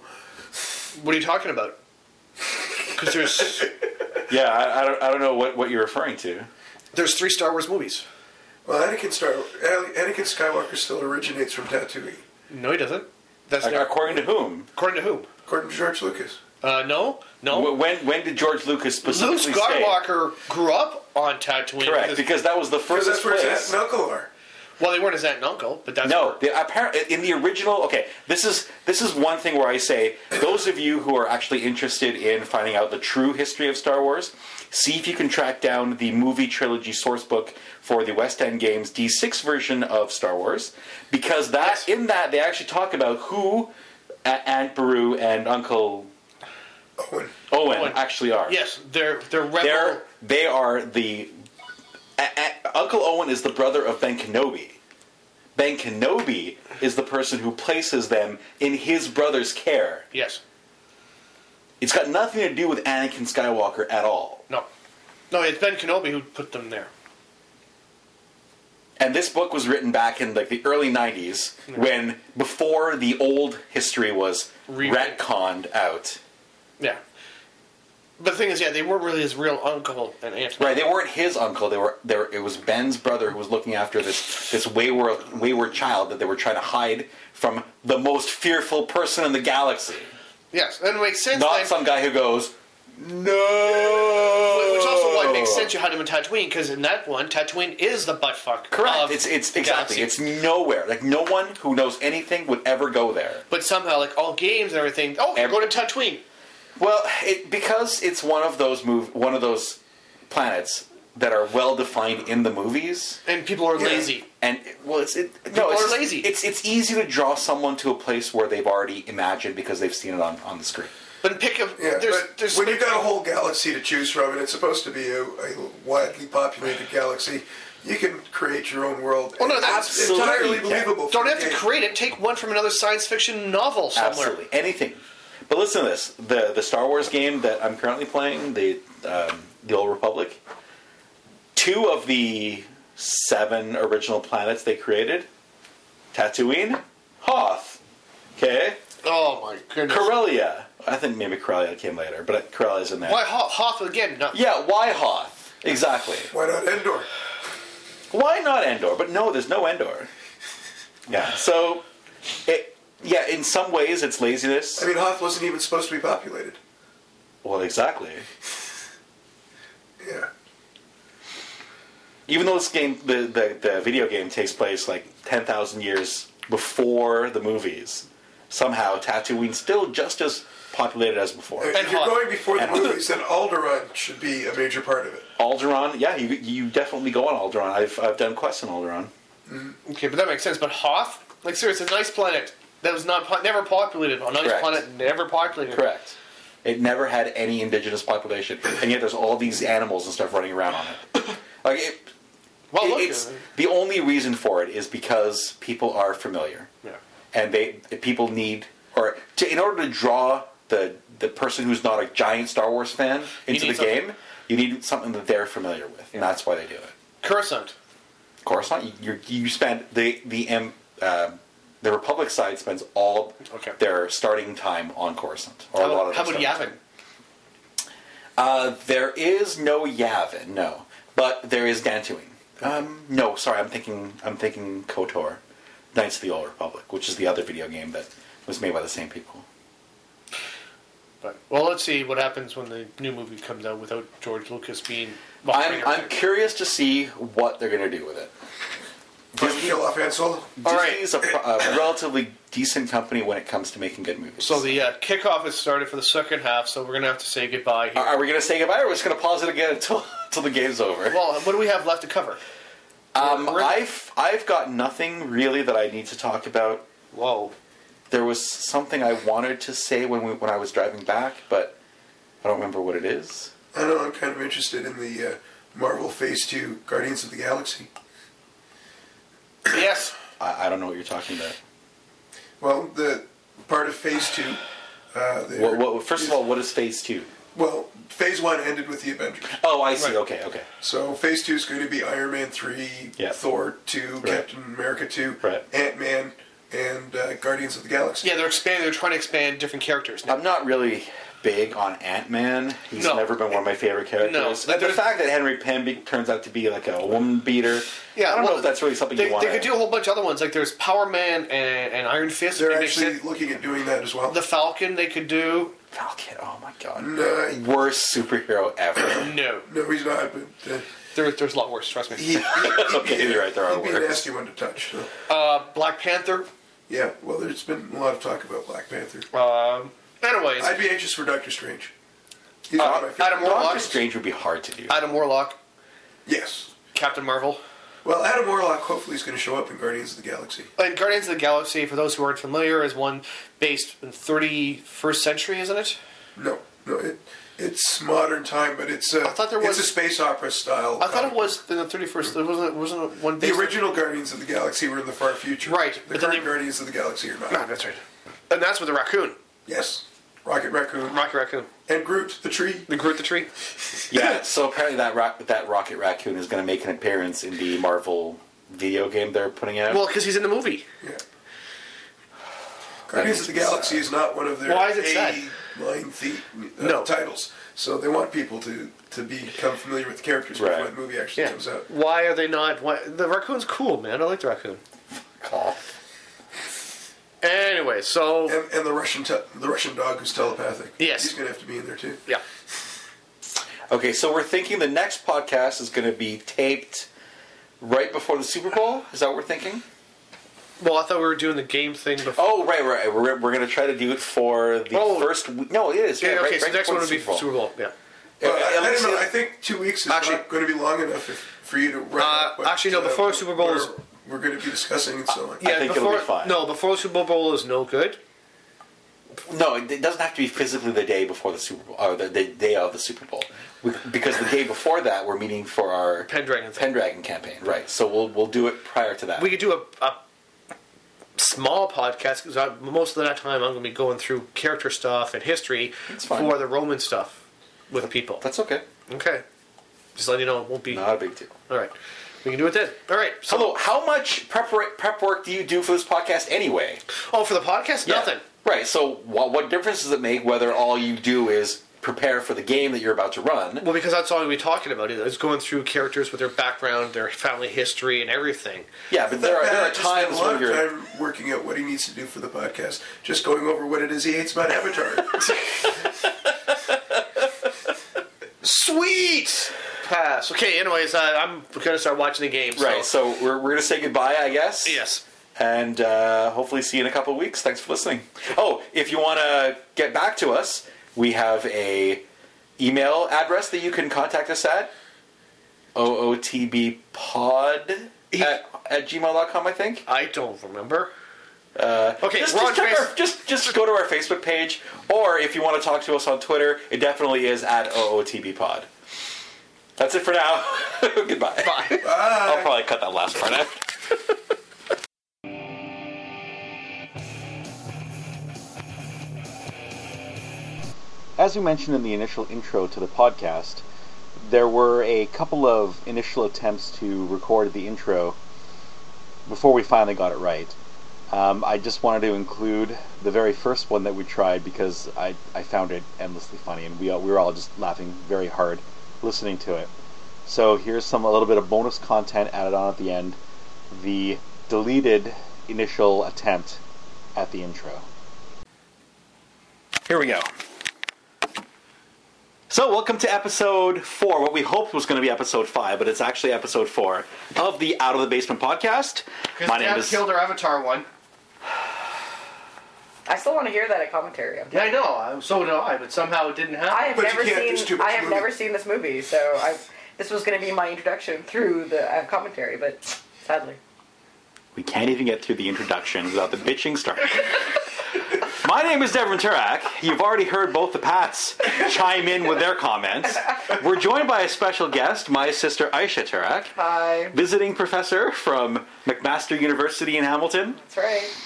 D: What are you talking about? Because there's
A: Yeah, I, I, don't, I don't know what, what you're referring to.
D: there's three Star Wars movies.
B: Well, Anakin Star Anakin Skywalker still originates from Tatooine,
D: No, he doesn't. That's
A: Like,
D: not-
A: according to whom?
D: according to whom?
B: according to George Lucas.
D: Uh, no, no.
A: Wh- When when did George Lucas
D: Luke
A: specifically say?
D: Skywalker grew up on Tatooine.
A: Correct,
D: with his-
A: because that was the
B: Because
A: furthest
B: that's where his
A: place.
B: aunt and uncle are.
D: well, they weren't his aunt and uncle, but that's
A: No,
D: where-
A: the, apparently in the original. Okay, this is this is one thing where I say those of you who are actually interested in finding out the true history of Star Wars, see if you can track down the movie trilogy source book for the West End Games D6 version of Star Wars, because that in that they actually talk about who uh, Aunt Beru and Uncle
B: Owen.
A: Owen,
D: Owen.
A: actually are.
D: Yes, they're they're rebel.
A: they're they are the a, a, Uncle Owen is the brother of Ben Kenobi. Ben Kenobi is the person who places them in his brother's care.
D: yes.
A: It's got nothing to do with Anakin Skywalker at all.
D: No. No, it's Ben Kenobi who put them there.
A: And this book was written back in like the early '90s, when before the old history was
D: Rewritten.
A: retconned out.
D: Yeah. But the thing is, yeah, they weren't really his real uncle and aunt.
A: Right, they weren't his uncle. They were there. It was Ben's brother who was looking after this this wayward wayward child that they were trying to hide from the most fearful person in the galaxy.
D: Yes, and it makes sense.
A: Not
D: then-
A: some guy who goes,
D: Which
A: no.
D: also why it makes sense you had him in Tatooine because in that one, Tatooine is the butt fuck.
A: Correct.
D: of
A: It's it's
D: the
A: exactly.
D: galaxy.
A: It's nowhere. Like no one who knows anything would ever go there.
D: but somehow, like all games and everything, oh, you
A: Every-
D: go to Tatooine.
A: Well, it because it's one of those move one of those planets that are well defined in the movies.
D: and people are lazy.
A: And well, it's it,
D: People
A: no, it's
D: are
A: just-
D: lazy.
A: It's it's easy to draw someone to a place where they've already imagined because they've seen it on, on the screen.
D: But pick up.
B: Yeah,
D: there's,
B: but
D: there's
B: when you've got a whole galaxy to choose from, and it's supposed to be a, a widely populated galaxy, you can create your own world.
D: Well, Oh, no,
B: and
D: that's-
B: it's
A: Absolutely,
B: entirely
A: yeah.
B: believable.
D: don't
B: for
D: have to
B: the game.
D: create it. Take one from another science fiction novel somewhere.
A: Absolutely, anything. But listen to this: the the Star Wars game that I'm currently playing, the um, the Old Republic. Two of the seven original planets they created: Tatooine, Hoth. Okay,
D: Oh my goodness.
A: Corellia. I think maybe Corellia came later, but Corellia's in there.
D: Why Ho- Hoth again? No.
A: Yeah, why Hoth? Exactly.
B: Why not Endor?
A: Why not Endor? But no, there's no Endor. Yeah. So, it, yeah, in some ways it's laziness.
B: I mean, Hoth wasn't even supposed to be populated.
A: Well, exactly.
B: Yeah.
A: Even though this game, the, the, the video game takes place like 10,000 years before the movies, somehow Tatooine's still just as populated as before.
B: If you're
D: Hoth.
B: going before the
A: And Hoth.
B: movies, then Alderaan should be a major part of it.
A: Alderaan, yeah, you, you definitely go on Alderaan. I've, I've done quests on Alderaan.
D: Okay, but that makes sense. But Hoth, like seriously, it's a nice planet that was not po- never populated. A nice
A: Correct.
D: planet never populated.
A: Correct. It never had any indigenous population, and yet there's all these animals and stuff running around on it. Like it,
D: Well,
A: It-
D: Oh, look. uh,
A: it's- the only reason for it is because people are familiar,
D: yeah.
A: and they people need or to, in order to draw the the person who's not a giant Star Wars fan into
D: need
A: the
D: something-
A: game, you need something that they're familiar with, and that's why they do it.
D: Coruscant.
A: Of course not. You you, you spend the the um, uh, the Republic side spends all
D: Okay.
A: their starting time on Coruscant, or
D: How
A: a lot of
D: about, how
A: their
D: about
A: starting
D: Yavin?
A: time. Uh, there is no Yavin, no, but there is Dantooine. Um, no, sorry, I'm thinking I'm thinking KOTOR, Knights of the Old Republic, which is the other video game that was made by the same people.
D: But well, let's see what happens when the new movie comes out without George Lucas being. behind
A: I'm I'm
D: everything.
A: curious to see what they're going to do with it.
B: Does he kill off Han Solo?
D: All right.
A: Disney is a, pro- a relatively decent company when it comes to making good movies.
D: So the uh, kickoff has started for the second half, so we're gonna have to say goodbye. Here.
A: Are, are we going to say goodbye, or are we just going to pause it again until until the game's over?
D: Well, what do we have left to cover?
A: um,
D: we're-
A: I've I've got nothing really that I need to talk about.
D: Whoa.
A: There was something I wanted to say when we when I was driving back, but I don't remember what it is.
B: I don't know, I'm kind of interested in the uh, Marvel Phase Two, Guardians of the Galaxy.
D: Yes.
A: I, I don't know what you're talking about.
B: Well, the part of Phase Two. Uh, there-
A: What, what, first of all, what is Phase Two?
B: well, Phase One ended with the Avengers.
A: Oh, I see. Okay, okay.
B: So Phase Two is going to be Iron Man Three,
A: Yeah.
B: Thor Two, Captain America Two,
A: Right.
B: Ant Man, and uh, Guardians of the Galaxy.
D: Yeah, they're expanding. They're trying to expand different characters now.
A: I'm not really big on Ant Man. He's
D: No.
A: never been one of my favorite characters.
D: No.
A: But the fact that Henry Pym be- turns out to be like a woman beater,
D: Yeah,
A: I don't
D: well,
A: know if that's really something
D: They,
A: you want.
D: they could do a whole bunch of other ones. Like there's Power Man and, and Iron Fist.
B: They're
D: It makes
B: actually
D: sense.
B: looking at doing that as well.
D: the Falcon. They could do
A: Falcon. Oh my god,
B: no,
A: worst superhero ever.
D: no.
B: no, he's not. But uh,
D: There, there's a lot worse. Trust me.
B: he, he-
A: okay, you're right. There are
B: he'd be a
A: worse.
B: nasty one to touch. So.
D: Uh, Black Panther.
B: Yeah, well, there's been a lot of talk about Black Panther.
D: Um, anyways,
B: I'd be anxious for Doctor Strange. He's one of my favorite.
D: Uh, Adam Warlock.
A: Doctor Strange would be hard to do.
D: Adam Warlock.
B: Yes.
D: Captain Marvel.
B: Well, Adam Warlock hopefully is going to show up in Guardians of the Galaxy.
D: And Guardians of the Galaxy, for those who aren't familiar, is one based in 31st century, isn't it?
B: No, no, it, it's modern time, but it's a,
D: I thought there was-
B: it's a space opera style.
D: I thought it
B: comic.
D: was in the 31st. There wasn't wasn't one
B: The
D: based
B: original Guardians of the Galaxy were in the far future.
D: Right,
B: The
D: but then
B: current
D: they-
B: Guardians of the Galaxy are not.
D: Ah, that's right. And that's with the raccoon,
B: Yes. Rocket Raccoon.
D: Rocky Raccoon,
B: And Groot, the tree.
D: the Groot the tree.
A: Yeah. So apparently that rock, that Rocket Raccoon is going to make an appearance in the Marvel video game they're putting out.
D: Well, because he's in the movie.
B: Yeah. Guardians of the
A: makes me
B: Galaxy is not one of their
D: Why is it sad?
B: A-line the- uh,
D: No.
B: titles, so they want people to, to become familiar with the characters
A: Right.
B: before the movie actually comes out.
D: Why are they not? Why, the raccoon's cool, man. I like the raccoon.
A: Call.
D: Anyway, so
B: And, and the Russian te- the Russian dog who's telepathic.
D: Yes.
B: he's going to have to be in there too.
D: yeah,
A: Okay, so we're thinking the next podcast is going to be taped right before the Super Bowl. Is that what we're thinking?
D: well, I thought we were doing the game thing before.
A: Oh, right, right. We're, we're going to try to do it for the
D: Oh.
A: first week. No, it is.
D: yeah,
A: right,
D: okay,
A: right,
D: so
A: right
D: next
A: before
D: one
A: the
D: would be Super Bowl. Uh, Yeah.
B: Well,
A: Yeah,
B: I, I
A: let's
B: don't know.
A: see.
B: I think two weeks is
D: Actually-
B: not going to be long enough if, for you to write
D: Uh, actually, no, before Super Bowl is-
B: we're going to be discussing and so on.
D: Yeah,
A: think it'll
D: before,
A: be fine.
D: No, before Super Bowl is no good.
A: No, it doesn't have to be physically the day before the Super Bowl, or the, the day of the Super Bowl, we, because the day before that we're meeting for our
D: Pendragon thing.
A: Pendragon campaign, right? So we'll we'll do it prior to that.
D: We could do a, a small podcast because most of that time I'm going to be going through character stuff and history
A: That's fine.
D: for the Roman stuff with people.
A: That's okay.
D: okay. Just letting you know, it won't be.
A: Not a big deal.
D: All right. We can do it then. All right. So,
A: Hello. How much prep prep work do you do for this podcast anyway?
D: Oh, for the podcast?
A: Yeah.
D: Nothing.
A: Right. So what, what difference does it make whether all you do is prepare for the game that you're about to run?
D: Well, because that's all we're talking about is going through characters with their background, their family history, and everything.
A: Yeah, but there are there are
B: Matt just spent
A: times
B: a lot
A: when
B: of
A: you're
B: time working out what he needs to do for the podcast, just going over what it is he hates about Avatar.
D: Sweet! Pass. Okay, anyways, uh, I'm going to start watching the game. so-
A: right. So we're we're gonna say goodbye, I guess.
D: Yes.
A: and uh, hopefully see you in a couple of weeks. Thanks for listening. Oh, if you want to get back to us, we have a email address that you can contact us at ootbpod at, at gmail.com, I think.
D: I don't remember. Uh, okay,
A: Just,
D: we're on
A: just, check
D: Face-
A: our- just, just go to our Facebook page, or if you want to talk to us on Twitter, it definitely is at ootbpod. That's it for now. Goodbye.
D: Bye.
B: Ah,
A: I'll probably cut that last part out. As we mentioned in the initial intro to the podcast, there were a couple of initial attempts to record the intro before we finally got it right. Um, I just wanted to include the very first one that we tried because I, I found it endlessly funny and we, all- we were all just laughing very hard listening to it. So here's some a little bit of bonus content added on at the end, the deleted initial attempt at the intro. Here we go. So welcome to episode four, what we hoped was going to be episode five, but it's actually episode four of the Out of the Basement podcast. My
D: Because
A: name
D: Dad
A: is
D: killed our Avatar one.
C: I still want to hear that at commentary. I'm-
D: Yeah, I know. I- So do I, but somehow it didn't happen.
C: I have
B: But you
C: never
B: can't, there's too
C: seen.
B: much
C: I have
B: movie.
C: never seen this movie, so I. This was going to be my introduction through the uh, commentary, but sadly,
A: We can't even get through the introduction without the bitching starting. My name is Devin Turak. You've already heard both the Pats chime in with their comments. We're joined by a special guest, my sister Aisha Turak,
F: Hi.
A: visiting professor from McMaster University in Hamilton.
F: That's right.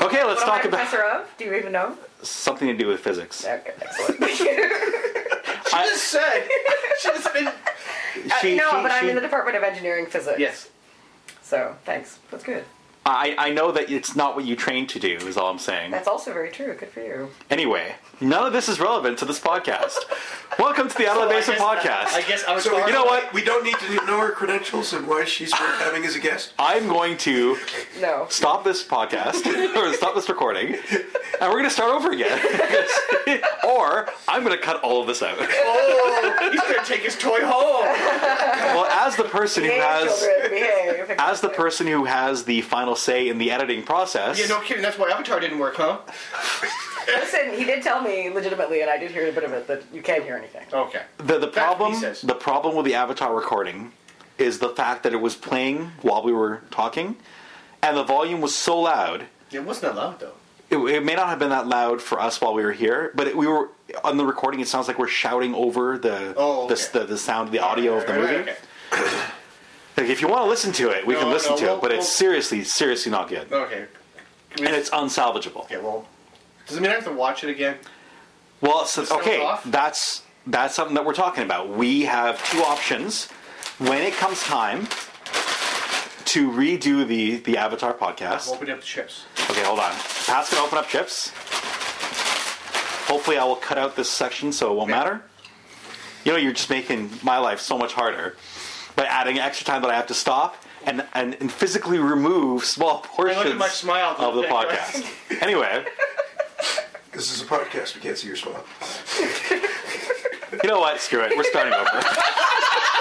A: Okay, let's
F: What am I
A: talk about
F: professor Uh, of? Do you even know?
A: something to do with physics.
F: Okay, excellent.
D: She just said. She just been.
A: She-
F: no,
A: she-
F: but I'm
A: she-
F: in the Department of Engineering Physics.
D: Yes.
F: So thanks. That's good.
A: I, I know that it's not what you trained to do, is all I'm saying.
F: That's also very true. Good for you.
A: Anyway, none of this is relevant to this podcast. Welcome to the Adelaide Basin
D: I guess- I
A: Podcast.
D: guess I was.
B: So
A: You know what?
B: We don't need to know her credentials and why she's worth having as a guest.
A: I'm going to
F: No.
A: stop this podcast or stop this recording, and we're going to start over again. or I'm going to cut all of this out.
D: Oh, he's gonna take his toy home.
A: Well, as the person who
F: Behave,
A: has
F: children. Behave.
A: as the person who has the final say in the editing process,
D: Yeah, no kidding. That's why Avatar didn't work, huh?
F: Listen, he did tell me legitimately, and I did hear a bit of it that you can't hear anything.
D: Okay.
A: the the
D: what he
A: problem
D: says.
A: the problem with the Avatar recording is the fact that it was playing while we were talking, and the volume was so loud
D: It wasn't allowed though.
A: it, it may not have been that loud for us while we were here, but it, we were on the recording. It sounds like we're shouting over the
D: Oh,
A: the-
D: okay.
A: the, the, sound, the audio of the
D: Right,
A: movie.
D: right, okay.
A: Like if you want to listen to it, we
D: No,
A: can listen
D: no,
A: to
D: we'll-
A: it, but it's
D: we'll-
A: seriously, seriously not good,
D: Okay. Can we-
A: and it's unsalvageable.
D: okay. Well, does it mean I have to watch it again?
A: Well, so,
D: sound
A: okay,
D: off?
A: that's that's something that we're talking about. We have two options when it comes time to redo the the Avatar podcast.
D: I'm opening up the chips.
A: Okay, hold on. Pat's gonna open up chips. Hopefully, I will cut out this section so it won't matter. You know, you're just making my life so much harder by adding extra time that I have to stop and and, and physically remove small
D: Hey,
A: portions
D: look at my smile.
A: of the podcast. anyway,
B: This is a podcast. We can't see your smile.
A: you know what? Screw it. We're starting over.